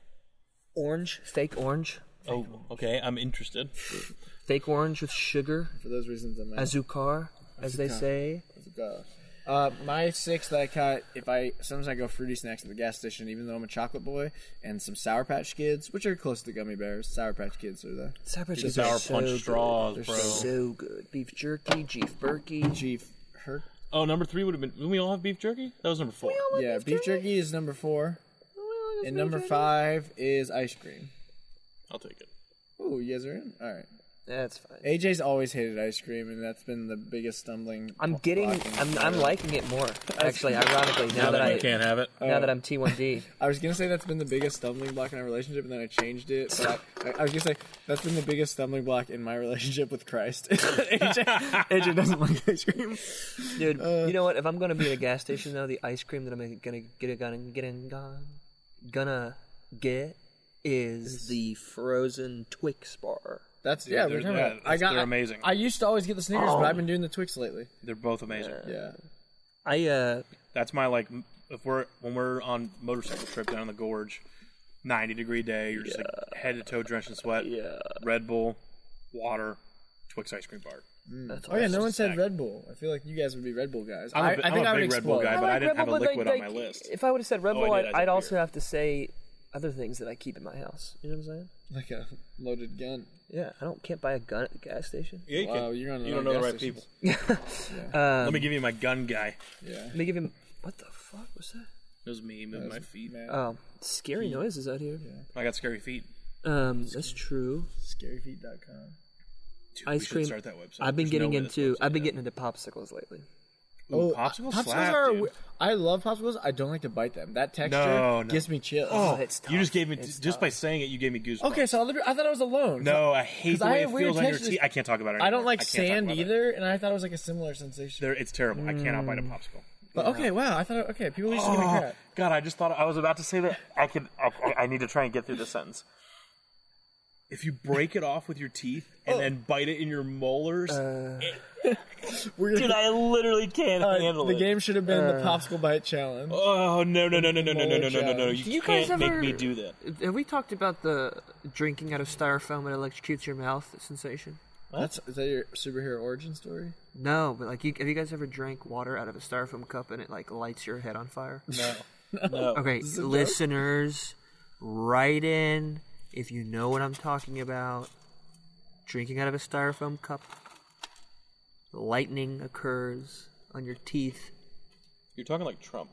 [SPEAKER 2] Orange, fake orange,
[SPEAKER 3] Oh, okay. I'm interested.
[SPEAKER 2] fake orange with sugar,
[SPEAKER 1] For those reasons, I'm out.
[SPEAKER 2] azucar, as they say.
[SPEAKER 1] go. Uh, my six that I caught, if I sometimes I go fruity snacks at the gas station, even though I'm a chocolate boy, and some Sour Patch Kids, which are close to gummy bears. Sour Patch Kids are the
[SPEAKER 2] Sour Patch
[SPEAKER 3] These
[SPEAKER 2] Kids are
[SPEAKER 3] Sour
[SPEAKER 2] so
[SPEAKER 3] Punch
[SPEAKER 2] good.
[SPEAKER 3] straws,
[SPEAKER 2] They're
[SPEAKER 3] bro.
[SPEAKER 2] so good. Beef jerky, Jeef Berkey.
[SPEAKER 1] chief. Her,
[SPEAKER 3] Oh, number three would have been. Didn't we all have beef jerky? That was number four.
[SPEAKER 1] yeah, beef jerky is number four, and number five is ice cream.
[SPEAKER 3] I'll take it.
[SPEAKER 1] Ooh, you guys are in. All right.
[SPEAKER 2] That's fine.
[SPEAKER 1] AJ's always hated ice cream, and that's been the biggest stumbling.
[SPEAKER 2] I'm getting,
[SPEAKER 1] block in his
[SPEAKER 2] I'm,
[SPEAKER 1] life.
[SPEAKER 2] I'm liking it more. Actually, ironically, now that
[SPEAKER 3] I
[SPEAKER 2] I
[SPEAKER 3] can't have it.
[SPEAKER 2] now that I'm T1D,
[SPEAKER 1] I was gonna say that's been the biggest stumbling block in our relationship, and then I changed it. But I, I, I was gonna say that's been the biggest stumbling block in my relationship with Christ. AJ, AJ doesn't like ice cream.
[SPEAKER 2] dude.
[SPEAKER 3] Uh,
[SPEAKER 2] you know what? If I'm gonna be at a gas station though, the ice cream that I'm gonna get a gonna get in gone gonna get is the frozen Twix bar.
[SPEAKER 1] That's yeah.
[SPEAKER 3] they're-
[SPEAKER 1] we're talking
[SPEAKER 3] yeah,
[SPEAKER 1] about. I
[SPEAKER 3] that's-
[SPEAKER 1] got.
[SPEAKER 3] they're amazing.
[SPEAKER 1] I, I used to always get the Snickers, but I've been doing the Twix lately.
[SPEAKER 3] They're both amazing.
[SPEAKER 1] Yeah.
[SPEAKER 2] I uh,
[SPEAKER 3] That's my like. m- If we're when we're on motorcycle trip down the gorge, ninety degree day, you're just like head to toe drenched in sweat.
[SPEAKER 2] Yeah.
[SPEAKER 3] Red Bull, water, Twix ice cream bar.
[SPEAKER 2] Mm.
[SPEAKER 1] Oh yeah. No one said Red Bull. I feel like you guys would be Red Bull guys.
[SPEAKER 3] I'm a
[SPEAKER 1] I-
[SPEAKER 3] bi-
[SPEAKER 1] I
[SPEAKER 3] I'm
[SPEAKER 1] think
[SPEAKER 3] a
[SPEAKER 1] I would
[SPEAKER 3] big Red Bull
[SPEAKER 1] explode.
[SPEAKER 3] guy, but I
[SPEAKER 2] like
[SPEAKER 3] didn't
[SPEAKER 2] Red
[SPEAKER 3] have a
[SPEAKER 2] Bull, but,
[SPEAKER 3] liquid on
[SPEAKER 2] like,
[SPEAKER 3] my list.
[SPEAKER 2] If I would have said Red
[SPEAKER 3] Oh, I
[SPEAKER 2] Bull,
[SPEAKER 3] did,
[SPEAKER 2] I'd,
[SPEAKER 3] I
[SPEAKER 2] I'd
[SPEAKER 3] did
[SPEAKER 2] also
[SPEAKER 3] hear.
[SPEAKER 2] have to say other things that I keep in my house. You know what I'm saying?
[SPEAKER 1] like a loaded gun.
[SPEAKER 2] Yeah, I don't can't buy a gun at the gas station.
[SPEAKER 3] Yeah, you,
[SPEAKER 1] Wow,
[SPEAKER 3] can.
[SPEAKER 1] you're on the
[SPEAKER 3] you don't
[SPEAKER 1] wrong
[SPEAKER 3] know the
[SPEAKER 1] gas
[SPEAKER 3] right people.
[SPEAKER 1] stations.
[SPEAKER 3] Let me give you my gun guy.
[SPEAKER 1] Yeah.
[SPEAKER 2] Let me give him. What the fuck was that?
[SPEAKER 3] It was me moving my feet.
[SPEAKER 1] Man,
[SPEAKER 2] Um, scary noises out here.
[SPEAKER 3] I got scary feet.
[SPEAKER 2] Um, that's true.
[SPEAKER 1] Scaryfeet.com.
[SPEAKER 3] Dude, we
[SPEAKER 2] Ice
[SPEAKER 3] should
[SPEAKER 2] cream.
[SPEAKER 3] Start that website.
[SPEAKER 2] I've been
[SPEAKER 3] There's no
[SPEAKER 2] getting
[SPEAKER 3] way this
[SPEAKER 2] into.
[SPEAKER 3] website
[SPEAKER 2] I've been
[SPEAKER 3] does.
[SPEAKER 2] getting into popsicles lately.
[SPEAKER 3] Ooh, popsicle slap,
[SPEAKER 1] Oh, are.
[SPEAKER 3] dude.
[SPEAKER 1] I love popsicles. I don't like to bite them. That texture
[SPEAKER 3] No, no.
[SPEAKER 1] gives me chills.
[SPEAKER 3] Oh,
[SPEAKER 2] it's tough.
[SPEAKER 3] you just gave me
[SPEAKER 2] It's
[SPEAKER 3] just
[SPEAKER 2] tough.
[SPEAKER 3] by saying it. You gave me goosebumps.
[SPEAKER 1] Okay, so other, I thought I was alone.
[SPEAKER 3] No, I hate
[SPEAKER 1] 'Cause
[SPEAKER 3] the
[SPEAKER 1] I
[SPEAKER 3] way
[SPEAKER 1] have
[SPEAKER 3] it
[SPEAKER 1] weird
[SPEAKER 3] feels on your
[SPEAKER 1] textures.
[SPEAKER 3] teeth. I can't talk about it.
[SPEAKER 1] I don't
[SPEAKER 3] anymore.
[SPEAKER 1] like
[SPEAKER 3] can't talk
[SPEAKER 1] sand
[SPEAKER 3] about it.
[SPEAKER 1] either, and I thought it was like a similar sensation.
[SPEAKER 3] There, it's terrible. I cannot bite a popsicle.
[SPEAKER 1] But okay, wow. I thought okay, people used to give me
[SPEAKER 3] Oh,
[SPEAKER 1] crap.
[SPEAKER 3] God, I just thought I was about to say that I could. I, I- I need to try and get through this sentence. If you break it off with your teeth
[SPEAKER 1] Oh.
[SPEAKER 3] and then bite it in your molars,
[SPEAKER 1] We're gonna,
[SPEAKER 3] dude, I literally can't
[SPEAKER 1] uh,
[SPEAKER 3] handle
[SPEAKER 1] the
[SPEAKER 3] it. Uh.
[SPEAKER 1] game should have been the popsicle bite challenge.
[SPEAKER 3] oh no no no no no no no no no no no!
[SPEAKER 1] challenge.
[SPEAKER 3] You,
[SPEAKER 2] You guys
[SPEAKER 3] can't make
[SPEAKER 2] ever-
[SPEAKER 3] me do that.
[SPEAKER 2] Have we talked about the drinking out of styrofoam and electrocutes your mouth sensation?
[SPEAKER 1] That's is that your superhero origin story?
[SPEAKER 2] No, but like, you, have you guys ever drank water out of a styrofoam cup and it like lights your head on fire?
[SPEAKER 3] No.
[SPEAKER 2] Okay, listeners, write in if you know what I'm talking about. Drinking out of a styrofoam cup. Lightning occurs on your teeth.
[SPEAKER 3] You're talking like Trump.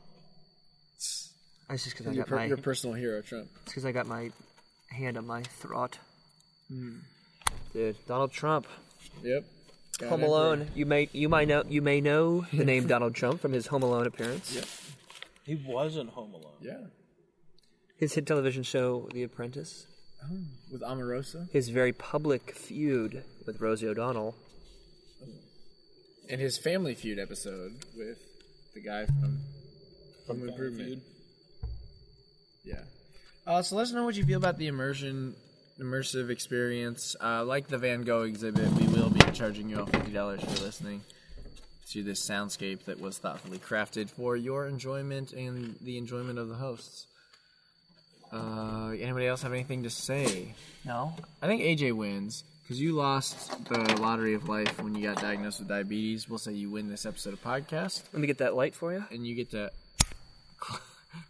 [SPEAKER 2] That's just because I
[SPEAKER 1] Your,
[SPEAKER 2] got
[SPEAKER 1] per,
[SPEAKER 2] my
[SPEAKER 1] your personal hero, Trump.
[SPEAKER 2] because I got my hand on my throat. Hmm. Dude, Donald Trump,
[SPEAKER 1] Yep. Got
[SPEAKER 2] Home
[SPEAKER 1] it.
[SPEAKER 2] Alone. You may you might know you may know the name Donald Trump from his Home Alone appearance,
[SPEAKER 3] He wasn't Home Alone.
[SPEAKER 1] Yeah.
[SPEAKER 2] his hit television show The Apprentice,
[SPEAKER 1] Oh, With Omarosa
[SPEAKER 2] his very public feud with Rosie O'Donnell.
[SPEAKER 1] and his Family Feud episode with the guy from from, Improvement.
[SPEAKER 3] Feud.
[SPEAKER 1] Yeah. Uh, so let us know what you feel about the immersion, immersive experience. Uh, like the Van Gogh exhibit, we will be charging you all fifty dollars for listening to this soundscape that was thoughtfully crafted for your enjoyment and the enjoyment of the hosts. Uh, anybody else have anything to say?
[SPEAKER 2] No,
[SPEAKER 1] I think AJ wins because you lost the lottery of life when you got diagnosed with diabetes. We'll say you win this episode of podcast
[SPEAKER 2] let me get that light for you.
[SPEAKER 1] and you get to cl-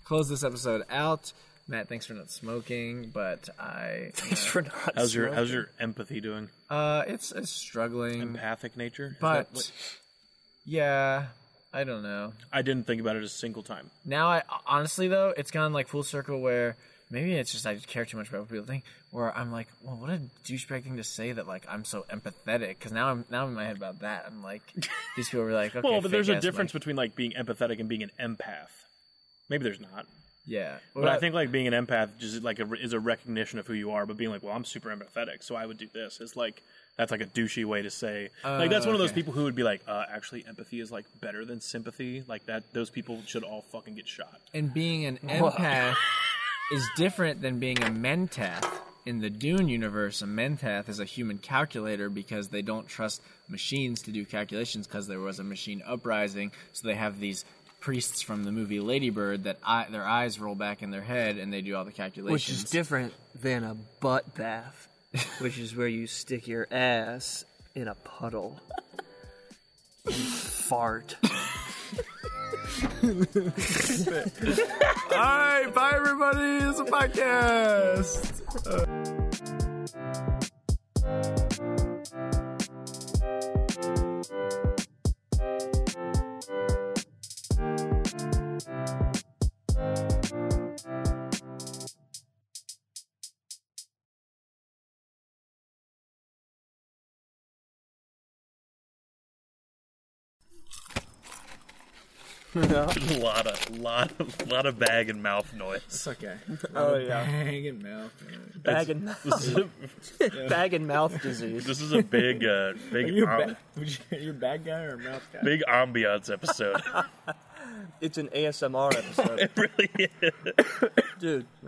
[SPEAKER 1] close this episode out. Matt, thanks for not smoking, but I
[SPEAKER 2] Thanks for not.
[SPEAKER 3] How's your How's your empathy doing?
[SPEAKER 1] uh, it's, it's struggling,
[SPEAKER 3] Empathic nature. Is that
[SPEAKER 1] Mm-hmm. but
[SPEAKER 3] what-
[SPEAKER 1] yeah, I don't know.
[SPEAKER 3] I didn't think about it a single time.
[SPEAKER 1] Now, I honestly though, it's gone like full circle where maybe it's just I care too much about what people think. Where I'm like, well, what a douchebag thing to say that like I'm so empathetic. Because now I'm now I'm in my head about that. I'm like, these people are like, okay,
[SPEAKER 3] Well, but there's a
[SPEAKER 1] fake-ass
[SPEAKER 3] difference
[SPEAKER 1] Mike.
[SPEAKER 3] between like being empathetic and being an empath. Maybe there's not.
[SPEAKER 1] yeah,
[SPEAKER 3] But I think like being an empath just like a, is a recognition of who you are. But being like, well, I'm super empathetic, so I would do this. It's like that's like a douchey way to say. like that's one of those
[SPEAKER 1] Oh, okay.
[SPEAKER 3] people who would be like, uh, actually, empathy is like better than sympathy. Like that, those people should all fucking get shot.
[SPEAKER 1] and being an empath is different than being a mentath. In the Dune universe, a mentath is a human calculator because they don't trust machines to do calculations because there was a machine uprising. So they have these priests from the movie Ladybird that eye, their eyes roll back in their head and they do all the calculations.
[SPEAKER 2] Which is different than a butt bath, which is where you stick your ass in a puddle and fart.
[SPEAKER 12] All right, bye everybody. It's a podcast.
[SPEAKER 13] A lot of lot of lot of bag and mouth noise.
[SPEAKER 12] It's okay. Oh yeah. Bang and mouth.
[SPEAKER 14] Bag and
[SPEAKER 13] This is a,
[SPEAKER 2] Bag and mouth disease.
[SPEAKER 13] this is a big uh, big
[SPEAKER 12] You
[SPEAKER 13] um,
[SPEAKER 12] bad, you a bad guy or a mouth guy?
[SPEAKER 13] big ambiance episode.
[SPEAKER 14] It's an ASMR episode,
[SPEAKER 13] really, is.
[SPEAKER 14] dude.